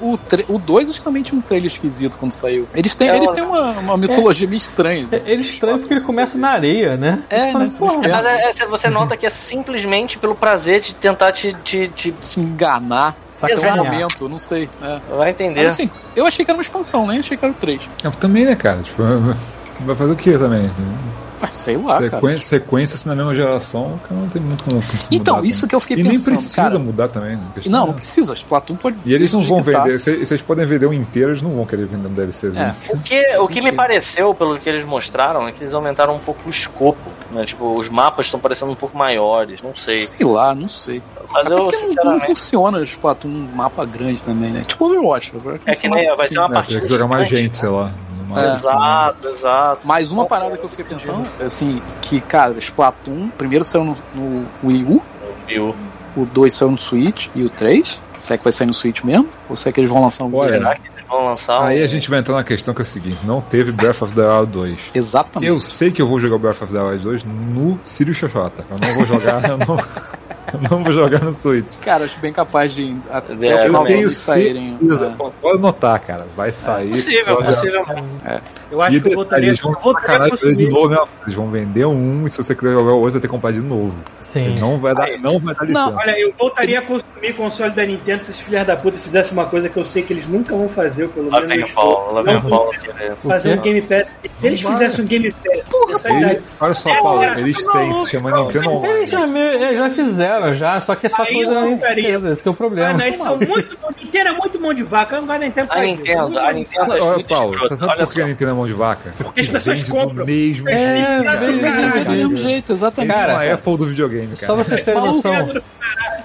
A: o 3, o 2 acho que também tinha um trailer esquisito quando saiu. Eles têm,
G: É,
A: eles
G: ó.
A: têm uma, uma mitologia meio estranha. né?
F: Ele É, estranho porque ele começa na areia, né?
A: É,
F: Eu falei,
A: né?
F: porra,
G: É, mas é- é, você nota que é simplesmente pelo prazer de tentar te. te, te-
A: Te enganar
G: Exato.
A: no
F: sacanear.
A: momento, não sei. É.
G: vai entender.
A: Mas assim, eu achei que era uma expansão, né? Eu achei que era o 3.
E: Eu também, né, cara? Tipo, [LAUGHS] vai fazer o que também?
A: Mas sei lá, cara.
E: Sequência, sequência assim, na mesma geração, cara, não tem muito como. como
A: Então,
E: mudar,
A: isso
E: né?
A: que eu fiquei
E: E
A: pensando.
E: nem precisa
A: cara.
E: mudar também, né? Questão
A: Não,
E: é-
A: não precisa. Splatoon pode.
E: E eles não vão
A: digitar.
E: vender. Se, se eles podem vender um inteiro, eles não vão querer vender um DLCzinho.
A: É.
G: O que, o que me
A: sentido.
G: pareceu, pelo que eles mostraram, é que eles aumentaram um pouco o escopo. Né? Tipo, os mapas estão parecendo um pouco maiores, não sei.
A: Sei lá, não sei.
G: Mas
A: Até
G: eu,
A: porque não- não,
G: sinceramente.
A: funciona o Splatoon mapa grande também, né? Tipo Overwatch. Overwatch
G: É
A: tem
G: que
A: mapa
G: nem vai ser uma
E: É, teria
G: partida.
E: que jogar mais
G: gigante.
E: gente, sei lá. assim, Numa-
G: né?
A: É.
G: Exato, exato.
A: Mas uma parada que eu fiquei pensando, assim, que, cara, Splatoon, primeiro saiu no, no Wii U,
G: Viu?
A: o 2 saiu no Switch e o 3. Será que vai sair no Switch mesmo? Ou será que eles vão lançar um
E: Olha,
G: Será que eles vão lançar
E: Aí
G: um-
E: a gente vai entrar na questão que é o seguinte: não teve Breath of the Wild 2.
A: Exatamente.
E: Eu sei que eu vou jogar o Breath of the Wild 2 no Sirius Xoxota. tá? Eu não vou jogar, [LAUGHS] eu não, eu não vou jogar no Switch.
A: Cara, acho bem capaz de até
G: É,
A: o final
G: eu
A: do ano
E: tenho
A: eles saírem.
E: certeza.
A: é.
E: Pode notar, cara. Vai sair.
G: Possível,
E: olha,
G: possível.
D: Eu acho
E: e
D: que eu
E: detalhe,
D: voltaria,
E: eles vão
D: eu voltaria a
E: sacanagem fazer de
D: consumir.
E: novo, né? Eles vão vender um e se você quiser jogar o outro, você vai ter que comprar de novo.
F: Sim.
E: Não vai dar, não vai dar licença.
D: Olha, eu voltaria a consumir console da Nintendo se os filhos da puta fizessem uma coisa que eu sei que eles nunca vão fazer, pelo
G: Lá
D: menos.
G: vem
D: eu
G: o Paulo, lá vem o
D: não
G: Paulo.
D: consigo
F: O
D: Fazer
F: quê?
D: um Game Pass. Se eles fizessem um Game Pass, essa idade.
E: Ele- olha só, Paulo, eles têm, se chama Nintendo Online.
F: Eles já, me- eles já fizeram, já, só que essa
D: Aí
F: coisa
D: eu
F: não
D: voltaria.
F: entendo, esse que é o
D: Ah,
F: problema.
D: não, eles são muito. mão- Nintendo é muito mão de vaca, eu não gosto nem tempo
G: A Nintendo, a Nintendo é
E: Olha,
G: muito
E: Paulo,
G: escrota,
E: você sabe
G: olha
E: por que a
G: só.
E: Nintendo é mão de vaca? Porque
D: as pessoas
E: vende
D: compram.
E: do mesmo
D: É,
E: jeito, cara.
D: vende do
A: Eles vendem do mesmo
F: Caralho.
A: jeito, exatamente.
F: Cara,
E: Eles são a Apple do videogame,
F: Só
E: cara.
F: vocês terem
A: Maluco,
D: é
F: noção,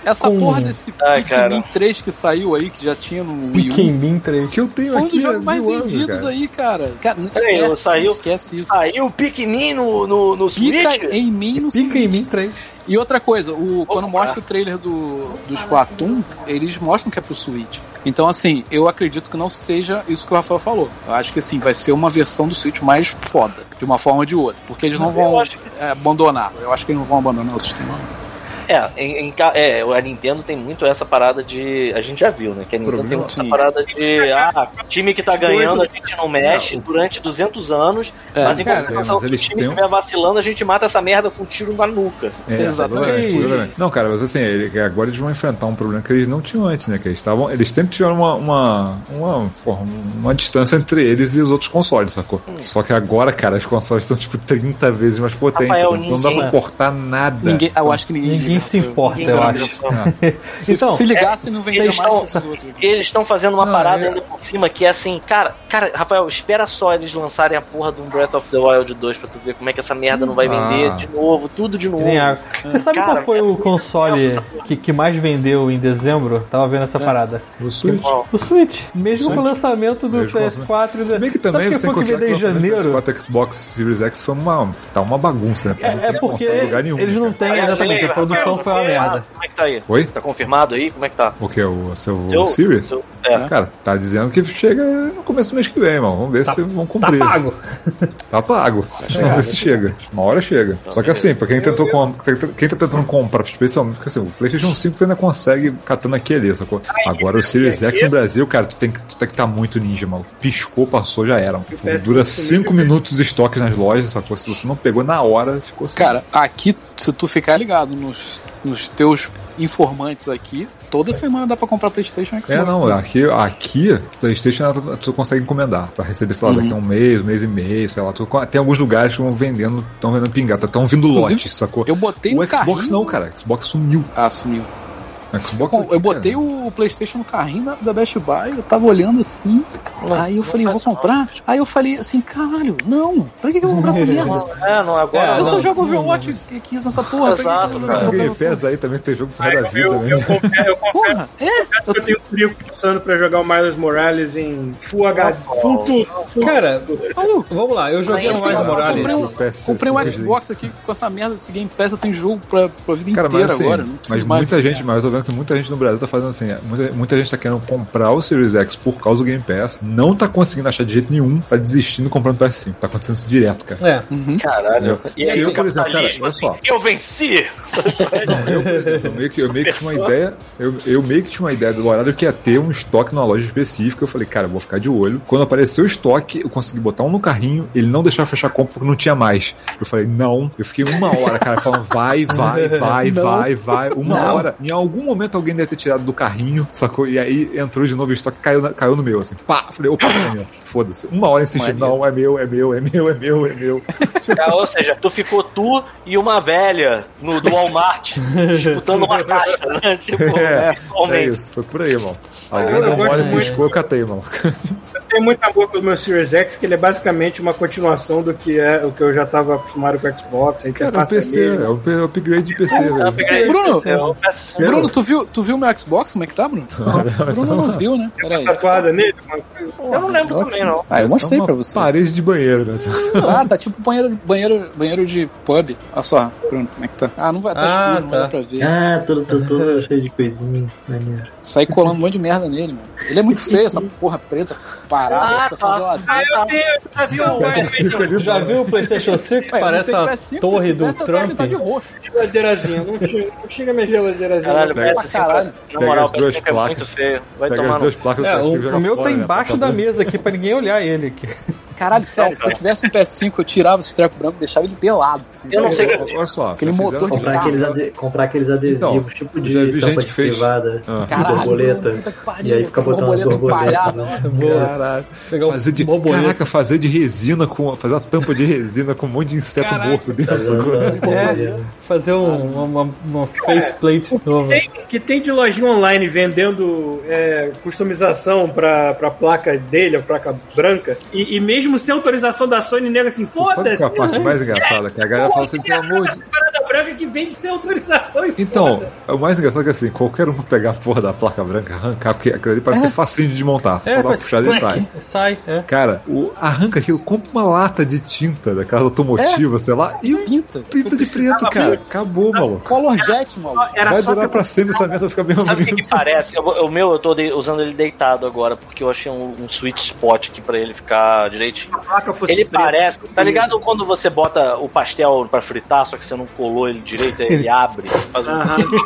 A: Essa
F: com-
A: porra desse
G: Ai,
A: Pikmin 3 que saiu aí, que já tinha no Wii U.
F: Pikmin 3.
E: O que eu tenho
A: Foi um
E: aqui
A: dos jogos
E: é
A: mais
E: mil anos,
A: vendidos
E: cara.
A: aí, cara. Cara, não
G: Peraí,
A: esquece,
G: saiu-
A: não esquece isso.
G: Saiu o Pikmin no, no, no Switch?
A: Pica em mim no
F: Pikmin 3.
A: E outra coisa, o, quando
G: cara.
A: mostra o trailer do, do Splatoon, eles mostram que é pro Switch. Então, assim, eu acredito que não seja isso que o Rafael falou. Eu acho que, assim, vai ser uma versão do Switch mais foda, de uma forma ou de outra. Porque eles não
G: Eu
A: vão
G: acho que
A: é, abandonar. Eu acho que eles não vão abandonar o sistema.
G: É, em- em ca- é, a Nintendo tem muito essa parada de. A gente já viu, né? Que a Nintendo tem
E: Problema
G: muito essa
E: que-
G: parada de. Ah, time que tá ganhando, a gente não mexe durante 200 anos,
E: É,
G: mas em
E: cara,
G: compensação,
E: mas
G: o
E: eles
G: time que
E: têm um-
G: vier vacilando, a gente mata essa merda com um tiro na nuca.
E: É, exatamente, exatamente. Não, cara, mas assim, ele- agora eles vão enfrentar um problema que eles não tinham antes, né? Que eles estavam. Eles sempre tiveram uma, uma, uma, porra, uma distância entre eles e os outros consoles, sacou?
F: Hum.
E: Só que agora, cara, os consoles estão tipo 30 vezes mais potentes.
G: Rafael,
E: então não dá
G: ninguém-
E: pra cortar nada.
A: Ninguém, eu acho que ninguém.
F: Ninguém se importa,
G: Ninguém
F: eu
G: se
F: acho.
A: Então,
F: Então,
A: se ligasse, não vendia
G: vocês
A: mais
G: estão-
A: esses outros.
G: Eles estão fazendo uma parada ainda por cima que é assim, cara, cara, Rafael, espera só eles lançarem a porra do Breath of the Wild 2 pra tu ver como é que essa merda não vai vender
E: Ah.
G: de novo, tudo de novo.
F: Que nem água. Você sabe
G: Cara,
F: qual foi
G: eu-
F: o console
G: essa porra.
F: que, que mais vendeu em dezembro? Tava vendo
E: É.
F: essa parada.
E: O Switch.
F: O Switch. Mesmo com o lançamento do
E: Mesmo com o
F: PS4.
E: Se bem que também
F: sabe
E: você tem
F: que
E: que
F: foi
E: considerar
F: que vendeu em
E: que o lançamento do
F: janeiro?
E: PS4 Xbox Series X foi uma. tá uma bagunça, né?
F: É, é
E: Não
F: porque
E: consegue lugar nenhum, né,
F: eles não
E: cara.
F: têm
G: Aliás,
F: exatamente,
G: peraí,
F: a produção
G: Rafael,
F: foi uma
G: você-
F: merda.
G: Como é que tá aí?
E: Oi?
G: Tá confirmado aí? Como é que tá?
E: O que? O seu o
G: Seu-
E: Series?
G: seu-
F: né?
G: é.
E: Cara, tá dizendo que chega no começo do mês que vem, irmão. Vamos ver se vão
F: Tá
E: cumprir.
F: pago.
E: [LAUGHS] Tá pago. Vamos ver se chega. Uma hora chega. Só que assim, pra quem tentou com- quem tá tentando comprar, especialmente porque assim, o Playstation 5 ainda consegue catando aquele, sacou? Agora o Series X no Brasil, cara, tu tem que tu tem que tá muito ninja, maluco. Piscou, passou, já era.
D: PS5
E: Dura 5 minutos de estoque nas lojas, sacou? Se você não pegou na hora, ficou assim. sem.
A: Cara, aqui, se tu ficar ligado nos, nos teus informantes aqui, toda semana dá pra comprar PlayStation e Xbox.
E: É, não, aqui, aqui Playstation tu, tu consegue encomendar pra receber, sei lá, daqui a
A: Uhum.
E: um mês, um mês e meio, sei lá. Tu, tem alguns lugares que estão vendendo, estão vendendo pingata, estão vindo
A: Inclusive,
E: lotes, sacou?
A: Eu botei
E: o
A: no
E: Xbox
A: carrinho.
E: não, cara. Xbox sumiu.
A: Ah, sumiu.
E: Xbox é
A: Bom, eu botei o PlayStation no carrinho da, da Best Buy, eu tava olhando assim, aí eu falei, vou comprar. Aí eu falei assim, caralho, não, pra que, que eu vou comprar essa
E: [LAUGHS]
A: merda?
G: É, não, agora.
A: Eu
G: não.
A: só jogo Overwatch 15 nessa porra. pra que que eu um- vou jogar
E: Cara, Game
A: Overwatch?
E: Pass aí também tem jogo por
D: Ai,
E: da
D: eu,
E: vida né?
D: eu, eu
E: também.
D: confesso, eu confesso
A: Porra, é?
D: que eu tenho frio passando pra jogar o Miles Morales em Full HD, Full tudo. Full
F: Cara,
A: Maluco,
F: vamos lá, eu joguei
G: Aí
F: o
G: eu
F: Miles
G: tenho-
F: Morales.
A: comprei um-
E: Pro PS,
A: comprei um
E: sim,
A: Xbox aqui com essa merda desse Game Pass, eu tenho jogo pra, pra vida
E: Cara, mas
A: inteira
E: assim,
A: agora. Não
E: mas
A: preciso mais. é.
E: muita gente, mas eu tô vendo que muita gente no Brasil tá fazendo assim, é, muita, muita gente tá querendo comprar o Series X por causa do Game Pass, não tá conseguindo achar de jeito nenhum, tá desistindo comprando PS5. Tá acontecendo isso direto, cara.
F: É.
G: Caralho.
E: E eu, por
F: tá
E: exemplo, cara,
G: capitalismo,
E: olha só.
G: assim, Eu venci!
E: Eu meio que, eu meio que tinha uma ideia, eu, eu meio que tinha uma ideia do horário que ia ter um estoque numa loja específica. Eu falei, cara, eu vou ficar de olho. Quando apareceu o estoque, eu consegui botar um no carrinho, ele não deixava fechar a compra porque não tinha mais. Eu falei, não. Eu fiquei uma hora, cara, falando, vai, vai, vai, vai, vai. Uma
F: Não.
E: hora. Em algum momento alguém deve ter tirado do carrinho, sacou? E aí entrou de novo o estoque, caiu, na- caiu no meu, assim, pá. Eu Falei, opa, é meu. Foda-se. Uma hora insistindo,
A: Maneiro.
E: não, é meu, é meu, é meu, é meu, é meu.
G: Ah, Ou seja, tu ficou tu e uma velha no do Walmart
F: [LAUGHS]
G: disputando uma caixa, né? Tipo,
E: É, é
G: visualmente.
E: isso, foi por aí, irmão. Alguém
D: eu
E: não
D: gosto
E: mole,
D: muito.
E: buscou, eu catei, irmão.
D: tem muito amor pelo meu Series X, que ele é basicamente uma continuação do que é o que eu já estava acostumado com o Xbox, a
E: Cara, é um
D: interface
E: PC,
D: dele.
E: é um pe- é um upgrade de PC,
G: É um
E: velho.
G: upgrade de
A: Bruno!
G: PC, é um PS5.
A: Bruno, tu viu, tu viu meu Xbox? Como é que tá,
E: [LAUGHS]
A: Bruno? Bruno não viu, né? Peraí.
D: Tatuada nele, alguma coisa.
G: Eu não lembro também, não.
A: Ah, eu mostrei
E: É uma
A: pra você.
E: Parede de banheiro, né?
A: Ah, tá tipo banheiro, banheiro, banheiro de pub. Olha só, Bruno, como é que tá? Ah, não vai, tá
F: Ah,
A: escuro, não
F: tá.
A: dá pra ver.
C: Ah, todo, todo, todo cheio de coisinha maneiro.
A: Saí colando um monte de merda nele, mano. Ele é muito feio, essa porra preta, parada,
G: Ah,
A: fica só
G: tá.
A: geladeira.
G: Ah, eu tenho, já vi o
E: Fica ali,
F: Já viu o PlayStation 5 que
A: Ué,
F: parece
A: não
F: a
A: tem PS5,
F: torre
A: se
F: do
A: tivesse, eu tava
F: Trump?
A: pintado de roxo.
D: Geladeirazinha, não chega, não chega minha geladeirazinha.
G: Caralho,
E: Pega-
G: PS5,
A: caralho.
G: na moral,
E: Pega as duas
G: PS5 é muito
E: placas.
G: feio. Vai
E: Pega as
G: tomar no
E: duas placas
F: É,
E: do PS5 e
F: o,
E: joga
F: o meu
E: fora,
F: tá
E: né?
F: embaixo
E: Tá
F: da
E: bom.
F: mesa aqui pra ninguém olhar ele. [LAUGHS] aqui.
A: Caralho,
G: É,
A: sério,
G: tá.
A: se eu tivesse um PS5, eu tirava esse treco branco e deixava ele pelado. assim,
G: Eu não
A: sabe?
G: sei.
E: Olha- Olha só.
A: Aquele
E: já
A: motor
E: fizeram-
A: de-
C: Comprar,
A: Carro.
C: aqueles, ade- comprar aqueles adesivos,
E: Então,
C: tipo
E: já
C: de
E: vi
C: tampa
E: gente
C: de
E: que fez.
C: privada,
E: Ah.
C: de
A: Caralho,
C: borboleta.
A: puta que pariu,
C: E aí fica botando as
A: borboleta né?
C: borboletas.
A: empalhada,
C: né?
A: ó.
F: Vou
E: Caralho.
F: pegar o
E: Fazer de,
F: borboleta.
E: caraca, fazer de resina com. Fazer uma tampa de resina com um monte de inseto
F: Caraca.
E: morto dentro. né?
C: Fazendo-
F: É, fazer um, uma, uma- uma faceplate nova.
D: Tem, que tem de lojinha online vendendo é, customização pra, pra placa dele, a placa branca, e, e mesmo sem autorização da Sony, nega assim,
E: Tu Sabe
D: foda-se,
E: qual é a parte mais engraçada? Que a galera fala assim, pelo amor de
D: parada branca que vende sem autorização. e
E: Então,
D: foda-se.
E: o mais engraçado é que assim, qualquer um pode pegar a porra da placa branca, arrancar, porque aquilo ali
A: É.
E: parece ser facinho de desmontar. Você só dá uma
F: faz-
E: puxada e sai.
F: É, Sai, é.
E: Cara, o, arranca aquilo, compra uma lata de tinta daquela automotiva, sei lá, e um
A: Pinta.
E: pinta de preto, cara. Acabou, maluco.
A: Color jet, maluco.
D: Era
E: Vai
D: só
E: durar pra sempre essa merda, vai ficar bem
G: Sabe o que, que
E: bonito.
G: parece? Eu- o meu eu tô de- usando ele deitado agora, porque eu achei um, um sweet spot aqui pra ele ficar direitinho.
D: a placa fosse
G: Ele
D: preta.
G: parece. Tá ligado quando você bota o pastel pra fritar, só que você não colou ele direita, ele abre, faz um...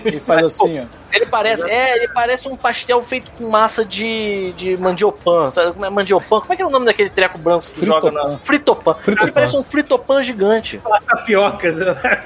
A: Ele faz assim, ó.
G: Ele parece, é, ele parece um pastel feito com massa de, de mandiopan, sabe como é mandiopan? Como é que é o nome daquele treco branco que tu joga na... Fritopan. Ele parece um fritopan gigante.
D: Tapiocas. né?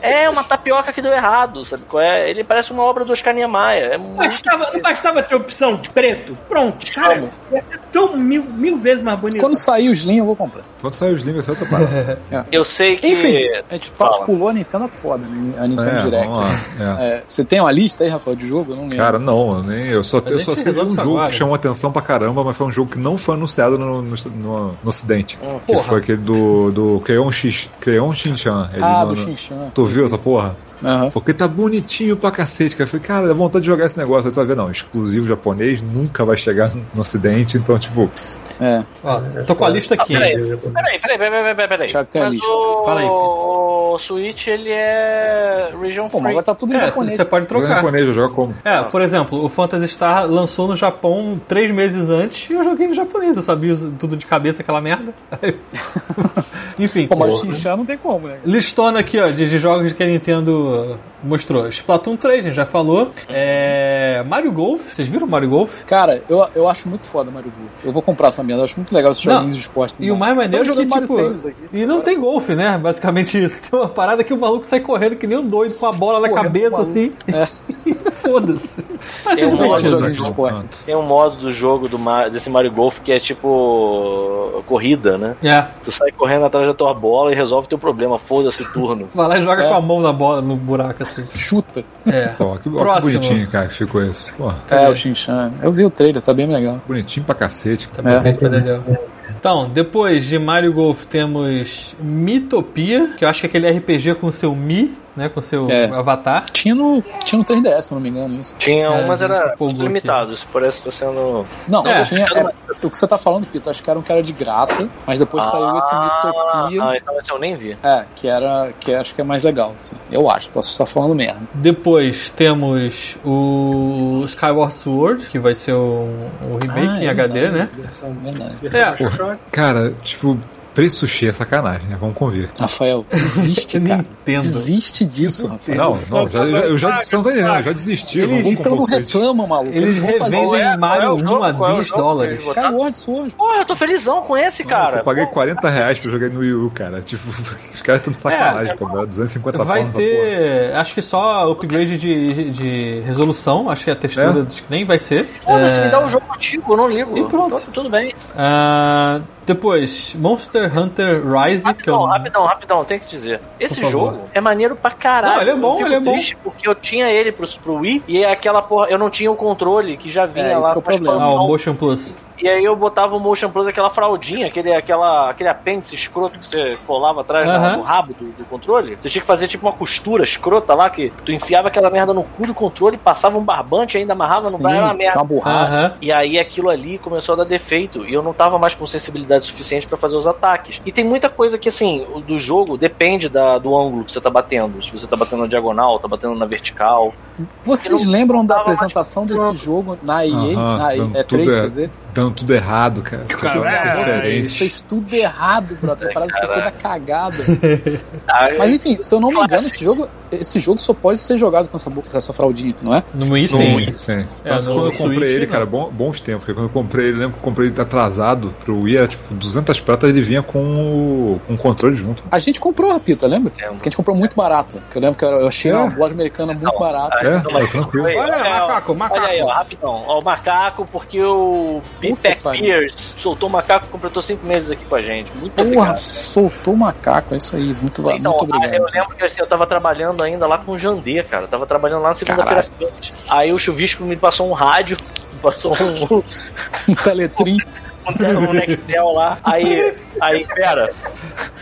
G: É uma tapioca que deu errado, sabe qual é? Ele parece uma obra do Oscar Niemeyer. É muito...
D: Bastava, não bastava ter opção de preto? Pronto, cara. Ia ser tão mil, mil vezes mais bonito.
A: Quando sair o Slim, eu vou comprar.
E: Quando sair os livros, [LAUGHS] é outra parada.
G: Eu sei que...
A: Enfim, a gente
G: Fala.
A: pulou a Nintendo é foda, né? A Nintendo
E: É,
A: Direct.
E: vamos lá. É.
A: É, você tem uma lista aí, Rafael, de jogo? Eu não lembro.
E: Cara, não, eu nem, eu só, eu só
F: a gente
E: sei de um
F: resolve isso
E: jogo
F: agora.
E: que chamou atenção pra caramba, mas foi um jogo que não foi anunciado no, no, no- no Ocidente. que
F: porra.
E: foi aquele do, do Creon, X, Creon Shinchan. Ele
A: ah,
E: não-
A: do
E: não-
A: Xinxan.
E: Tu viu essa porra?
A: Aham.
E: Porque tá bonitinho pra cacete, cara. Eu falei, cara, dá vontade de jogar esse negócio. Aí tu vai ver, não, exclusivo japonês nunca vai chegar no ocidente, então, tipo,
A: É.
F: Ó, tô com a lista aqui. É,
G: peraí. Peraí, peraí, peraí, peraí, peraí.
A: Thiago tem a
G: Mas
A: lista.
G: o...
F: Fala aí.
G: o Switch, ele é region
A: Pô, mas
G: free.
A: agora tá tudo em
F: É,
A: japonês.
F: você pode
E: joga
F: trocar.
E: japonês, eu jogo como?
F: É, por exemplo, o Phantasy Star lançou no Japão três meses antes e eu joguei no japonês. Eu sabia os- tudo de cabeça, aquela merda. [LAUGHS] Enfim.
A: Pô, mas o Xinxan não tem como, né?
F: Listona aqui, ó, de, de jogos que a Nintendo mostrou. Splatoon 3, a gente já falou. É, Mario Golf, vocês viram Mario Golf?
A: Cara, eu, eu acho muito foda Mario Golf. Eu vou comprar essa merda, eu acho muito legal esses
F: Não,
A: joguinhos de esporte.
F: E o mais maneiro
A: Eu
F: é
A: tô
F: que,
A: jogando Mario
F: tipo...
A: Tennis
F: [LAUGHS]
A: aqui.
F: E não tem golfe, né? Basicamente isso. Tem uma parada que o maluco sai correndo que nem um doido com a bola na
A: Correndo
F: cabeça,
A: com É. o
F: assim. [LAUGHS] Foda-se. Mas
G: Eu
F: é
A: Eu
G: gosto
A: gosto de
F: divertido.
A: joguinhos de esporte.
G: Tem um modo do jogo do Ma- desse Mario Golf que é tipo corrida, né?
F: É.
G: Tu sai correndo atrás da tua bola e resolve teu problema, foda-se turno.
F: Vai lá e joga
A: É.
F: com a mão na bola, no buraco, assim.
A: Chuta.
F: É.
E: Ó, que, ó, que
F: Próximo.
E: bonitinho, cara, que ficou esse. Pô,
A: É, o Xinxan. Eu vi o trailer, tá bem legal.
E: bonitinho pra cacete.
F: Tá
A: É.
F: perfeito, Daniel. Então, depois de Mario Golf temos Mitopia, que eu acho que é aquele RPG com seu Mi, né? Com seu
A: É.
F: avatar.
A: Tinha no, tinha no 3DS, se eu não me engano, isso.
G: Tinha
F: É,
G: um, mas
F: esse
G: era
F: fogo
G: muito limitado. Isso parece que tá sendo.
A: Não,
F: É.
A: tinha. é, o que você tá falando, Pito, acho que era um cara de graça, mas depois saiu esse Mitopia.
G: Ah, então esse eu nem vi.
A: É, que era. Que acho que é mais legal. assim. Eu acho, posso estar falando merda.
F: Depois temos o Skyward Sword, que vai ser o, o remake
A: Ah,
F: em
A: é
F: HD, né?
A: verdade, versão- verdade.
F: É,
E: Pô, cara, tipo, preço sushi é sacanagem, né? Vamos convir.
A: Rafael,
F: [LAUGHS]
G: Tá.
A: desiste, cara.
F: Nintendo.
A: Desiste
F: [LAUGHS]
A: disso, Rafael.
E: Não, não, já, já- eu já, você não tá entendendo, eu já desisti. eu não vou
A: então
E: comprar
A: não
E: o Switch.
A: reclama, maluco.
F: Eles
A: vão fazer-
F: revendem
G: é?
F: Mario
G: Qual é o
F: 1
G: jogo?
F: a
G: Qual é o
F: 10
G: jogo que
F: dólares.
G: eles botaram?
A: Skyward Sword.
G: Porra, eu tô felizão com esse, cara.
E: Tipo, Eu paguei 40 reais pra jogar no Wii U, cara. Tipo, [LAUGHS] os caras estão de sacanagem, cobrar 250
F: É, Vai
E: pau nessa porra.
F: ter, acho que só upgrade de, de resolução, acho que a textura
E: É?
F: diz que nem vai ser.
G: Foda-se,
F: É.
G: me dá um jogo antigo, eu não ligo.
F: E pronto.
G: Então, tudo bem.
F: Ah, depois, Monster Hunter Rise, que é um- eu
G: Rapidão, rapidão, rapidão, tem que dizer. Esse
F: Por favor.
G: jogo é maneiro pra caralho.
F: Não, ele é bom,
G: eu fico
F: ele é bom.
G: triste Porque eu tinha ele pro, pro Wii e é aquela porra, eu não tinha o controle que já vinha
A: É, esse
G: lá
A: que é o
G: com a
A: problema.
F: Ah, o
G: expansão.
F: Motion Plus.
G: E aí eu botava o Motion Plus, aquela fraldinha, aquele, aquela, aquele apêndice escroto que você colava atrás da-
F: Aham.
G: do rabo do, do controle. Você tinha que fazer tipo uma costura escrota lá, que tu enfiava aquela merda no cu do controle, passava um barbante, ainda amarrava no
A: Sim,
G: braço, era uma merda.
E: tá
A: tinha uma borracha.
F: Aham.
G: E aí aquilo ali começou a dar defeito e eu não tava mais com sensibilidade suficiente pra fazer os ataques. E tem muita coisa que assim, o- do jogo depende da, do ângulo que você tá batendo. Se você tá batendo na diagonal, tá batendo na vertical. Eu
A: Ah, Vocês
G: não-
A: lembram da
G: tava mais
A: apresentação desse jogo na EA?
E: Aham,
A: na
E: então
A: é 3,
E: tudo é-
A: quer dizer?
E: Dando tudo errado, cara.
F: Caralho.
A: Ele
E: é Diferente.
A: fez tudo errado, brother. Parada ficou toda cagada.
G: Aí,
A: Mas enfim, se eu não me engano,
G: Clássico.
A: esse jogo, esse jogo só pode ser jogado com essa, boca- com essa fraldinha, não é?
F: No
G: um
F: Wii,
E: Sim,
F: sim.
E: sim.
F: É,
E: Tanto que
F: no
E: quando eu comprei
F: Switch,
E: ele,
F: não.
E: cara, bom- bons tempos. Porque quando eu comprei ele, lembro que eu comprei ele atrasado pro Wii, era tipo 200 pratas, ele vinha com o com o controle junto.
A: A gente comprou, Rapita, lembra?
G: Lembro.
A: Porque a gente comprou muito barato. Que eu lembro que eu- eu achei
E: É.
A: uma loja americana muito barata.
E: É, é tranquilo.
G: aí,
F: Olha,
G: é, ó,
F: macaco, macaco.
G: Olha aí, ó, rapidão. Ó, o macaco, porque o Pipec
A: pariu.
G: Pierce soltou o macaco e completou cinco meses aqui com a gente. Muito
A: Porra,
G: obrigado.
A: soltou o macaco, é isso aí. Muito, va-
G: é Então,
A: muito
G: ah, eu
A: obrigado.
G: lembro que assim, eu tava trabalhando ainda lá com o Jandê, cara. Eu tava trabalhando lá na segunda-feira. seguinte. Aí o chuvisco me passou um rádio, [LAUGHS] me passou um,
A: Um [LAUGHS] teletrim.
G: um, um Nextel lá. Aí, aí, pera.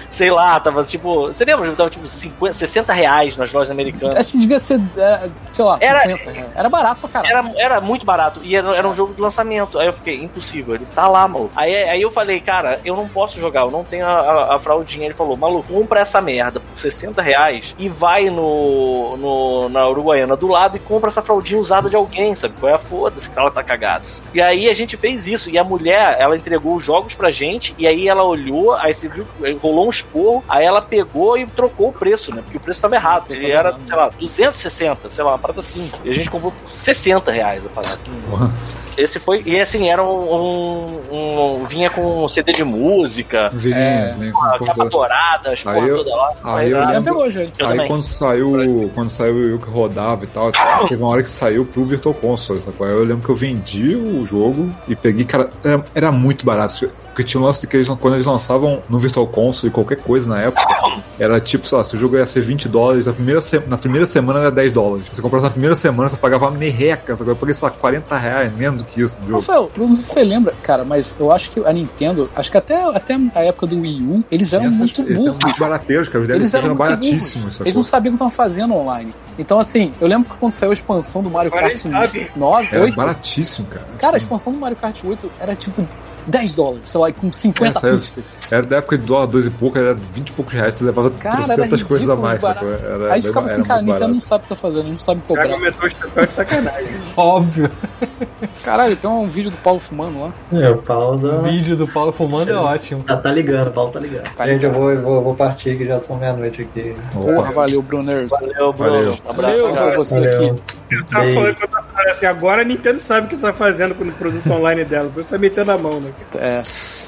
G: Sei lá, tava tipo. Você lembra? Tava tipo 50, 60 reais nas lojas americanas.
A: Acho que devia ser, é, sei lá,
G: Era-
A: 50 reais. Era barato pra caralho.
G: Era, era muito barato e era, era um jogo de lançamento. Aí eu fiquei, impossível, ele tá lá, maluco. Aí, aí eu falei, cara, eu não posso jogar, eu não tenho a, a, a fraldinha. Ele falou, maluco, compra essa merda por 60 reais e vai no, no na Uruguaiana do lado e compra essa fraldinha usada de alguém, sabe? Qual é a foda-se que ela tá cagada. E aí a gente fez isso e a mulher, ela ela entregou os jogos pra gente e aí ela olhou, aí você viu, que rolou um esporro, aí ela pegou e trocou o preço, né? Porque o preço tava errado. Ele
A: Tava
G: era,
A: errado.
G: sei lá, 260, sei lá, uma parada assim. E a gente comprou por 60 reais a parada. Esse foi, e assim, era um, um- um- vinha com CD de música,
E: Virinha, né,
G: a
E: com-
G: capa dourada, as
E: Aí
G: porra
E: eu-
G: toda lá.
E: aí eu
G: Era-
E: lembro-
A: Até hoje, ele.
G: Eu
E: aí
G: também.
E: quando saiu, quando saiu eu que rodava e tal, teve uma hora que saiu pro Virtual Console, sacou? Aí eu lembro que eu vendi o jogo e peguei, cara, era, era muito barato. Porque tinha um lance que eles, quando eles lançavam no Virtual Console qualquer coisa na época, era tipo, sei lá, se o jogo ia ser 20 dólares, na primeira, se- na primeira semana era 10 dólares. Se você comprasse na primeira semana, você pagava uma merreca, sacou? Eu paguei, sei lá, 40 reais, menos do que isso no jogo.
A: Rafael, eu não sei se você lembra, cara, mas eu acho que a Nintendo, acho que até, até a época do Wii U, eles eram
E: Essas-
A: muito
E: eles eram
A: burros.
E: muito é um barateiros, cara. Os DLCs eram,
A: muito burros.
E: baratíssimos, é? sacou?
A: Eles não sabiam o que estavam fazendo online. Então, assim, eu lembro que quando saiu a expansão do Mario
D: Agora
A: Kart
D: eles sabem.
A: 9,
E: Era
A: 8,
E: baratíssimo, cara.
A: cara, a expansão do Mario Kart 8 era tipo 10 dólares, sei lá, e com 50
E: É, saiu-
A: pistas.
E: Era da época de dólar dois e pouco, era 20 e poucos reais, você levava
A: Cara, era
E: 300 coisas a
A: ridículo,
E: mais,
A: barato.
E: sacou? Era,
A: Aí a gente
E: bem-
A: ficava assim,
E: era
A: cara, a
E: muito
A: Nintendo não
E: barato.
A: sabe o que tá fazendo, não sabe
D: O
A: cobrar.
D: Thiago aumentou o chapéu de
F: [LAUGHS]
D: sacanagem.
F: Óbvio.
A: Caralho, tem um vídeo do Paulo fumando lá.
C: É, o pau
F: O
C: da.
F: vídeo do Paulo fumando é ótimo.
C: Tá, tá ligando, o pau tá ligando.
A: Tá
C: Gente,
A: ligado.
C: eu vou, eu vou, eu vou partir que já são meia-noite aqui.
A: Porra, valeu, Bruners.
G: Valeu, Bruno.
E: Valeu.
F: Tá
G: Abraço,
A: Valeu
G: cara.
A: pra você
C: Valeu.
A: aqui.
D: Eu tava
C: Bem.
D: Tá falando que eu tava falando assim, agora a Nintendo sabe o que tá fazendo com o produto online dela. Por isso tá metendo a mão, né? cara?
A: É.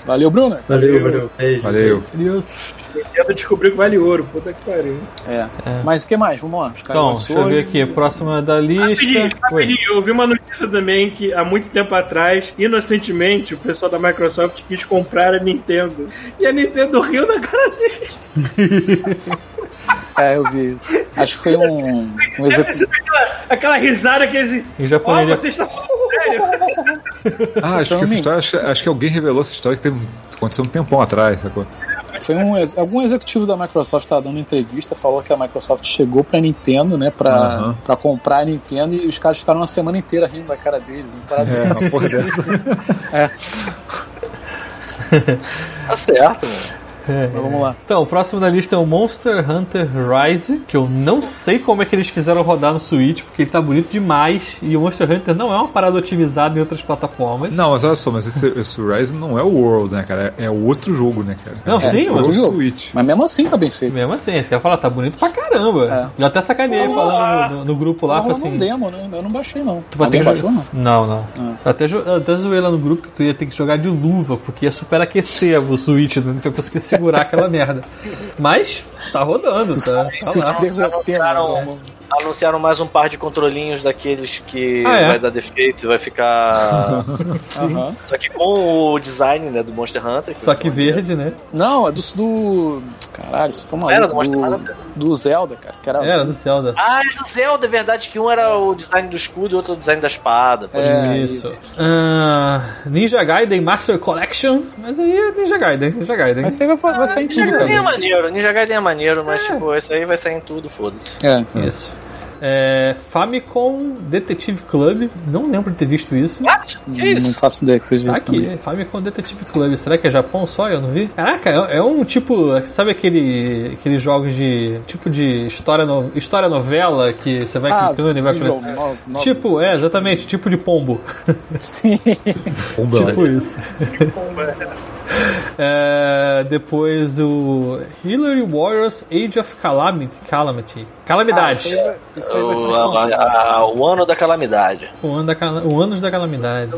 A: Valeu, Brunner.
C: Valeu, valeu. Beijo.
E: Valeu.
F: Deus.
D: Nintendo descobriu que vale ouro, puta que pariu.
A: É. Mas o que mais? Vamos lá. Os caras
F: Então,
A: lançou
F: deixa eu ver
A: e-
F: aqui. Próxima da
D: Rapidinho,
F: lista. Oi.
D: rapidinho, eu vi uma notícia também que há muito tempo atrás, inocentemente, o pessoal da Microsoft quis comprar a Nintendo. E a Nintendo riu na cara deles.
A: É, eu vi. isso. Acho que foi um, um executivo.
D: Você vê Aquela, aquela risada que eles.
F: Em
D: Ó,
F: japonês.
D: vocês estão. Sério?
A: Então,
E: Ah,
A: um
E: acho que essa história, acho, acho que alguém revelou essa história que teve, aconteceu um tempão atrás, sacou?
A: Foi um, ex- algum executivo da Microsoft estava dando entrevista, falou que a Microsoft chegou pra Nintendo, né, pra,
E: Aham.
A: pra comprar a Nintendo e os caras ficaram uma semana inteira rindo da cara deles. Uma parada
E: É, uma [LAUGHS] porra dessa.
G: Tá certo, mano.
E: É.
A: assim, mas vamos lá.
F: Então, o próximo da lista é o Monster Hunter Rise, que eu não sei como é que eles fizeram rodar no Switch, porque ele tá bonito demais, e o Monster Hunter não é uma parada otimizada em outras plataformas.
E: Não, mas olha só, mas esse, esse Rise não é o World, né, cara? É outro jogo, né, cara?
F: Não,
E: é,
F: sim,
E: é
F: mas
E: o
A: o jogo-
E: Switch.
A: Mas mesmo assim tá bem feito.
F: Mesmo assim, você quer falar, tá bonito pra caramba. Já até sacaneei falando no, no- no grupo lá,
A: Tava
F: falei
A: rolando um demo,
F: assim...
A: né? Eu É. não baixei, não.
F: Tu vai ter
A: Alguém
F: que
A: baixou, não? Ah.
F: Não, não. Eu Até, jo- eu até zoei lá no grupo que tu ia ter que jogar de luva, porque ia superaquecer o Switch, né? não ia conseguir segurar aquela merda. Mas, tá rodando, tá, tá
A: Se eu te
F: lá.
E: né?
A: derrotando.
G: Anunciaram mais um par de controlinhos daqueles que
F: Ah, é?
G: vai dar defeito e vai ficar.
A: Aham.
G: Só que com o design né, do Monster Hunter.
F: Só que verde, né?
A: Não, é do, do. Caralho, você tá maluco.
G: Era do Monster Hunter?
A: do, do Zelda, cara. Que era,
F: Era do Zelda.
G: Ah, é do Zelda, é verdade que um era o design do escudo e outro é o design da espada. Pode
A: É,
F: Isso. Ah, Ninja Gaiden Master Collection. Mas aí é Ninja Gaiden, Ninja Gaiden.
A: Mas você vai, vai sair em
G: Ninja
A: tudo
G: Gaiden é
A: também.
G: maneiro, Ninja Gaiden é maneiro, mas tipo, esse aí vai sair em tudo, foda-se.
A: É.
F: Isso. É, Famicom Detective Club. Não lembro de ter visto isso.
G: Que É isso?
A: Não faço ideia que seja
F: Tá
A: isso também.
F: aqui, Famicom Detective Club. Será que é Japão só? Eu não vi. Caraca, é, é um tipo. Sabe aquele, aqueles jogos de. Tipo de história, no- história novela que você vai clicando e vai
A: Ah, visual
F: clicando.
A: novel- novel.
F: Tipo, é, exatamente, tipo de pombo.
A: [LAUGHS] Sim.
E: Bomba,
F: Tipo isso. [LAUGHS] É, depois o Hillary Warriors Age of Calamity. Calamity. Calamidade.
A: Ah, isso aí vai ser
G: O, a- a- a- o ano da calamidade.
F: o, ano da, cala- o Anos da Calamidade.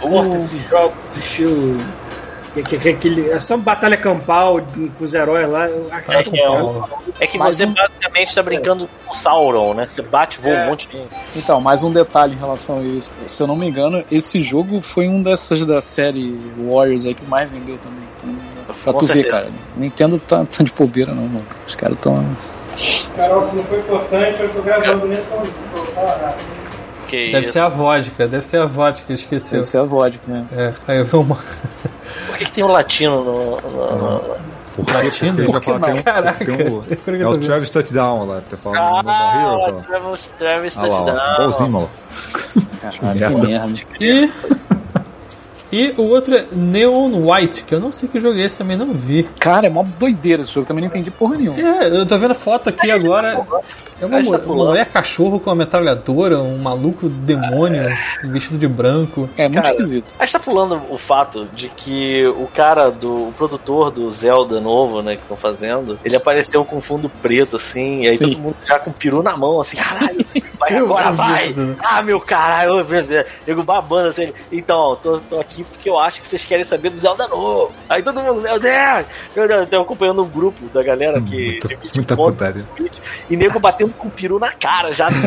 D: Porta esses jogos do estilo. que- que- que- aquele- é só batalha campal de- com os heróis lá. Eu acho
G: É que, é,
D: um-
G: um- é que
A: Mais
G: você
A: um.
G: basicamente tá brincando com o Sauron, né? Você bate, voa um monte de.
A: Então, mais um detalhe em relação a isso. Se eu não me engano, esse jogo foi um dessas da série Warriors aí que mais vendeu também. se eu não me engano. Pra
G: Com
A: tu ver,
G: certeza.
A: cara. Nintendo tá, tá de bobeira, não, mano. Os caras tão.
D: Carol, não foi importante, eu tô gravando nesse momento. não vou falar nada.
G: Que
F: Deve
G: isso.
F: ser a vodka, deve ser a vodka, esqueceu.
A: Deve ser a vodka, né?
F: É, aí eu vi uma.
G: Por que, que tem um latino no. no- no-
E: Latino?
A: [LAUGHS] Por que não?
F: Caraca.
E: um, É o Travis Touchdown lá, tá falando do
G: Ah,
E: Hero,
G: o
E: tá?
G: Travis, Travis
E: Ah lá, ó,
G: Touchdown.
E: igualzinho, maluco.
A: Caralho,
E: merda.
A: que merda.
F: E E o outro é Neon White, que eu não sei que jogo é esse, também não vi.
A: Cara, é mó doideira esse jogo, também não entendi porra nenhuma.
F: É, eu tô vendo foto aqui agora. É uma
G: tá A
F: mulher,
G: gente tá
F: uma
G: pulando.
F: mulher cachorro com uma metralhadora, um maluco demônio
G: É.
F: vestido de branco.
A: É muito
G: Cara,
A: esquisito.
G: A gente tá pulando o fato de que o cara do. o produtor do Zelda novo, né, que estão fazendo, ele apareceu com fundo preto, assim, e aí
A: Sim.
G: todo mundo já com o peru na mão, assim, caralho, vai
F: Meu
G: agora,
F: Deus,
G: vai!
F: né?
G: Ah, meu caralho, meu Deus, nego babando assim. Então, tô, tô aqui porque eu acho que vocês querem saber do Zelda novo. Aí todo mundo, meu Deus, meu Deus, Então, eu tô acompanhando o grupo da galera que.
E: Muita-
G: divide
E: muita
G: foto
E: putaria.
G: no Switch, E nego batendo com o peru na cara
E: [LAUGHS]
G: já.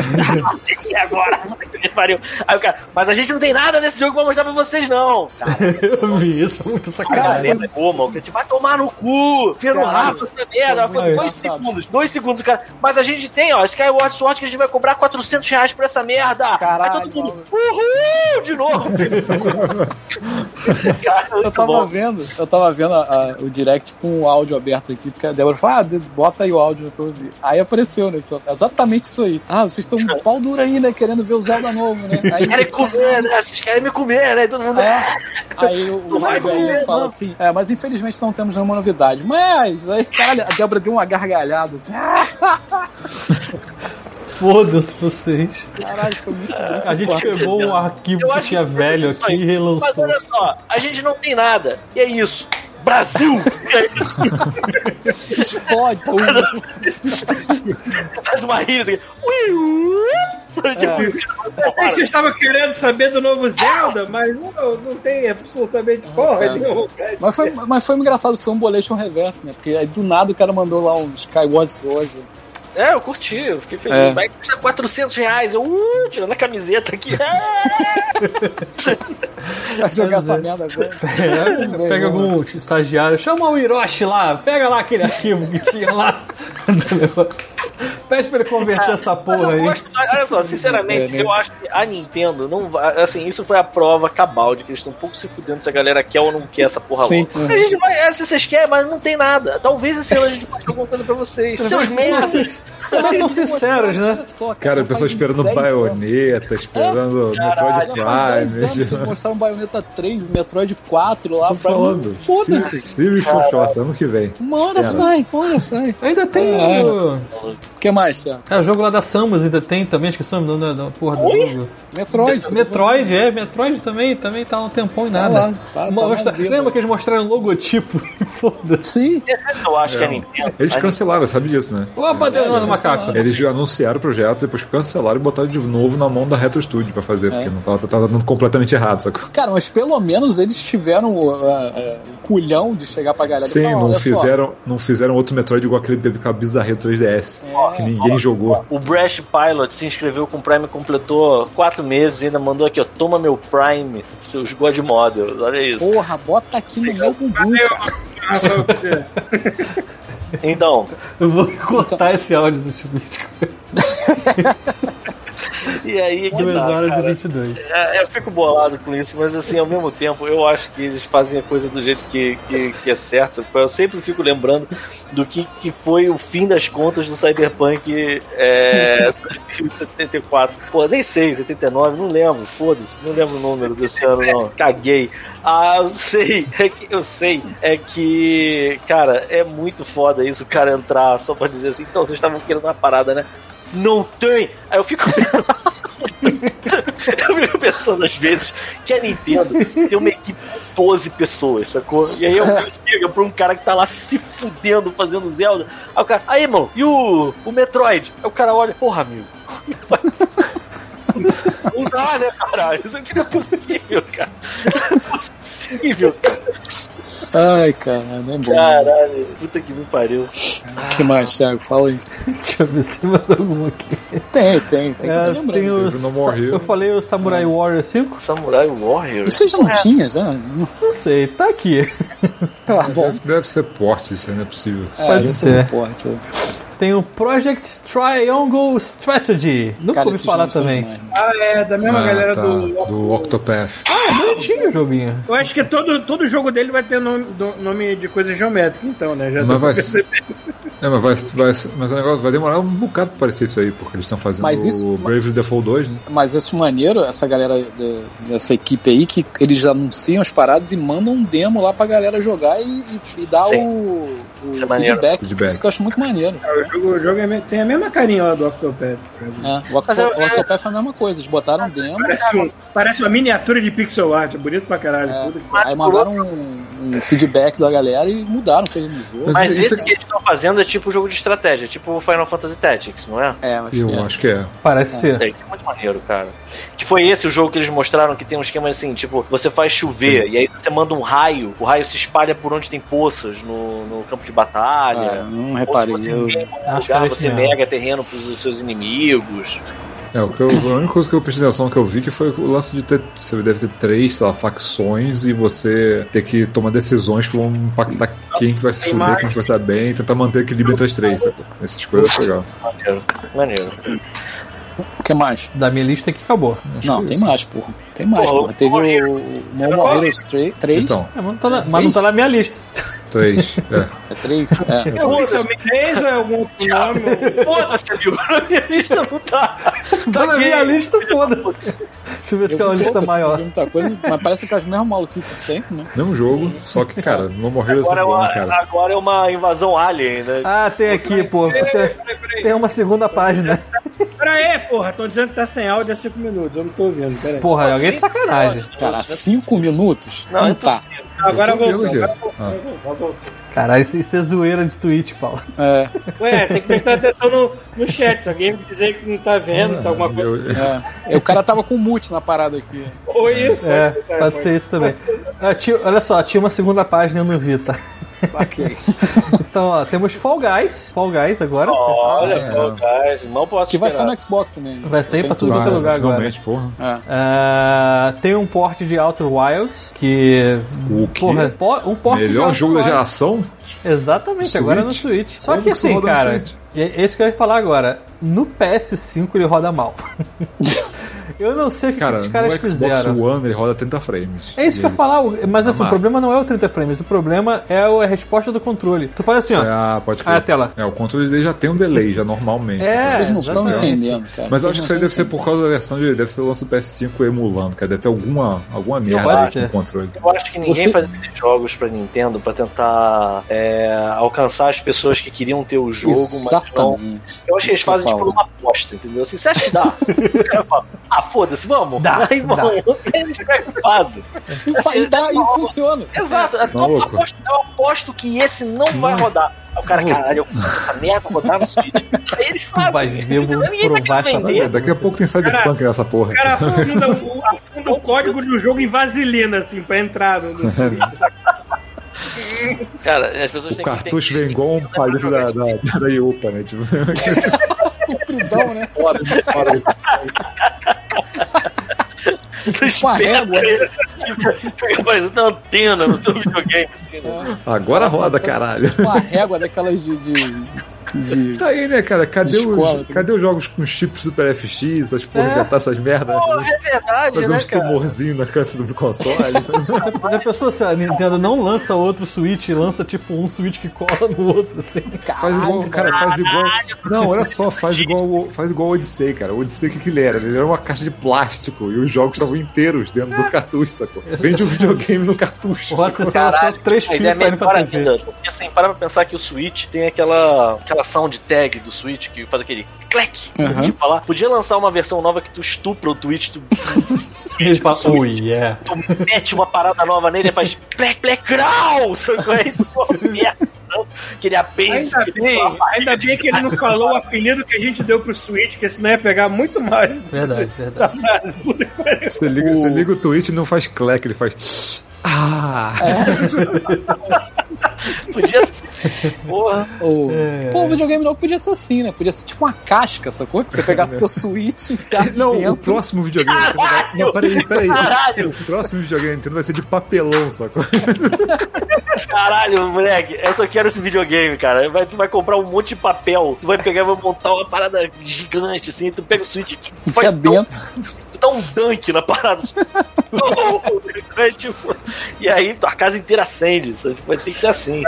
G: e agora? Puta que pariu. Aí o cara, mas a gente não tem nada nesse jogo pra mostrar pra vocês, não. Cara,
F: Eu vi isso, é muito
G: cara,
F: sacanagem.
G: lembra como? Que a gente vai tomar no cu, filho
A: Caralho.
G: rápido, essa merda.
A: Foi
G: Foi dois
A: engraçado.
G: segundos, dois segundos, o cara. Mas a gente tem, ó, Skyward Sword que a gente vai cobrar 400 reais por essa merda.
A: Caralho,
G: Aí todo mundo, uhul,
A: [LAUGHS]
G: de novo. cara, é
A: Eu
G: muito
A: tava
G: bom.
A: vendo, eu tava vendo a- a- o direct com o áudio aberto aqui, porque a Débora falou, ah, de- bota aí o áudio pra eu ouvir. Aí apareceu, né? isso- exatamente isso aí. Ah, vocês estão de pau duro aí, né? Querendo ver o Zelda novo, né? Aí,
G: Vocês querem comer, né? Vocês querem me comer, né? Todo mundo.
A: É. Aí o
G: Não vai
A: o velho
G: comer,
A: fala
G: não.
A: assim, é, mas infelizmente não temos nenhuma novidade. Mas, aí, caralho, a Débora deu uma gargalhada assim, ah,
F: Foda-se vocês.
A: caralho, foi muito [LAUGHS] bom.
F: A gente pegou um arquivo
G: Eu
F: que
G: acho
F: tinha
G: que
F: velho
G: isso
F: aqui
G: aí.
F: e
G: Mas
F: relançou.
G: olha só, a gente não tem nada. E é isso.
A: [LAUGHS]
G: Brasil!
A: Explode, pô.
G: Faz uma rilha. assim, ui, ui. Sabe,
A: É.
G: tipo,
D: Eu sei que vocês estavam querendo saber do novo Zelda, mas não, não tem absolutamente
E: Ah,
D: porra
A: cara.
D: nenhuma.
A: Mas foi, mas foi engraçado, foi um bolation reverso, né? Porque aí do nada o cara mandou lá um Skyward Sword.
G: É, eu curti, eu fiquei feliz.
A: É.
G: Vai custar 400 reais. Eu, uh, tirando a camiseta aqui. É,
A: Vai jogar essa merda agora.
F: É, pega algum estagiário, chama o Hiroshi lá, pega lá aquele arquivo que tinha lá. Pede pra ele converter essa
G: É. Mas eu
F: porra aí.
G: gosto- olha só, sinceramente,
A: É, né?
G: eu acho que a Nintendo não vai. Assim, isso foi a prova cabal de que eles estão um pouco se fudendo se a galera quer ou não quer essa porra
A: Sim.
G: louca. A gente vai, é, se vocês querem, mas não tem nada. Talvez esse ano a gente mostre alguma coisa pra vocês. Seus merdas.
F: Também são
G: Tipo,
F: sinceros, né?
A: Olha só,
E: Cara, o
A: não
E: pessoal
A: faz
E: esperando
A: 10 anos.
E: baioneta,
A: Já faz
E: esperando
A: 10 anos
E: Metroid
A: que um
E: Prime.
A: mostraram Bayonetta 3, Metroid 4 lá.
E: Tô
A: pra-
E: falando.
A: Foda-se.
E: Sirius for Short, ano que vem.
A: Uma hora
E: Cara.
A: sai, uma hora sai.
F: Ainda tem
A: É.
F: o,
A: O que mais, Thiago?
F: é, o jogo lá da Samus, ainda tem também, esqueci o nome da, da porra do jogo.
A: Metroid.
F: Metroid, é, Metroid também, também tá um tempão e
A: Tá
F: nada.
A: lá, tá- tá
F: Mostra-
A: vazio,
F: lembra
A: né?
F: que eles mostraram o logotipo? [LAUGHS]
A: Sim.
F: Foda-se.
G: Eu acho que a Nintendo.
E: Eles
G: a
E: cancelaram, sabe disso, né?
F: Ô, a bandeira lá do macaco.
E: Eles já anunciaram o projeto, depois cancelaram e botaram de novo na mão da Retro Studio pra fazer, porque não tava, tava dando completamente errado, sacou?
A: Cara, mas pelo menos eles tiveram ah, ah, o culhão de chegar pra galera e
E: Sim,
A: falar,
E: não
A: olha só,
E: fizeram, não fizeram outro Metroid igual aquele BBK bizarreiro 3DS, que ninguém jogou.
G: O Brash Pilot se inscreveu com o Prime, completou quatro meses e ainda mandou aqui, ó, toma meu Prime, seus God Models, olha isso.
A: Porra, bota aqui no meu
F: [LAUGHS]
A: bumbum.
D: Rafael, você-
G: Então,
F: Eu vou
A: Então-
F: cortar esse áudio do Chubisco.
G: e aí que
F: 2
G: tá,
F: horas e
G: cara.
F: 22.
G: É, Eu fico bolado com isso, mas assim, ao mesmo tempo, eu acho que eles fazem a coisa do jeito que, que, que é certo. Eu sempre fico lembrando do que, que foi o fim das contas do Cyberpunk é, [LAUGHS] 74. Pô, nem sei, 79, não lembro, foda-se, não lembro o número desse ano, não. Caguei. Ah, eu sei, é que eu sei, é que, cara, é muito foda isso, o cara entrar só pra dizer assim, então, vocês estavam querendo uma parada, né? Não tem! Aí eu fico [LAUGHS] eu fico pensando às vezes que a Nintendo tem uma equipe com 12 pessoas, sacou? E aí eu chego pra um cara que tá lá se fudendo fazendo Zelda. Aí o cara, aí, irmão, e o, o Metroid? Aí o cara olha, porra, amigo. [LAUGHS] Não dá, né, caralho? Isso aqui não é possível, cara. Não é possível.
A: Ai, cara, não é bom.
G: Caralho, puta que me pariu.
A: O que mais, Thiago? Fala aí.
F: Deixa eu ver se tem mais algum aqui.
A: Tem, tem, tem que
F: É,
A: tá lembrando.
F: tem o
E: Pedro não
F: Sa-
E: morreu.
F: eu falei o Samurai Warrior 5?
G: Samurai Warrior?
A: Isso aí já não tinha, já? Não sei.
F: Não sei, tá aqui.
A: Tá bom.
E: Deve ser porte, isso aí não é possível.
F: Pode
A: isso
F: ser.
A: não importa.
F: Tem o Project Triangle Strategy. Nunca
A: Cara, é
F: ouvi
A: esses
F: falar
A: nomes são
F: também.
A: demais, né?
D: Ah, é, da mesma
E: Ah,
D: galera
E: tá,
D: do.
E: do Octopath.
F: bonitinho o joguinho.
D: Eu acho que todo, todo jogo dele vai ter nome, do- nome de coisa geométrica, então, né? Já deu
E: Mas
D: pra
E: vai,
D: perceber.
E: é, mas, vai, vai- mas o negócio vai demorar um bocado pra aparecer isso aí, porque eles estão fazendo
A: Mas isso-
E: o Bravely Default 2, né?
A: Mas esse maneiro, essa galera de- dessa equipe aí, que eles anunciam as paradas e mandam um demo lá pra galera jogar e, e- e dar
G: Sim.
A: o, o
G: Isso é maneiro.
A: feedback.
E: Feedback.
A: Isso que eu acho muito maneiro.
D: Ah, O jogo, o jogo é me- tem a mesma carinha lá do Octopath.
A: É, o
G: Mas eu-
A: Octo- o Octopath é a mesma coisa, eles botaram um demo,
E: Ah,
D: Parece, um- parece uma miniatura de pixel art, bonito pra caralho.
E: é.
D: Puta que-
A: aí mandaram um, um feedback da galera e mudaram coisa do jogo.
G: Mas
E: isso-
G: esse que eles estão fazendo é tipo jogo de estratégia, tipo Final Fantasy Tactics, não é?
A: É, mas
E: Eu
A: é.
E: acho que é.
F: Parece ser.
G: É, isso é muito maneiro, cara. Que foi esse o jogo que eles mostraram que tem um esquema assim, tipo, você faz chover e aí você manda um raio, o raio se espalha por onde tem poças no, no campo de
A: Ah,
G: batalha.
A: não
G: Ou se
A: reparei.
G: você
A: eu-
G: queima um
F: Acho que
G: lugar,
F: era
G: você
F: esse mesmo.
G: nega terreno pros seus inimigos.
E: É, o que eu, a única coisa que eu prestei atenção que eu vi que foi o lance de ter, você deve ter três, sei lá, facções e você ter que tomar decisões que vão impactar quem que vai se fuder, quem que vai se dar bem, tentar manter equilíbrio entre as três, sabe? Essas coisas é legal.
G: Maneiro, maneiro.
A: O que mais?
F: Da minha lista aqui acabou.
A: Não,
E: que
A: tem
E: isso.
A: mais, porra. Tem mais,
G: Porra,
A: porra. Teve
G: Morro
A: o, o Momo Heroes 3.
E: Então,
F: É, mas não tá na, mas não tá na minha lista. um
E: três. É.
A: É 3? É.
D: É o Pixelmate três ou é algum outro nome?
G: Foda-se, amigo, na minha lista não tá.
F: Tá na minha lista, foda-se. Deixa eu ver se é uma
A: vi
F: lista
A: poucas,
F: maior.
A: vi muita coisa, mas parece que é as mesmas maluquices sempre, né?
E: Mesmo jogo, só que, cara, não morreu
G: Agora é,
E: essa bola,
G: uma,
E: cara.
G: agora é uma invasão alien, né?
F: Ah, tem aqui, pô. Tem, tem uma segunda página.
D: Pera aí, porra, tô dizendo que tá sem áudio há 5 minutos, eu não tô ouvindo, pera aí.
F: Porra, alguém de sacanagem.
A: Cara, 5 minutos?
G: Não, é
A: Não, tá.
G: possível.
D: Agora
E: Eu tô
D: voltou,
E: ouvindo
D: agora
E: aqui.
D: voltou,
E: Ah.
D: agora voltou.
F: Caralho, isso, isso é zoeira de Twitch, Paulo.
A: É,
D: Ué, tem que prestar atenção no, no chat, se alguém me dizer que não tá vendo, tá alguma coisa...
E: Ah, Eu-
A: é. O cara tava com mute na parada aqui.
D: Ou isso,
F: É,
D: pode ser,
F: pode ser isso também. Ah, tinha- olha só, tinha uma segunda página e eu não vi, tá? [LAUGHS]
A: Ok.
F: Então, ó, temos Fall Guys. Fall Guys agora.
G: Olha,
E: É.
G: pô, guys, mal
A: [LAUGHS]
G: posso
A: Que vai sair
G: esperar.
A: no Xbox também.
F: Vai sair
A: Sem
F: pra tudo
A: dúvida.
F: quanto é lugar agora.
E: finalmente, porra.
A: É.
F: Ah, tem um porte de Outer Wilds, que.
E: O quê?
F: Porra, po- um porte de
E: Melhor
F: Outer
E: jogo da
F: Wilds.
E: geração?
F: Exatamente,
E: Switch?
F: agora é no Switch. Só
E: Como
F: que
E: que isso
F: assim,
E: roda no
F: cara,
E: Switch?
F: e é isso que eu ia falar agora. No PS5 ele roda
G: [LAUGHS]
F: mal. eu não sei o que,
E: Cara,
F: esses
E: no
F: caras
E: Xbox
F: fizeram.
E: One ele roda 30 frames.
F: É isso que eu ia
E: Ele-
F: falar, mas assim,
E: Amarra.
F: o problema não é o 30 frames, o problema é a resposta do controle. Tu faz assim, ó. [LAUGHS]
E: Ah, pode crer.
F: Ah, a tela.
E: É, o controle dele já tem um delay, já normalmente.
F: É,
A: Vocês não estão
F: exatamente.
A: entendendo, cara.
E: Mas eu
A: Vocês
E: acho que isso
A: não
E: aí deve ser
A: estão
E: por causa da versão de. Deve ser o lance do PS5 emulando, cara. Deve ter alguma, alguma merda
F: pode
E: aí no
F: ser.
E: controle.
G: Eu acho que ninguém
A: Você-
G: faz esses jogos pra Nintendo pra tentar é, alcançar as pessoas que queriam ter o jogo, mas não.
A: Exatamente.
G: Eu acho que eles
A: Isso que eu
G: fazem tipo
A: falo.
G: uma aposta, entendeu? Assim, você acha que dá? o cara fala, ah, foda-se, vamos.
F: Dá,
G: Aí vão, [LAUGHS] eles pegam e fazem.
A: E fa- E, dá, e funciona.
G: Exato, eu
E: Maluco.
G: aposto, eu aposto que esse não vai rodar. Aí o cara, caralho, eu faço essa merda rodar
F: [LAUGHS]
G: no Switch. Aí eles fazem.
F: vai ver, eu vou
G: ninguém tá
F: provar
G: querendo
F: essa
G: vender.
E: Olha, daqui a pouco tem Cyberpunk nessa porra. [LAUGHS]
D: O cara afunda o, afunda o código do jogo em vaselina, assim, pra entrar no... no...
G: Cara, as pessoas
E: o
G: têm que entender
E: cartucho
G: que
E: vem
G: [LAUGHS]
E: igual [LAUGHS] um
G: Nintendo é
E: palito
G: jogo
E: da, da, da Iopa, né? Tipo, [LAUGHS]
A: Pridão, né?
E: fora, fora.
G: Eles
A: Uma
G: pegam,
A: régua, né?
G: Fica parecendo uma antena no teu videogame, assim, né?
E: Agora roda, caralho.
A: Uma régua daquelas de. de, de-
E: Tá aí, né, cara? Cadê,
A: De escola,
E: os,
A: tá
E: cadê os jogos com chip Super FX? Essas porra,
F: É.
E: inventar essas merdas. né?
G: Porra, é verdade,
E: Fazer
G: né,
E: uns
G: cara?
E: tumorzinhos na canto do console. É.
F: Já pensou se a Nintendo não lança outro Switch, lança tipo um Switch que cola no outro,
G: [LAUGHS]
F: assim?
E: Faz igual, cara, faz igual. Não, olha só, faz igual, o- faz igual o Odyssey, cara. O Odyssey o que, que ele era? Ele era uma caixa de plástico e os jogos estavam inteiros dentro do cartucho, sacou? Vende um videogame no cartucho.
F: Roda você só só três
G: A ideia
F: filhos
G: é meio
F: saindo pra
G: para
F: TV.
G: vida. Porque assim, para pra pensar que o Switch tem aquela, aquela sound tag do Switch que faz aquele clack.
A: Uhum.
G: Tipo, falar, podia lançar uma versão nova que tu estupra o Twitch, tu,
F: Eles falam, oh yeah.
G: tu mete uma parada nova nele e faz plec, plec, grau! [LAUGHS] é? Sacou? Aí tu fala, [LAUGHS] merda, não, que ele apensa.
D: Ainda bem, ainda bem que ele não falou o apelido que a gente deu pro Switch, que senão ia pegar muito mais
F: Verdade,
D: essa
F: verdade.
D: frase. Puta que pariu.
E: Você liga, você liga o Twitch e não faz clack, ele faz. Ah!
G: Podia ser. Porra.
A: Ou...
F: É.
A: Pô, o videogame novo podia ser assim, né? Podia ser tipo uma casca, sacou? Que você pegasse teu Switch e enfiasse
E: [LAUGHS] Não, o
A: É, dentro.
E: próximo videogame. da Nintendo vai- Não, peraí, peraí.
G: Caralho!
E: O próximo videogame da Nintendo vai ser de papelão, sacou?
G: Caralho, moleque, eu só quero esse videogame, cara. Vai, tu vai comprar um monte de papel, tu vai pegar e vai montar uma parada gigante, assim, tu pega o Switch e
A: Enfia dentro.
G: tu dá um dunk na parada. É, tipo, e aí tua casa inteira acende, sabe? vai ter que ser assim.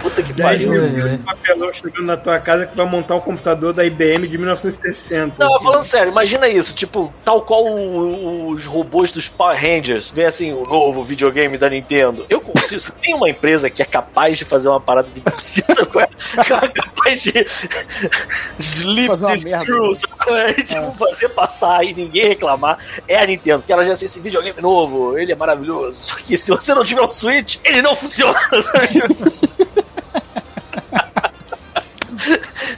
G: Puta que pariu.
D: Um papelão chegando na tua casa que vai montar um computador da IBM de 1960.
G: Não,
D: assim.
G: falando sério, imagina isso, tipo, tal qual o- o- os robôs dos Power Rangers, vem assim, o novo videogame da Nintendo. Eu consigo, se tem uma empresa que é capaz de fazer uma parada de precisa, qual é? Que é capaz de sleep
A: Fazer uma
G: this
A: merda. né?
G: through, sabe qual é? E, tipo, fazer passar e ninguém reclamar, é a Nintendo, porque ela já disse, esse videogame novo, ele é maravilhoso, só que se você não tiver um Switch, ele não funciona,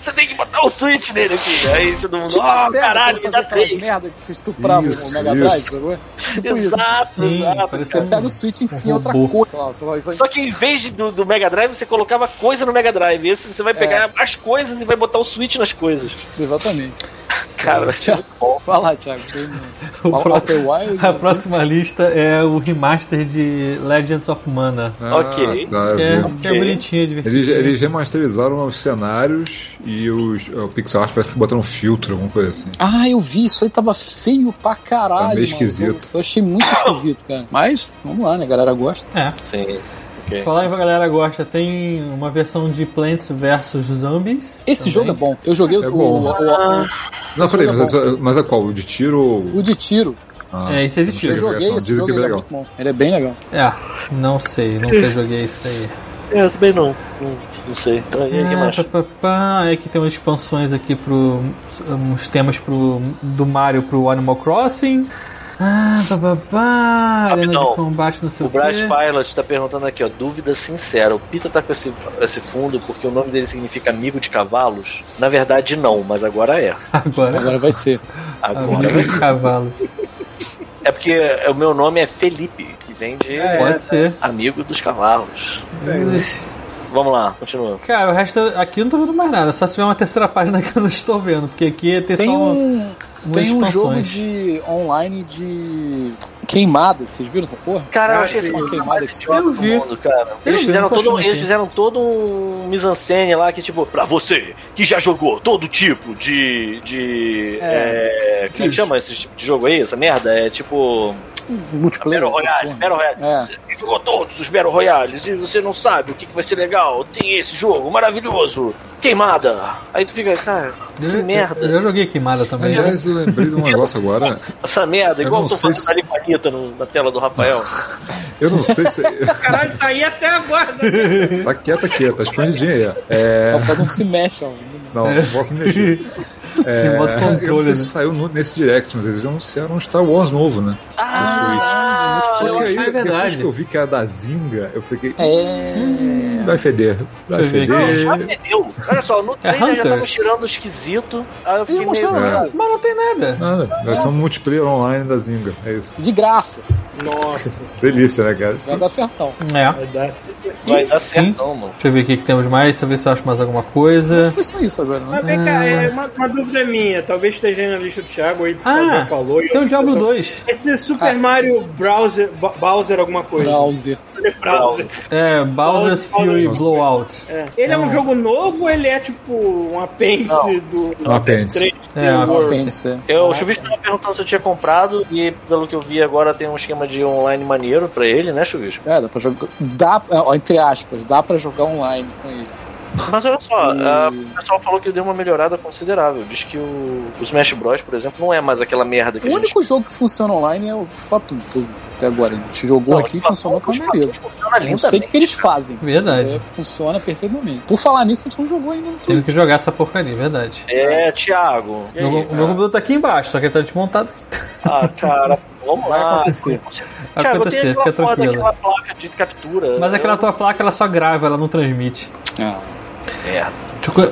G: Você tem que botar o Switch nele aqui. né? Aí todo mundo,
A: Tipo
G: ó,
A: a
G: oh,
A: Sega,
G: caralho,
A: que
G: me
A: fazia
G: dá
A: aquelas
G: três.
A: merda que se estuprava
E: Isso,
A: no Mega Drive,
E: isso.
A: sacou? Tipo isso.
G: Exato,
F: Sim,
G: exato.
F: parecia
A: Você
F: um-
A: pega o Switch e enfia
F: um
A: outra
F: robô.
A: coisa. sei lá, sei lá, isso aí.
G: Só que em vez de- do, do Mega Drive, você colocava coisa no Mega Drive. Esse você vai pegar as coisas e vai botar o Switch nas coisas.
A: Exatamente.
G: Cara, vai ser muito bom.
A: Vai lá, Thiago. Tem
F: O
A: Al-
F: pro-
A: Outer Wild,
F: A próxima lista é o remaster de Legends of Mana.
G: Ok.
E: [LAUGHS] Ah, tá, eu
F: Que é,
E: vi.
F: que é bonitinho, é divertido.
E: Eles, eles remasterizaram os cenários e os, o pixel art parece que botaram um filtro, alguma coisa assim.
A: Ah, eu vi, isso aí tava feio pra caralho.
E: Tá meio
A: mano.
E: esquisito.
A: Eu, eu achei muito esquisito, cara. Mas, vamos lá, né? A galera gosta.
G: Sim.
F: Falar que a galera gosta, tem uma versão de Plants vs Zombies.
A: Esse
F: também.
A: jogo é bom. Eu joguei
E: É
A: o,
E: bom.
A: o- o-
E: Não,
A: Esse
E: falei,
A: jogo é
E: mas, é- mas é qual? O de tiro ou.
A: o- o de tiro.
E: Ah,
F: É, esse é de
E: não
F: tiro.
A: Eu
E: sei a
A: joguei
E: versão.
A: esse
E: Dizem
A: jogo,
E: que é
A: ele é
E: legal.
A: muito bom. Ele é bem legal.
F: É, não sei, nunca joguei isso daí.
G: Eu também não. Não, não sei. Então, e aí, que
F: É,
G: mais?
F: pá, pá, pá, é que tem umas expansões aqui pro. uns temas pro. do Mario pro Animal Crossing. Ah, pá, pá, pá, arena
G: Rapidão.
F: de combate, não sei
G: O
F: o,
G: Brás
F: quê.
G: Pilot tá perguntando aqui, ó, dúvida sincera. O Pita tá com esse, esse fundo porque o nome dele significa amigo de cavalos? Na verdade, não, mas agora é.
F: Agora,
A: Agora vai ser.
G: Agora
F: arena de cavalo.
G: É porque o meu nome é Felipe, que vem de
A: É,
F: Pode ser.
G: amigo dos cavalos. Vamos lá, continua.
F: Cara, o resto aqui eu não tô vendo mais nada, só se tiver uma terceira página que eu não estou vendo, porque aqui tem,
A: Tem
F: só
A: um,
F: umas
A: tem um jogo
F: expansões.
A: de online de queimada. Vocês viram essa porra?
G: Cara, eu
D: Ah,
G: achei
D: sim.
G: esse
A: Uma queimada que
G: idiota
F: Eu
G: do
F: vi.
G: mundo, cara.
F: Eu
G: Eles,
F: vi,
G: fizeram
F: não tô
G: todo,
F: achando
G: eles
F: aqui.
G: fizeram todo um mise-en-scène lá que, tipo, pra você que já jogou todo tipo de. de. É. como é que chama esse tipo de jogo aí? Essa merda? É tipo.
A: multiplayer.
G: Battle
A: essa
G: Royale,
A: porra.
G: Battle Royale.
A: É.
G: Você jogou todos os Battle Royales e você não sabe o que, que vai ser legal. Tem esse jogo maravilhoso. Queimada. Aí tu fica, cara, que
F: Eu-
G: merda.
F: Eu, eu joguei queimada também. né?
E: Aliás, eu lembrei de um negócio agora.
G: Essa merda,
E: Eu
G: igual
E: não
G: eu tô
E: sei
G: fazendo
E: se-
G: ali com a Anitta no- na tela do Rafael.
E: Eu não sei se. [LAUGHS]
D: Caralho, tá aí até agora. né?
E: Tá quieta, quieta, tá escondidinha aí. ó. É.
A: Ela não se mexe, ó.
E: Não, não posso me
F: [LAUGHS]
E: mexer. É,
F: Remoto
E: eu não
F: controle,
E: sei
F: né?
E: se saiu no- nesse direct, mas eles anunciaram um Star Wars novo, né?
G: Ah,
E: Só que aí,
F: acho que é
E: depois
F: verdade.
E: que eu vi que era da Zinga, eu fiquei.
A: É.
E: Vai feder, vai
F: Deixa eu ver
E: feder.
G: Já perdeu. Olha só, no trailer já tava
F: Hunters.
G: tirando esquisito. Aí eu fiquei
A: Eles
G: meio.
A: mostraram
E: É.
A: nada.
F: Mas não tem nada.
E: Nada, vai ser um multiplayer online da Zinga, é isso.
A: De graça.
E: Delícia, né, cara?
A: Vai dar certão.
F: É.
G: Vai dar certão, mano.
F: Deixa eu ver o que que temos mais, deixa eu ver se eu acho mais alguma coisa.
A: Foi só isso agora, né?
D: Mas vem
F: Ah.
D: cá, é uma, uma dúvida minha. Talvez esteja aí na lista do Thiago aí, por favor,
F: Ah,
D: falou. e
F: tem
D: eu-
F: o Diablo
D: eu só-
F: 2.
D: Esse é Super Mario Browser, Ba- Bowser alguma coisa.
A: Browser.
D: Browser.
F: É, Bowser's Fury
D: Bowser.
F: Blowout.
D: É. Ele é um
F: Não.
D: jogo novo ou ele é tipo um apêndice do.
E: Um apêndice.
D: três-
F: É,
D: do
F: um
D: World?
A: Pensa.
G: Eu, o Chuvisco tava perguntando se eu tinha comprado. E pelo que eu vi agora, tem um esquema de online maneiro pra ele, né, Chuvisco?
A: É, dá pra jogar. Dá, é, ó, entre aspas, dá pra jogar online com ele.
G: Mas olha só, a- o pessoal falou que deu uma melhorada considerável. Diz que o, o Smash Bros, por exemplo, não é mais aquela merda que
A: O
G: a gente.
A: único jogo que funciona online é o Splatoon, que eu- até agora. A gente jogou
G: Não,
A: aqui e
G: os
A: funcionou com a
G: pacotes
A: maneira.
G: Funciona
A: Não sei o
G: lindamente.
A: que, que eles fazem.
F: Verdade.
A: É, funciona perfeitamente. Por falar nisso, a gente não jogou ainda no
F: Teve
A: Twitter.
F: que jogar essa porcaria, verdade.
G: É, Thiago.
F: Meu, o meu computador tá aqui embaixo, só que ele tá desmontado.
G: Ah, cara, vamos
A: Vai
G: lá.
A: acontecer.
F: Vai
G: Thiago, eu
F: acontecer,
G: tenho
F: fica
G: aquela foto
F: tranquilo.
G: daquela placa de captura.
F: Mas é aquela
G: Eu-
F: tua placa ela só grava, ela não transmite.
A: Ah,
G: É.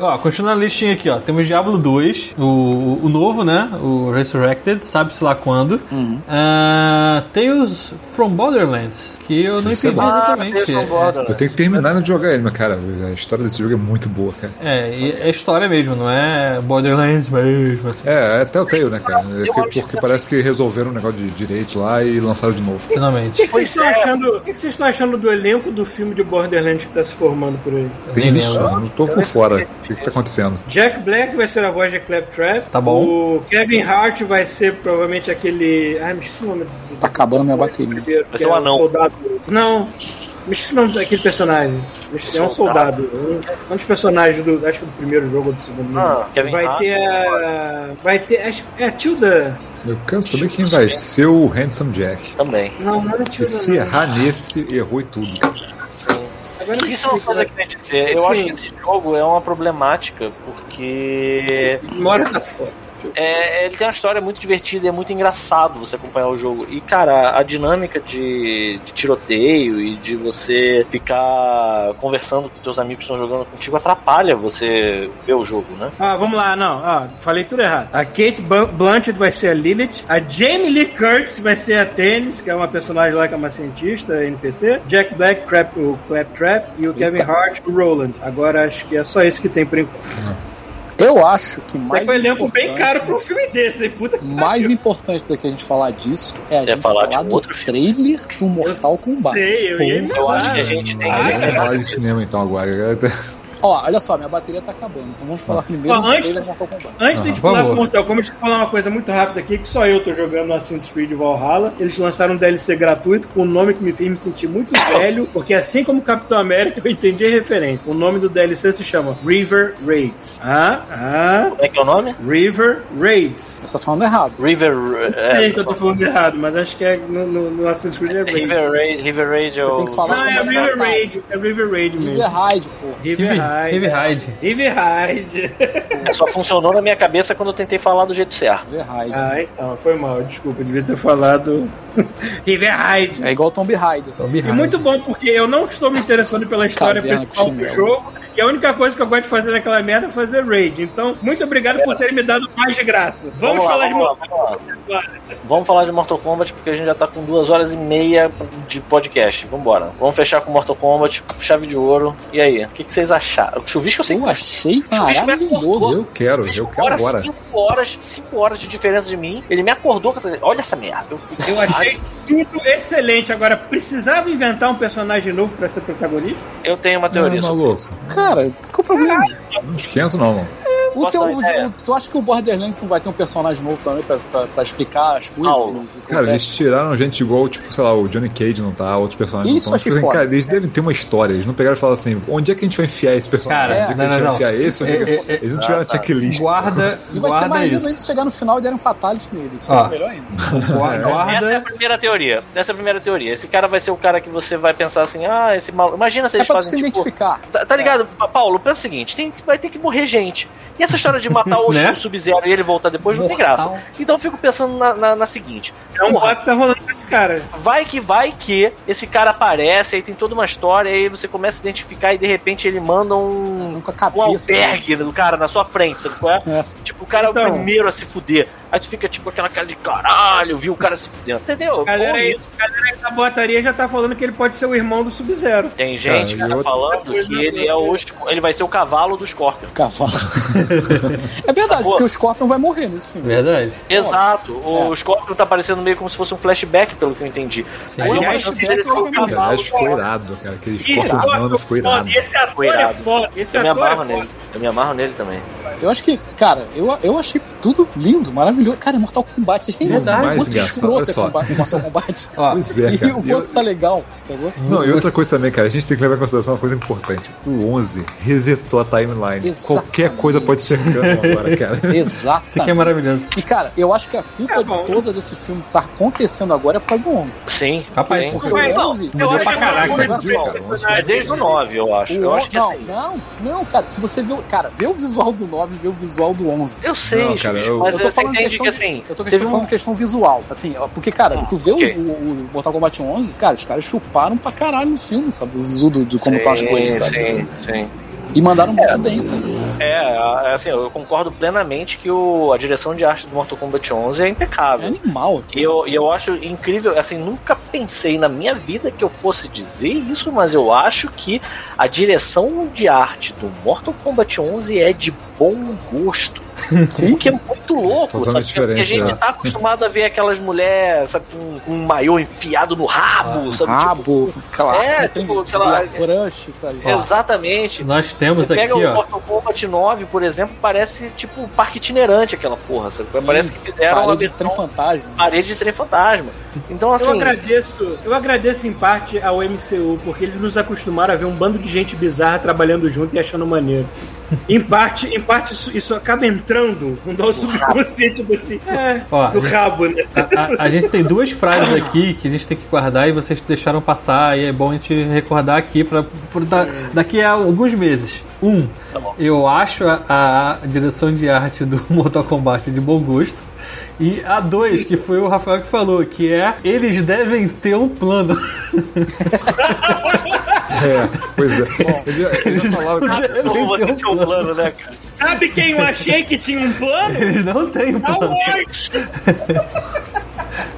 F: Ó, continuando a listinha aqui, ó. Temos Diablo 2, o, o, o novo, né? O Resurrected, sabe-se lá quando.
A: Uhum.
F: Ah, Tales from Borderlands, que eu não
E: Esse é
F: entendi
G: Ah,
E: bom.
F: exatamente.
E: Eu tenho que terminar de jogar ele, mas cara, a história desse jogo é muito boa, cara.
F: É, e é história mesmo, não é Borderlands mesmo. assim.
E: É, é até o Tail, né, cara? É que- porque parece que resolveram o negócio de direito lá e lançaram de novo.
D: O que
F: Finalmente.
D: que vocês estão achando? O que que vocês estão achando do elenco do filme de Borderlands que está se formando por aí?
E: Tem
F: nem
E: isso,
F: lembro.
E: eu não tô por fora. O que, que tá acontecendo?
D: Jack Black vai ser a voz de Claptrap.
F: Tá bom.
D: O Kevin Hart vai ser provavelmente aquele. Ai, me esqueci o nome do
A: Tá acabando minha bateria.
D: primeiro.
G: Vai
D: que
G: ser
D: é
G: um anão.
D: Soldado. Não. Me esqueci o nome daquele personagem. Me esqueci, É um soldado. Um, um dos personagens do. Acho que do primeiro jogo ou do segundo.
G: Ah, Kevin
D: vai
G: Hart.
D: ter a. Vai ter. acho- É a Tilda.
E: Eu quero saber quem vai ser o Handsome Jack.
G: Também.
D: Não, não é a
E: E
D: Tilda.
E: se
D: não.
E: errar nesse, errou em tudo.
D: Agora eu
G: Isso é uma
D: esqueci,
G: coisa que eu ia dizer. Eu acho
D: Sim.
G: que esse jogo é uma problemática, porque
D: Mora na foto.
G: é, ele tem uma história muito divertida, é muito engraçado você acompanhar o jogo. E, cara, a dinâmica de, de tiroteio e de você ficar conversando com teus amigos que estão jogando contigo atrapalha você ver o jogo, né?
D: Ah, vamos lá, não. Ah, falei tudo errado. A Kate Blan- Blanchett vai ser a Lilith. A Jamie Lee Curtis vai ser a Tênis, que é uma personagem lá que é uma cientista, NPC. Jack Black, Crap, o Claptrap. E o Kevin Hart, o Roland. Agora acho que é só isso que tem por enquanto.
A: Eu acho que mais.
D: Mas foi um elenco bem
A: importante-
D: caro pra um filme desse, hein? Puta que
A: Mais importante do que a gente falar disso é a gente
G: falar
A: falar,
G: de um
A: do
G: outro
A: trailer do Mortal Kombat.
D: sei, eu ia
A: Pô,
G: Eu acho que a gente tem.
E: Ah, vamos falar de cinema então agora.
A: Ó, olha só, minha bateria tá acabando, então vamos falar primeiro
D: Ó,
A: do
D: antes-
A: trailer do Mortal Kombat.
D: Antes de a gente
F: Aham, por
D: pular pro
F: favor.
D: Mortal Kombat, deixa tá, eu falar é uma coisa muito rápida aqui, que só eu tô jogando no Assassin's Creed Valhalla. Eles lançaram um DLC gratuito com um nome que me fez me sentir muito velho, porque assim como Capitão América, [LAUGHS] eu entendi a referência. O nome do DLC se chama River Raids. Ah, ah,
G: Como é que é o nome?
D: River Raids.
A: Você tá falando errado.
G: River.
D: Sei
G: É,
D: que eu tô falando errado, mas acho que é no, no- no Assassin's Creed é Raids.
G: River Raid. River Raid é
A: Você tem
G: o.
A: que falar
D: Não, é
A: como
D: River Raid, é River Raid mesmo.
A: Riverhide, pô.
D: River Raid.
F: Heavy Ride.
D: River Raid.
G: [LAUGHS] Só funcionou na minha cabeça quando eu tentei falar do jeito certo.
A: Riverhide.
D: Ah, então, foi mal, desculpa, eu devia ter falado [LAUGHS] River Raid.
A: É igual Tomb Raider.
F: Então, Heavy
D: E
F: Ride.
D: muito bom, porque eu não estou me interessando pela história
A: Caverna
D: pessoal
A: com
D: do
A: chinelo.
D: jogo. E a única coisa que eu gosto de fazer naquela merda é fazer raid. Então, muito obrigado por terem me dado mais de graça. Vamos,
G: lá,
D: falar
G: vamos
D: de
G: lá, vamos lá.
D: Mortal
G: Vamos falar de Mortal Kombat porque a gente já tá com duas horas e meia de podcast. Vambora. Vamos fechar com Mortal Kombat, chave de ouro. E aí? O que, que vocês acharam? O chuvisco eu sei
A: Eu
G: que
A: achei
G: Chuvisco me acordou.
A: maravilhoso.
E: Eu quero,
G: Bicho,
E: eu quero agora.
G: 5 horas, cinco horas de diferença de mim. Ele me acordou com essa. Olha essa merda. Eu,
D: Eu achei tudo excelente. Agora, precisava inventar um personagem novo para ser protagonista?
G: eu tenho uma teoria
E: Ah,
G: sobre
E: maluco.
A: Cara, qual o problema?
E: Não esquento não, mano.
A: O
G: Posso
A: teu,
G: dar uma ideia?
A: o- tu acha que o Borderlands não vai ter um personagem novo também pra, pra, pra explicar as coisas?
G: Paulo.
A: que não- que
E: Cara, eles
A: acontecem?
E: tiraram gente igual, tipo, sei lá, o Johnny Cage não tá, outros personagens
A: Isso
E: não
A: achei
E: estão. Tipo, assim,
A: foda.
E: cara, eles devem ter uma história. Eles não pegaram e falaram assim, onde é que a gente vai enfiar esse personagem?
F: Cara,
E: onde é que a
F: não,
E: gente
F: não,
E: vai enfiar esse? Onde é que-
F: É, é, é.
E: Eles não tiraram checklist.
F: Guarda,
A: E vai ser
F: guarda
A: mais lindo
F: isso.
A: ainda chegar no final e derem um fatality nele. Isso
F: Ah.
A: vai ser melhor ainda.
F: Guarda,
G: Essa é a
F: guarda.
G: primeira teoria. Essa é a primeira teoria. Esse cara vai ser o cara que você vai pensar assim, ah, esse maluco. Imagina
A: É
G: se eles
A: pra tu se
G: fazem tipo.
A: identificar.
G: Tá, tá ligado, Pa- Paulo? Pensa o seguinte: tem, vai ter que morrer gente. E essa história de matar
D: [LAUGHS]
G: o
F: Né?
G: Sub-Zero e ele voltar depois não tem
F: Mortal.
G: graça. Então eu fico pensando na, na, na seguinte:
D: É um
G: porra,
D: papo que tá rolando com esse cara.
G: vai que vai que esse cara aparece, aí tem toda uma história, aí você começa a identificar e de repente ele manda um.
A: Um com a
G: Um
A: cabeça.
G: albergue do cara na sua frente, sabe qual é?
A: É.
G: Tipo, o cara é o
D: Então.
G: primeiro a se fuder. Aí tu fica tipo aquela cara de caralho, viu o cara se fudendo. Entendeu?
D: Galera
G: Porra,
D: aí, galera aí da botaria já tá falando que ele pode ser o irmão do Sub-Zero.
G: Tem gente
E: Cara, Tá,
G: cara,
E: e outra-
G: falando que ele é o ele vai ser o cavalo do Scorpion. [LAUGHS]
A: Cavalo. é verdade,
G: Sacou?
A: porque o Scorpion vai morrer nesse filme.
F: Verdade.
G: Exato.
A: É.
G: O Scorpion tá parecendo meio como se fosse um flashback, pelo que eu entendi.
F: Sim.
G: Ou é uma
D: Aliás,
G: chance dele ser um
D: Scorpion
E: Cara,
G: cavalo.
E: acho que ficou irado, cara. Aquele
D: Ih,
E: corpo humano ficou irado.
D: Esse ator é
G: irado.
D: foda. Esse
G: Eu me
D: ator é
G: amarro
D: foda.
G: nele. Eu me amarro nele também.
A: Eu acho que, cara, eu, eu achei tudo lindo, maravilhoso. Cara, é Mortal Kombat, vocês têm
E: Verdade.
A: noção do
E: Mais
A: quanto
E: engraçado,
A: escroto
E: olha
A: é
E: só. [LAUGHS]
A: combate, Mortal Kombat.
F: Ó,
E: Pois é,
A: E
E: cara.
A: o
E: E eu-
A: quanto tá legal, sacou?
E: Não, e outra coisa também, cara, a gente tem que levar em consideração uma coisa importante. O 11 resetou a timeline.
A: Exatamente.
E: Qualquer coisa pode ser canon
A: [LAUGHS]
E: agora, cara.
F: Isso aqui é
A: Exatamente.
F: maravilhoso.
A: E, cara, eu acho que a culpa
D: É bom.
A: de toda desse filme tá acontecendo agora é por causa do 11.
G: Sim.
F: Rapaz,
G: sim.
A: Porque
D: Ué,
A: o
G: não,
A: 11...
G: eu
F: Mudou
G: acho
F: pra
G: que
F: caraca.
G: é
E: Mudou, cara. O 11
G: É desde o 9, eu acho.
A: o
G: Eu acho que é
A: não,
G: assim.
A: não, não, cara, se você vê, o- cara, vê o visual do 9 e vê o visual do 11.
G: Eu sei,
E: Não, cara,
G: Chuvisco,
E: eu-
G: mas
A: eu tô
G: você
A: falando
G: entende
A: questão
G: que
A: de-
G: assim.
A: Eu tô
G: Teve
A: questionando
G: um- Hum,
A: como questão visual, assim, ó, porque, cara, se tu vê o-
G: ok.
A: o, o Mortal Kombat 11, cara, os caras chuparam pra caralho no filme, sabe? O visu do, de como tá as coisas, sabe?
G: é, Sim, sim.
A: E mandaram muito bem isso aí.
G: É, assim, eu concordo plenamente que o, a direção de arte do Mortal Kombat 11 é impecável.
A: É animal aqui.
G: E eu, e eu acho incrível, assim, nunca pensei na minha vida que eu fosse dizer isso, mas eu acho que a direção de arte do Mortal Kombat 11 é de bom gosto. O que é muito louco, sabe?
E: Totalmente
G: Porque a
E: diferente,
G: gente
E: é.
G: tá acostumado a ver aquelas mulheres, sabe, com, com um maiô enfiado no rabo, é um, sabe?
A: Ah,
G: tipo,
A: Rabo, claro.
G: É,
A: você
G: tipo,
A: tem
G: aquela-
A: crush, sabe?
G: Tipo, exatamente.
F: Nós temos
G: Você pega
F: aqui,
G: o
F: ó.
G: Mortal Kombat 9, por exemplo, parece tipo um parque itinerante aquela porra, sabe? Parece que fizeram um uma
A: Parede de trem
G: versão
A: fantasma.
G: parede de trem fantasma. Então,
D: Eu
G: assim,
D: agradeço, eu agradeço em parte ao MCU, porque eles nos acostumaram a ver um bando de gente bizarra trabalhando junto e achando maneiro. Em parte, em parte isso, isso acaba entrando no nosso subconsciente desse, é,
F: Ó,
D: do rabo, né?
F: A, a- a gente tem duas frases aqui que a gente tem que guardar e vocês deixaram passar e é bom a gente recordar aqui para daqui a alguns meses. Um, eu acho a, a direção de arte do [LAUGHS] Mortal Kombat de bom gosto. E a dois, que foi o Rafael que falou, que é eles devem ter um plano. [LAUGHS]
E: É, pois é. [LAUGHS] Ele, ele já falava que
G: como você tinha um plano, né, cara?
D: Sabe quem eu achei que tinha um
F: [LAUGHS]
D: plano?
F: Eles não têm um
D: A
F: plano.
D: Warner!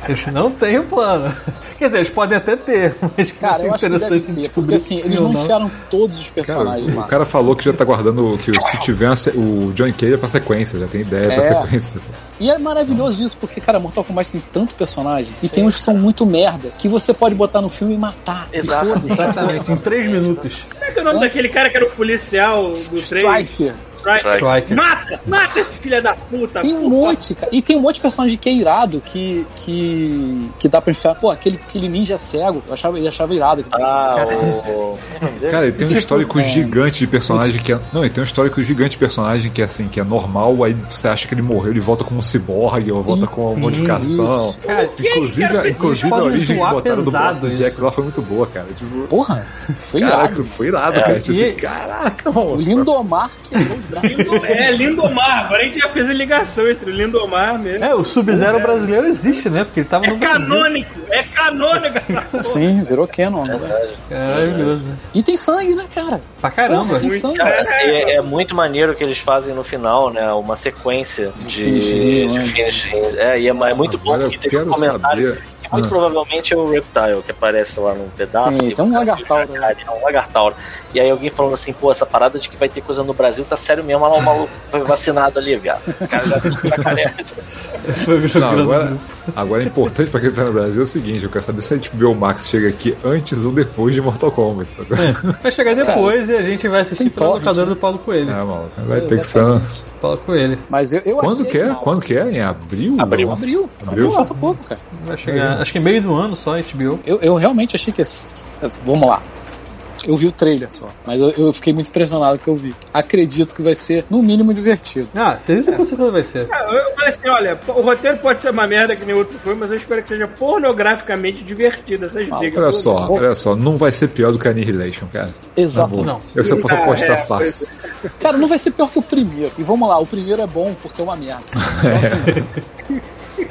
F: Eles não têm um plano. Quer dizer, eles podem até ter, mas que
E: é
A: Cara,
F: vai
A: eu acho
F: ser
A: que deve ter,
F: interessante
A: porque
F: descobrir
A: assim,
F: se
A: eles
F: ou
A: não enfiaram todos os
E: tipo, né? Cara,
A: personagens
E: o
A: lá.
E: cara falou que já tá guardando que se tiver uma se- o Johnny Cage é pra sequência, já tem ideia pra
A: É.
E: sequência.
A: E é maravilhoso isso, porque, cara, Mortal Kombat tem tanto personagem e tem uns que são muito merda que você pode botar no filme e matar. E
G: Exato.
A: foda-se.
F: Exatamente, em três minutos.
D: Como é que é o nome daquele cara que era o policial do trem?
A: Striker.
D: Strike.
F: Striker.
D: Mata! Mata esse filho da puta!
A: Tem um
D: puta.
A: monte, cara. E tem um monte de personagem que é irado, que, que, que dá pra enfiar. Pô, aquele, aquele ninja cego, eu achava, ele achava irado.
G: Ah, o.
E: Cara, ele tem um histórico
A: é.
E: gigante de personagem que é. Não, ele tem um histórico gigante de personagem que é assim, que é normal, aí você acha que ele morreu, ele volta como um ciborgue, ou volta com um uma
A: Sim,
E: modificação.
F: Cara,
E: Inclusive, a-
D: Cara,
E: inclusive a
F: podem
E: origem que
F: zoar
E: botaram do
F: pesado
E: braço do
F: isso.
E: Jax lá foi muito boa, cara. Tipo,
A: Porra, foi
E: caraca,
A: irado.
E: foi irado, cara. Tipo
F: E-
E: assim, caraca, mano.
A: Então, O Lindomar quebrou os braços.
D: Lindo- É, Lindomar. Agora a gente já fez a ligação entre o Lindomar mesmo.
F: É, o Sub-Zero brasileiro existe, né? Porque ele tava
D: É
F: no
D: canônico! É canônico! essa porra.
A: Sim, virou Canon. Né?
F: É, Maravilhoso.
A: E tem sangue, né, cara?
F: Pra caramba.
A: Porra, tem sangue.
G: Cara, é, é muito maneiro que eles fazem no final, né? Uma sequência de,
A: Finishing, né?
G: de finishing. É, e é, é muito bom
E: Agora
G: porque
E: eu
G: teve um
E: quero
G: comentário
E: saber.
G: que muito
E: Ah.
G: provavelmente é o Reptile que aparece lá num pedaço.
A: Sim,
G: e
A: tem um
G: o cara
A: lagartauro,
G: vira o
E: né?
G: jacaré, É um lagartauro. E aí alguém falando assim, pô, essa parada de que vai ter coisa no Brasil tá sério mesmo, olha lá o maluco foi vacinado ali, viado. O cara já tem um jacaré.
F: Foi o
E: Não,
F: grande-
E: agora, agora é importante pra quem tá no Brasil é o seguinte, eu quero saber se a HBO Max chega aqui antes ou depois de Mortal Kombat, sacou?
F: Vai chegar depois e a gente vai assistir
A: Tem
F: pela
A: torrent,
F: locadora do Paulo Coelho.
E: É, maluco. Vai ter que ser.
F: Paulo Coelho.
A: Mas eu, eu
E: Quando
A: achei
E: que é?
A: irado.
E: Quando que é? Em abril?
G: Abril.
A: Abril.
E: Abril?
A: Pô, Falta pouco, cara.
F: Vai chegar.
E: né?
F: Acho que é meio do ano só, HBO.
A: Eu, eu realmente achei que. esse- Vamos lá. Eu vi o trailer só, mas eu, eu fiquei muito impressionado com o que eu vi. Acredito que vai ser, no mínimo, divertido.
F: Ah, 30% vai
E: É.
F: ser.
D: Ah, Eu falei assim, olha, o roteiro pode ser uma merda que nem outro foi, mas eu espero que seja pornograficamente divertido essas brigas.
E: Ah, Olha só, olha só, não vai ser pior do que Annihilation, cara.
A: Exato.
E: Tá bom.
F: Não.
E: Eu só posso
D: Ah,
E: apostar
D: é,
E: fácil.
A: Cara, não vai ser pior que o primeiro. E vamos lá, o primeiro é bom porque é uma merda. Então,
E: É.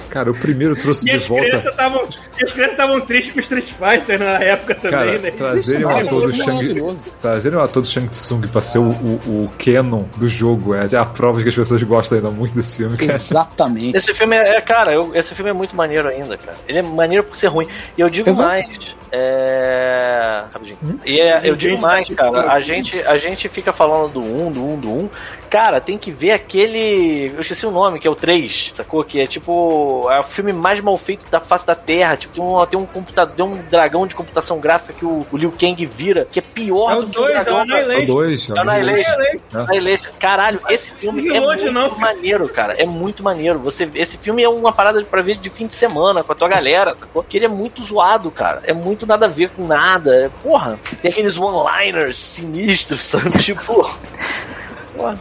E: Cara, o primeiro trouxe
D: é. E
E: de
D: as
E: volta.
D: crianças estavam- e as crianças estavam tristes com Street Fighter na época também,
E: Cara, [LAUGHS]
D: né?
E: trazerem o
A: Cara,
E: ator do
A: isso é
E: Shang
A: maravilhoso.
E: Trazerem o ator do ah, Shang Tsung pra ser o, o, o canon do jogo é a prova de que as pessoas gostam ainda muito desse filme, cara.
A: Exatamente.
G: Esse filme é, é, cara, eu- esse filme é muito maneiro ainda, cara. Ele é maneiro por ser ruim. E eu digo
A: Exato.
G: mais, é... rapidinho. E é, eu digo mais, cara, a gente, a gente fica falando do 1, do 1, do 1. Cara, tem que ver aquele, eu esqueci o nome, que é o 3, sacou? Que é tipo, é o filme mais mal feito da face da Terra. Tipo, tem um, tem um computador, tem um dragão de computação gráfica que o, o Liu Kang vira, que é pior
D: É o
G: do que
D: dois, é
G: o
D: o
G: dragão. cara.
D: Annihilation.
E: O Tá dois,
G: É o Annihilation.
E: É.
G: Annihilation. Caralho, esse filme
D: De
G: é
D: longe, Tá
G: muito
D: não.
G: maneiro, cara. É muito maneiro. Você, esse filme é uma parada pra ver de fim de semana com a tua galera, sacou? Porque ele é muito zoado, cara. É muito nada a ver com nada. É- Porra, tem aqueles one-liners sinistros, [LAUGHS] sabe? Tipo,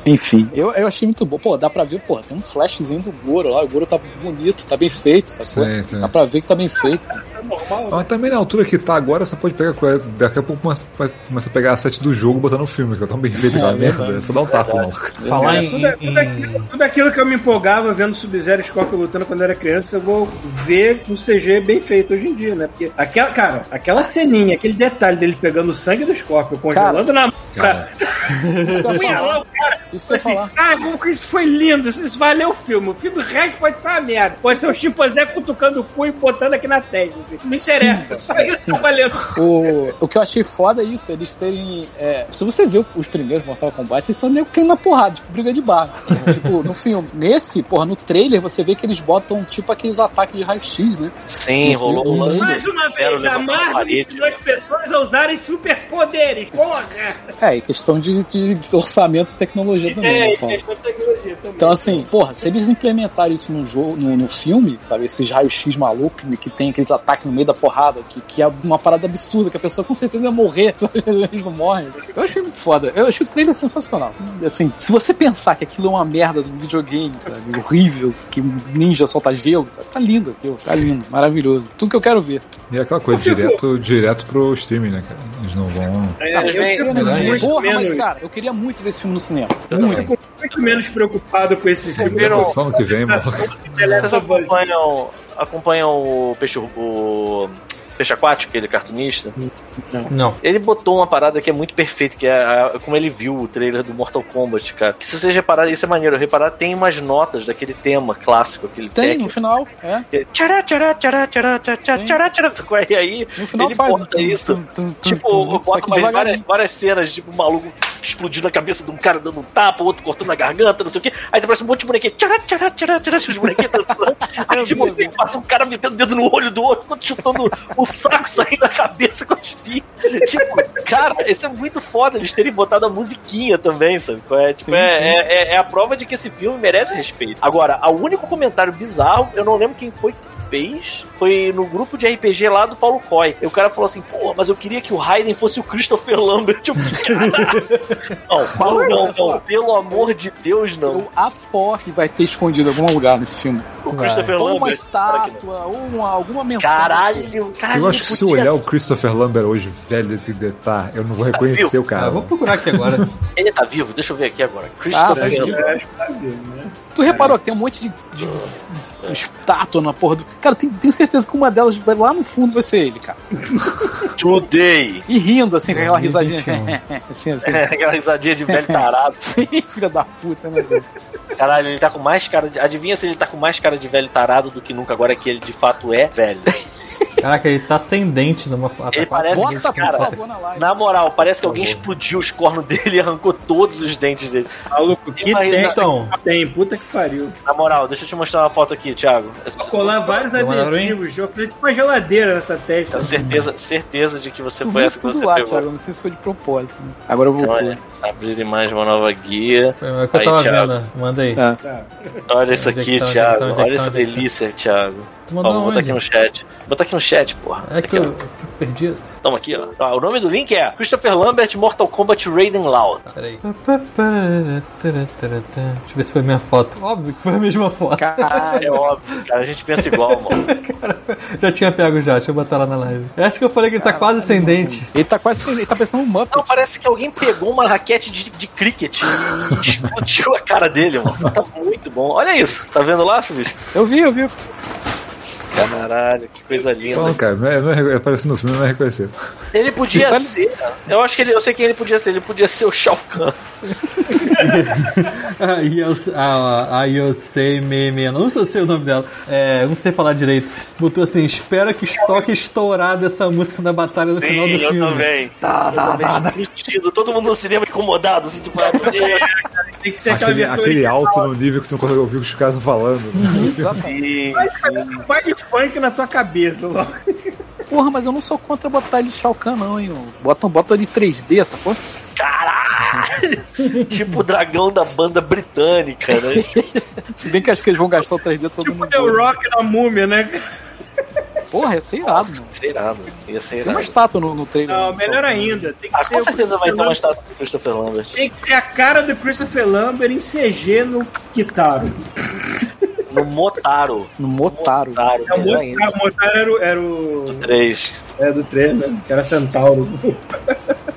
A: Enfim, eu, eu achei muito bom. Pô, dá pra ver, pô, tem um flashzinho do Goro lá. O Goro tá bonito, tá bem feito, sacou?
E: Sim, sim.
A: Dá pra ver que tá bem feito.
D: É normal.
E: Ah, Mas também na altura que tá agora, você pode pegar. qual é- Daqui a pouco começa, vai- começa a pegar a set do jogo e botar no filme, que tá tão bem feito aquela merda. É só dá um tapa, maluco.
F: Falar
G: É,
F: em.
D: Tudo, tudo aquilo, tudo aquilo que eu me empolgava vendo Sub-Zero e Scorpion lutando quando era criança, eu vou ver com CG bem feito hoje em dia, né? Porque aquela, cara, aquela ceninha, aquele detalhe dele pegando o sangue do Scorpion, congelando na mão.
E: Cara,
D: [LAUGHS] Punhalou o cara.
A: Isso que eu ia
D: Assim,
A: falar.
D: cara, como que isso foi lindo. Isso, isso valeu o filme. O filme resto pode ser uma merda. Pode ser o chimpanzé cutucando o cu e botando aqui na testa. assim. Não interessa.
A: Sim,
D: Só isso tá valendo.
A: O, o que eu achei foda é isso, eles terem. é, se você viu os primeiros Mortal Kombat, eles são meio que na porrada, tipo briga de bar. tipo, no filme. Nesse, porra, no trailer você vê que eles botam tipo aqueles ataques de raio-x, né?
G: Sim, rolou o lance.
D: Mais uma
G: Quero
D: vez, a
G: levantar a
D: Marvel
G: parede.
D: pediu as pessoas a usarem superpoderes. Porra!
A: É, e questão de, de orçamento e tecnologia também,
D: É,
A: né,
D: e
A: Paulo?
D: questão de tecnologia também.
A: Então, assim, porra, se eles implementarem isso no jogo, no, no filme, sabe? Esses raio-x maluco né, que tem aqueles ataques no meio da porrada, que, que é uma parada absurda, que a pessoa com certeza ia morrer, [LAUGHS] sabe? eles não morrem. Eu achei muito foda. Eu achei o trailer sensacional. Assim, se você pensar que aquilo é uma merda do videogame, sabe? Horrível, que ninja solta gelo, sabe? Tá lindo aquilo, tá lindo, maravilhoso. Tudo que eu quero ver.
E: E é aquela coisa, direto, direto pro streaming, né, cara? Eles não vão.
D: É,
A: Cara,
D: eu
A: eu
D: fico
A: quero
D: muito
A: Porra, mas
D: menos-
A: cara, eu queria muito ver esse filme no cinema.
G: Eu
A: Muito.
G: também.
D: fico muito menos preocupado com esses
G: viram-
E: Só no que vem, mano.
D: é
G: Vocês acompanham, acompanham o peixe o peixe aquático, aquele cartunista?
F: Não.
G: Ele botou uma parada que é muito perfeita, que é a- como ele viu o trailer do Mortal Kombat, cara. Que se vocês repararem, isso é maneiro, reparar, tem umas notas daquele tema clássico, aquele
A: Tem
G: tec-
A: no final, é.
G: que é tchará, tchará, tchará, tchará, tchará, tchará, tchará, tchará, sacou? E aí,
A: No final
G: Ele
A: faz. um
G: bota isso. tipo,
A: Então, só
G: bota
A: que
G: umas várias,
A: devagarinho.
G: várias cenas, tipo, um maluco explodindo a cabeça de um cara dando um tapa, o outro cortando a garganta, não sei o quê. Aí aparece um monte de bonequinho, tchará, tchará, tchará, tchará, os bonequinhos dançando.
A: [LAUGHS]
G: Aí, tipo, tem, passa um cara metendo o dedo no olho do outro, quando chutando o saco [LAUGHS] saindo da cabeça com as filhas. Tipo, cara, isso é muito foda, eles terem botado a musiquinha também, sabe? É, tipo, é, é- é- é a prova de que esse filme merece respeito. Agora, o único comentário bizarro, eu não lembro quem foi fez foi no grupo de RPG lá do Paulo Coy. E o cara falou assim: pô, mas eu queria que o Raiden fosse o Christopher Lambert. Eu fiquei, [LAUGHS] "Caralho."
E: [LAUGHS]
G: não, Paulo, não, não, pelo amor de Deus, não.
A: Eu aposto que vai ter escondido em algum lugar nesse filme.
G: O Christopher
A: Ou uma
G: Lambert. Claro que não.
A: estátua, ou uma, alguma mensagem.
G: Caralho, caralho.
E: assim? Eu acho que se eu
G: podia
E: olhar o Christopher Lambert hoje, velho de detar, eu não vou reconhecer o
F: Ah,
E: cara.
F: vou procurar aqui agora.
E: [LAUGHS]
G: ser. Ele tá vivo, deixa eu ver aqui agora.
A: Ah, tá
G: Christopher
A: vivo.
G: Lambert.
A: Tu reparou que tem um monte de, de-
G: É.
A: de estátua na porra do. Cara, tem- tenho certeza que uma delas vai lá no fundo vai ser ele, cara.
G: Te odeio. [LAUGHS]
A: E rindo, assim, com aquela risadinha.
F: 2021.
A: [LAUGHS] assim, assim.
G: Aquela risadinha de velho tarado.
A: Sim, filha da puta, né? velho?
G: Caralho, ele tá com mais cara de. Adivinha se ele tá com mais cara de velho tarado do que nunca, agora que ele de fato é
F: [LAUGHS]
G: velho.
F: Caraca, ele tá sem dente numa foto.
G: Ele parece que,
A: Bota, por
G: cara,
A: favor, na live.
G: Na moral, parece que
F: Tá
G: alguém explodiu os cornos dele e arrancou todos os dentes dele.
D: Maluco, que
G: Imagina-
D: tem,
F: Então,
D: tem, puta que pariu.
G: Na moral, deixa eu te mostrar uma foto aqui, Thiago.
D: Vou colar vários
F: Não mandaram
D: adesivos, eu falei tipo uma geladeira nessa testa.
G: Tenho certeza, certeza de que você
A: Tu
G: foi
A: viu
G: essa que
A: tudo
G: você
A: lá,
G: pegou.
A: Thiago. Não sei se foi de propósito. né? Agora eu voltou.
G: Olha, abrir mais uma nova guia.
F: foi o que eu
G: Aí,
F: tava
G: Thiago.
F: vendo. né? Manda aí.
A: É.
G: Olha isso
F: Onde é que
G: aqui,
F: tá, onde é que
G: Thiago.
F: tá, onde é que
G: Olha
F: tá,
G: essa
F: onde é que tá?
G: delícia, Thiago. Ó,
F: Mandou
G: vou botar aqui
F: onde?
G: no chat. Vou botar aqui no chat, porra.
F: É que
G: Aqui,
F: eu
G: ó.
F: fico perdido.
G: Toma aqui, ó. Ó, O nome do link é Christopher Lambert Mortal Kombat Raiden Loud.
F: Peraí. Deixa eu ver se foi a minha foto. Óbvio que foi a mesma foto.
G: É óbvio, cara. A gente pensa igual, mano.
F: [LAUGHS] Já tinha pego já, deixa eu botar lá na live. Essa que eu falei que ele tá quase sem dente. [LAUGHS]
A: Ele tá quase. sem- Ele tá pensando um Muppet.
G: Não, parece que alguém pegou uma raquete de, de cricket e explodiu a cara dele, mano. Tá muito bom. Olha isso. Tá vendo lá, Chubis?
A: Eu vi, eu vi.
G: Caralho, que coisa
E: Então,
G: linda.
E: cara, não é, não é, reco- aparecendo no filme, não é reconhecido.
G: Ele podia
A: Então-
G: ser. Eu acho que ele. Eu sei quem ele podia ser. Ele podia ser o Shao Kahn.
F: A Yos- A a Yosei Meimena, não sei se é o nome dela, é, não sei falar direito. Botou assim: espera que estoque estourado essa música na batalha no final do filme.
G: Tá, tá, tá. Mentido. Todo mundo no cinema incomodado, assim, tipo, ah, meu Deus.
D: É, Tem que ser aquela
E: Aquele,
D: versão
E: aquele alto no nível que tu não consegue ouvir o que os caras estão [LAUGHS] falando.
D: Faz um baile funk na tua cabeça, logo.
A: Porra, mas eu não sou contra botar ele de Shao Kahn, não, hein? ô. Bota, um bota ele 3D, essa porra.
G: tipo o dragão da banda britânica, né?
A: Se bem que acho que eles vão gastar o 3D todo
D: Tipo
A: mundo.
D: The Rock na múmia, né?
A: Porra, ia ser irado, mano.
G: Sei lá, mano. Ia ser
A: Tem uma
G: irado.
A: estátua no, no trailer.
D: Não,
A: né?
D: Ah, melhor ainda. Tem que
G: Ah,
D: ser
G: com
D: o
G: certeza vai ter
D: Christopher
G: uma estátua do Christopher Lambert.
D: Tem que ser a cara do Christopher Lambert em CG no Kitaro.
G: No Motaro.
A: No Motaro.
G: Motaro,
D: É, o
G: melhor ainda.
D: Motaro, o Motaro era o, era o.
G: 3.
D: É do trem, né? Que Era Centauro.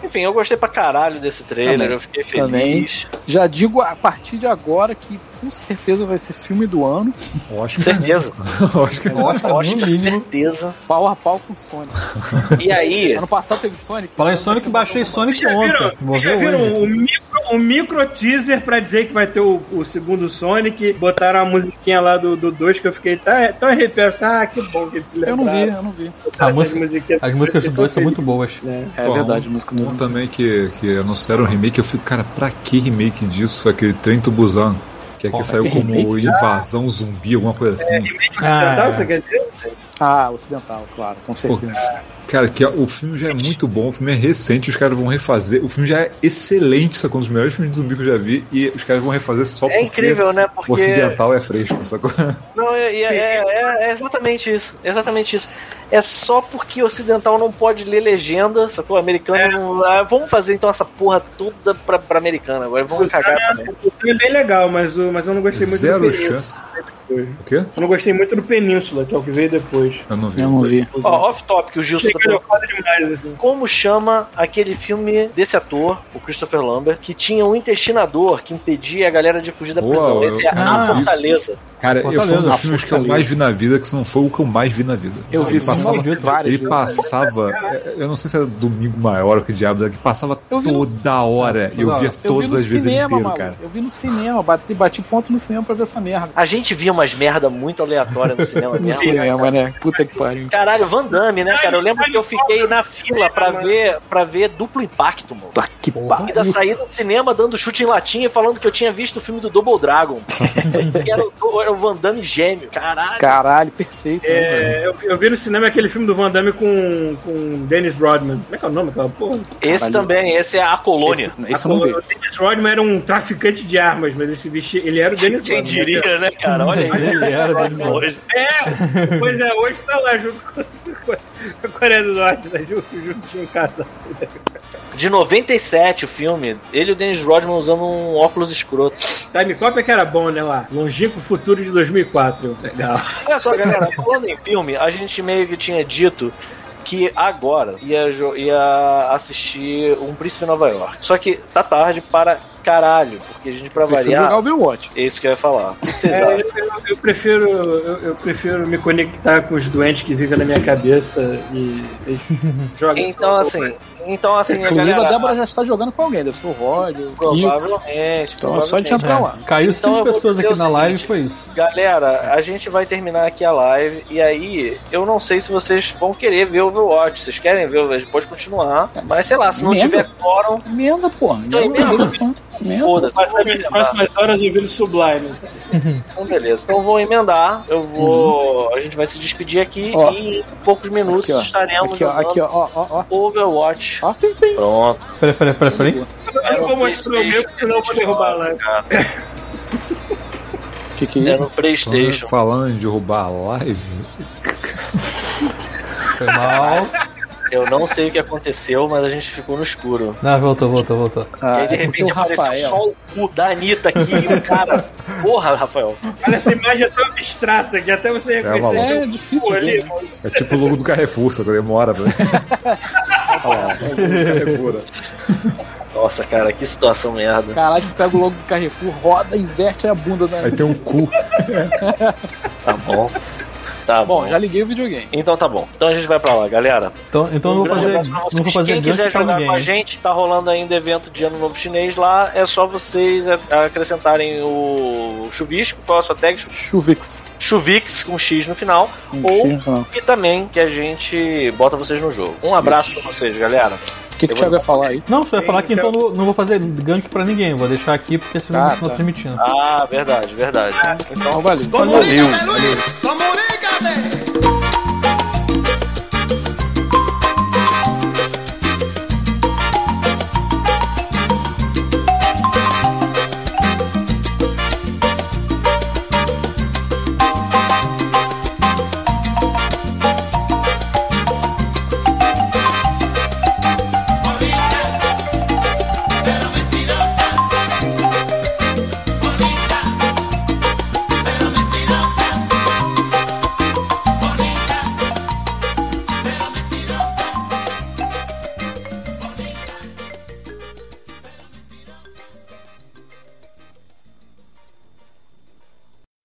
G: Enfim, eu gostei pra caralho desse trailer,
A: Também.
G: eu fiquei
A: Também.
G: feliz.
A: Já digo a partir de agora que com certeza vai ser filme do ano.
E: Oscar.
G: Certeza.
E: Oscar.
F: Oscar, no
G: é Oscar,
F: mínimo.
G: certeza.
A: Pau a pau com Sonic.
G: E aí,
A: Ano passado teve Sonic.
F: Falar em Sonic, baixei Sonic
D: Já viram,
F: ontem. Vou
D: já
F: ver hoje.
D: viram o, micro, o micro teaser pra dizer que vai ter o, o segundo Sonic? Botaram a musiquinha lá do 2 que eu fiquei tá, tão arrepiado. assim, Ah, que bom que eles se
A: Eu
D: lembraram.
A: não vi, eu não vi.
D: Botaram
F: A
D: essas
F: música-
D: musiquinhas.
F: As músicas dos dois são muito boas.
A: É
E: Bom,
A: verdade, música
E: Um
A: do
E: também que, que anunciaram o remake, eu fico, cara, pra que remake disso? Foi aquele Trem to Busan, que aqui
F: Porra,
E: saiu
A: tem
E: como
A: remake?
E: Invasão Zumbi, alguma coisa assim.
D: Tá,
F: Ah,
D: você quer dizer?
A: Ah, ocidental, claro, com
E: Pô,
A: certeza.
E: cara, que o filme já é muito bom, o filme é recente, os caras vão refazer. O filme já é excelente, sacou? Um dos melhores filmes de zumbi que eu já vi, e os caras vão refazer só
G: é
E: porque
G: incrível, né?
E: o
G: Porque.
E: ocidental é fresco, sacou?
G: Não, é, é- é- é exatamente isso. é Exatamente isso. É só porque o ocidental não pode ler legenda, sacou? Americano não. Ah, vamos fazer então essa porra toda pra, pra americana agora. Vamos cagar essa merda.
D: O filme é bem legal, mas, o- mas eu não gostei muito do
E: Zero
D: Península.
E: chance. O quê?
D: Eu não gostei muito do Península, que é o que veio depois.
E: Eu não vi.
A: Eu não vi.
G: Ó, off top que o Gilson tá
D: Chega
G: perguntando.
D: foda demais, assim.
G: Como chama aquele filme desse ator, o Christopher Lambert, que tinha um intestinador que impedia a galera de fugir da
E: Boa,
G: prisão? Esse é
E: eu-
G: a
F: ah,
G: Fortaleza.
E: Cara, eu foi um
F: Fortaleza.
E: dos filmes que eu mais vi na vida, que se não foi o que eu mais vi na vida.
A: Eu vi
E: ele passava,
A: passava várias
E: ele
A: vezes.
E: passava, eu não sei se era domingo maior ou que diabo, que passava
A: Eu vi no-
E: toda hora. E eu
F: Toda
E: via
F: hora.
A: Eu vi
E: todas
A: no
E: as vezes
A: cinema,
E: inteiro,
A: maluco.
E: cara.
A: Eu vi no cinema, bati, bati ponto no cinema pra ver essa merda.
G: A gente via umas merda muito aleatória
A: [LAUGHS]
G: no cinema
A: No
G: mesmo.
A: cinema, né? Puta que pariu.
G: Caralho, Van Damme, né, cara? Eu lembro que eu fiquei na fila pra ver, pra ver duplo impacto, mano.
A: Puta que pariu.
G: E da saída do cinema dando chute em latinha e falando que eu tinha visto o filme do Double Dragon. que era o, era o Van Damme gêmeo. Caralho.
A: Caralho, perfeito. né, mano?
D: É, eu, eu vi no cinema aquele filme do Van Damme com, com Dennis Rodman. Como é que é o nome daquela porra?
G: esse
A: Caralho.
G: também, esse é a colônia.
A: Esse eu não vi.
D: O Dennis Rodman era um traficante de armas, mas esse bicho, ele era o Dennis
G: Quem
D: Rodman.
G: diria, né, cara? Olha aí.
F: Ele era Dennis Rodman.
G: Hoje.
D: É, pois é, hoje tá lá junto com com a Coreia do Norte, né? Junto, juntinho em casa.
G: De 97 o filme. Ele e o Dennis Rodman usando um óculos escroto.
D: Time Cop é que era bom, né, lá? Longínquo Futuro de 2004. Legal.
G: Olha só, galera, [LAUGHS] falando em filme, a gente meio que tinha dito que agora ia, jo- ia assistir Um Príncipe em Nova York. Só que tá tarde para caralho, porque a gente, pra
A: Prefiro jogar
G: variar,
A: o Overwatch.
G: é isso que eu ia falar. O que vocês
D: É,
G: acham?
D: eu, eu- eu prefiro, eu, eu prefiro me conectar com os doentes que vivem na minha cabeça e eles jogam.
G: Então, assim, então, assim, a
A: Inclusive, a
G: galera...
A: Débora já está jogando com alguém. Deve ser o Rod, o Kiko.
G: Provavelmente,
A: Então é só de
G: provavelmente.
A: entrar lá.
F: tá. Caiu
G: Então eu
F: cinco
G: vou
F: pessoas
G: dizer
F: aqui
G: o
F: na live
G: seguinte.
F: foi isso.
G: Galera, a gente vai terminar aqui a live e aí eu não sei se vocês vão querer ver o Overwatch. Vocês querem ver? A gente pode continuar, mas sei lá, se não
A: Mesmo?
G: tiver quórum,
A: Emenda, porra.
G: Então,
A: Emenda.
G: foda-se.
D: Passar
G: Vamos
D: minhas
G: emendar.
D: próximas horas ouvindo Sublime.
G: Então, beleza. Então eu vou emendar. Eu vou. A gente vai se despedir aqui
A: Uhum. Ó.
G: e em poucos minutos
A: Aqui, ó.
G: estaremos
A: Aqui, ó,
G: jogando
A: aqui, ó, Ah, ó, ó, ó.
G: Overwatch.
A: Ó, pim, pim.
G: Pronto.
F: Peraí, peraí, peraí, peraí.
D: Eu não vou mostrar o meu, porque senão eu vou derrubar lá.
A: Que que é
G: É no
A: isso?
G: Playstation.
E: Falando de roubar a live,
F: Foi mal.
G: Eu não sei o que aconteceu, mas a gente ficou no escuro.
F: Não, voltou, voltou, voltou.
G: E
A: Ah,
G: aí, de
A: é porque
G: repente,
A: o
G: apareceu um
A: Rafael.
G: só o cu da Anitta aqui e
A: [LAUGHS]
G: o cara. Porra, Rafael.
D: Olha, essa imagem é tão abstrata que até você
E: maluco.
D: reconhecer.
A: É difícil
D: Pô, ali,
A: ver. né?
E: é tipo o logo do Carrefour, sacou? Demora,
A: [LAUGHS]
E: né? velho. Olha lá,
G: Nossa, cara, que situação merda.
A: Caralho, tu pega o logo do Carrefour, roda, inverte a bunda. Né?
E: Aí tem um cu.
G: Tá bom. Tá bom.
A: Bom, já liguei o videogame.
G: Então tá bom. Então a gente vai pra lá, galera.
F: Então, então eu
G: Um
F: não vou
G: grande
F: fazer,
G: abraço pra
F: não vou
G: vocês.
F: fazer
G: Quem
F: gancho
G: quiser
F: pra
G: né, jogar
F: ninguém.
G: com a gente, tá rolando ainda evento de Ano Novo Chinês lá. É só vocês é, acrescentarem o Chuvisco, qual é a sua tag? Chu-
A: Chuvix.
G: Chuvix com X no final.
A: Um
G: Ou-
A: X, não. O
G: E também que a gente bota vocês no jogo. Um abraço pra vocês, galera.
A: que, que o Thiago ia falar aí?
F: Não, só ia falar que
D: Então-
F: então eu não, não vou fazer gank pra ninguém. Vou deixar aqui porque senão
A: Ah,
F: não tá
A: tá.
F: transmitindo.
G: Ah, verdade, verdade.
A: Então, valeu.
L: Comunícate, Luis, comunícate.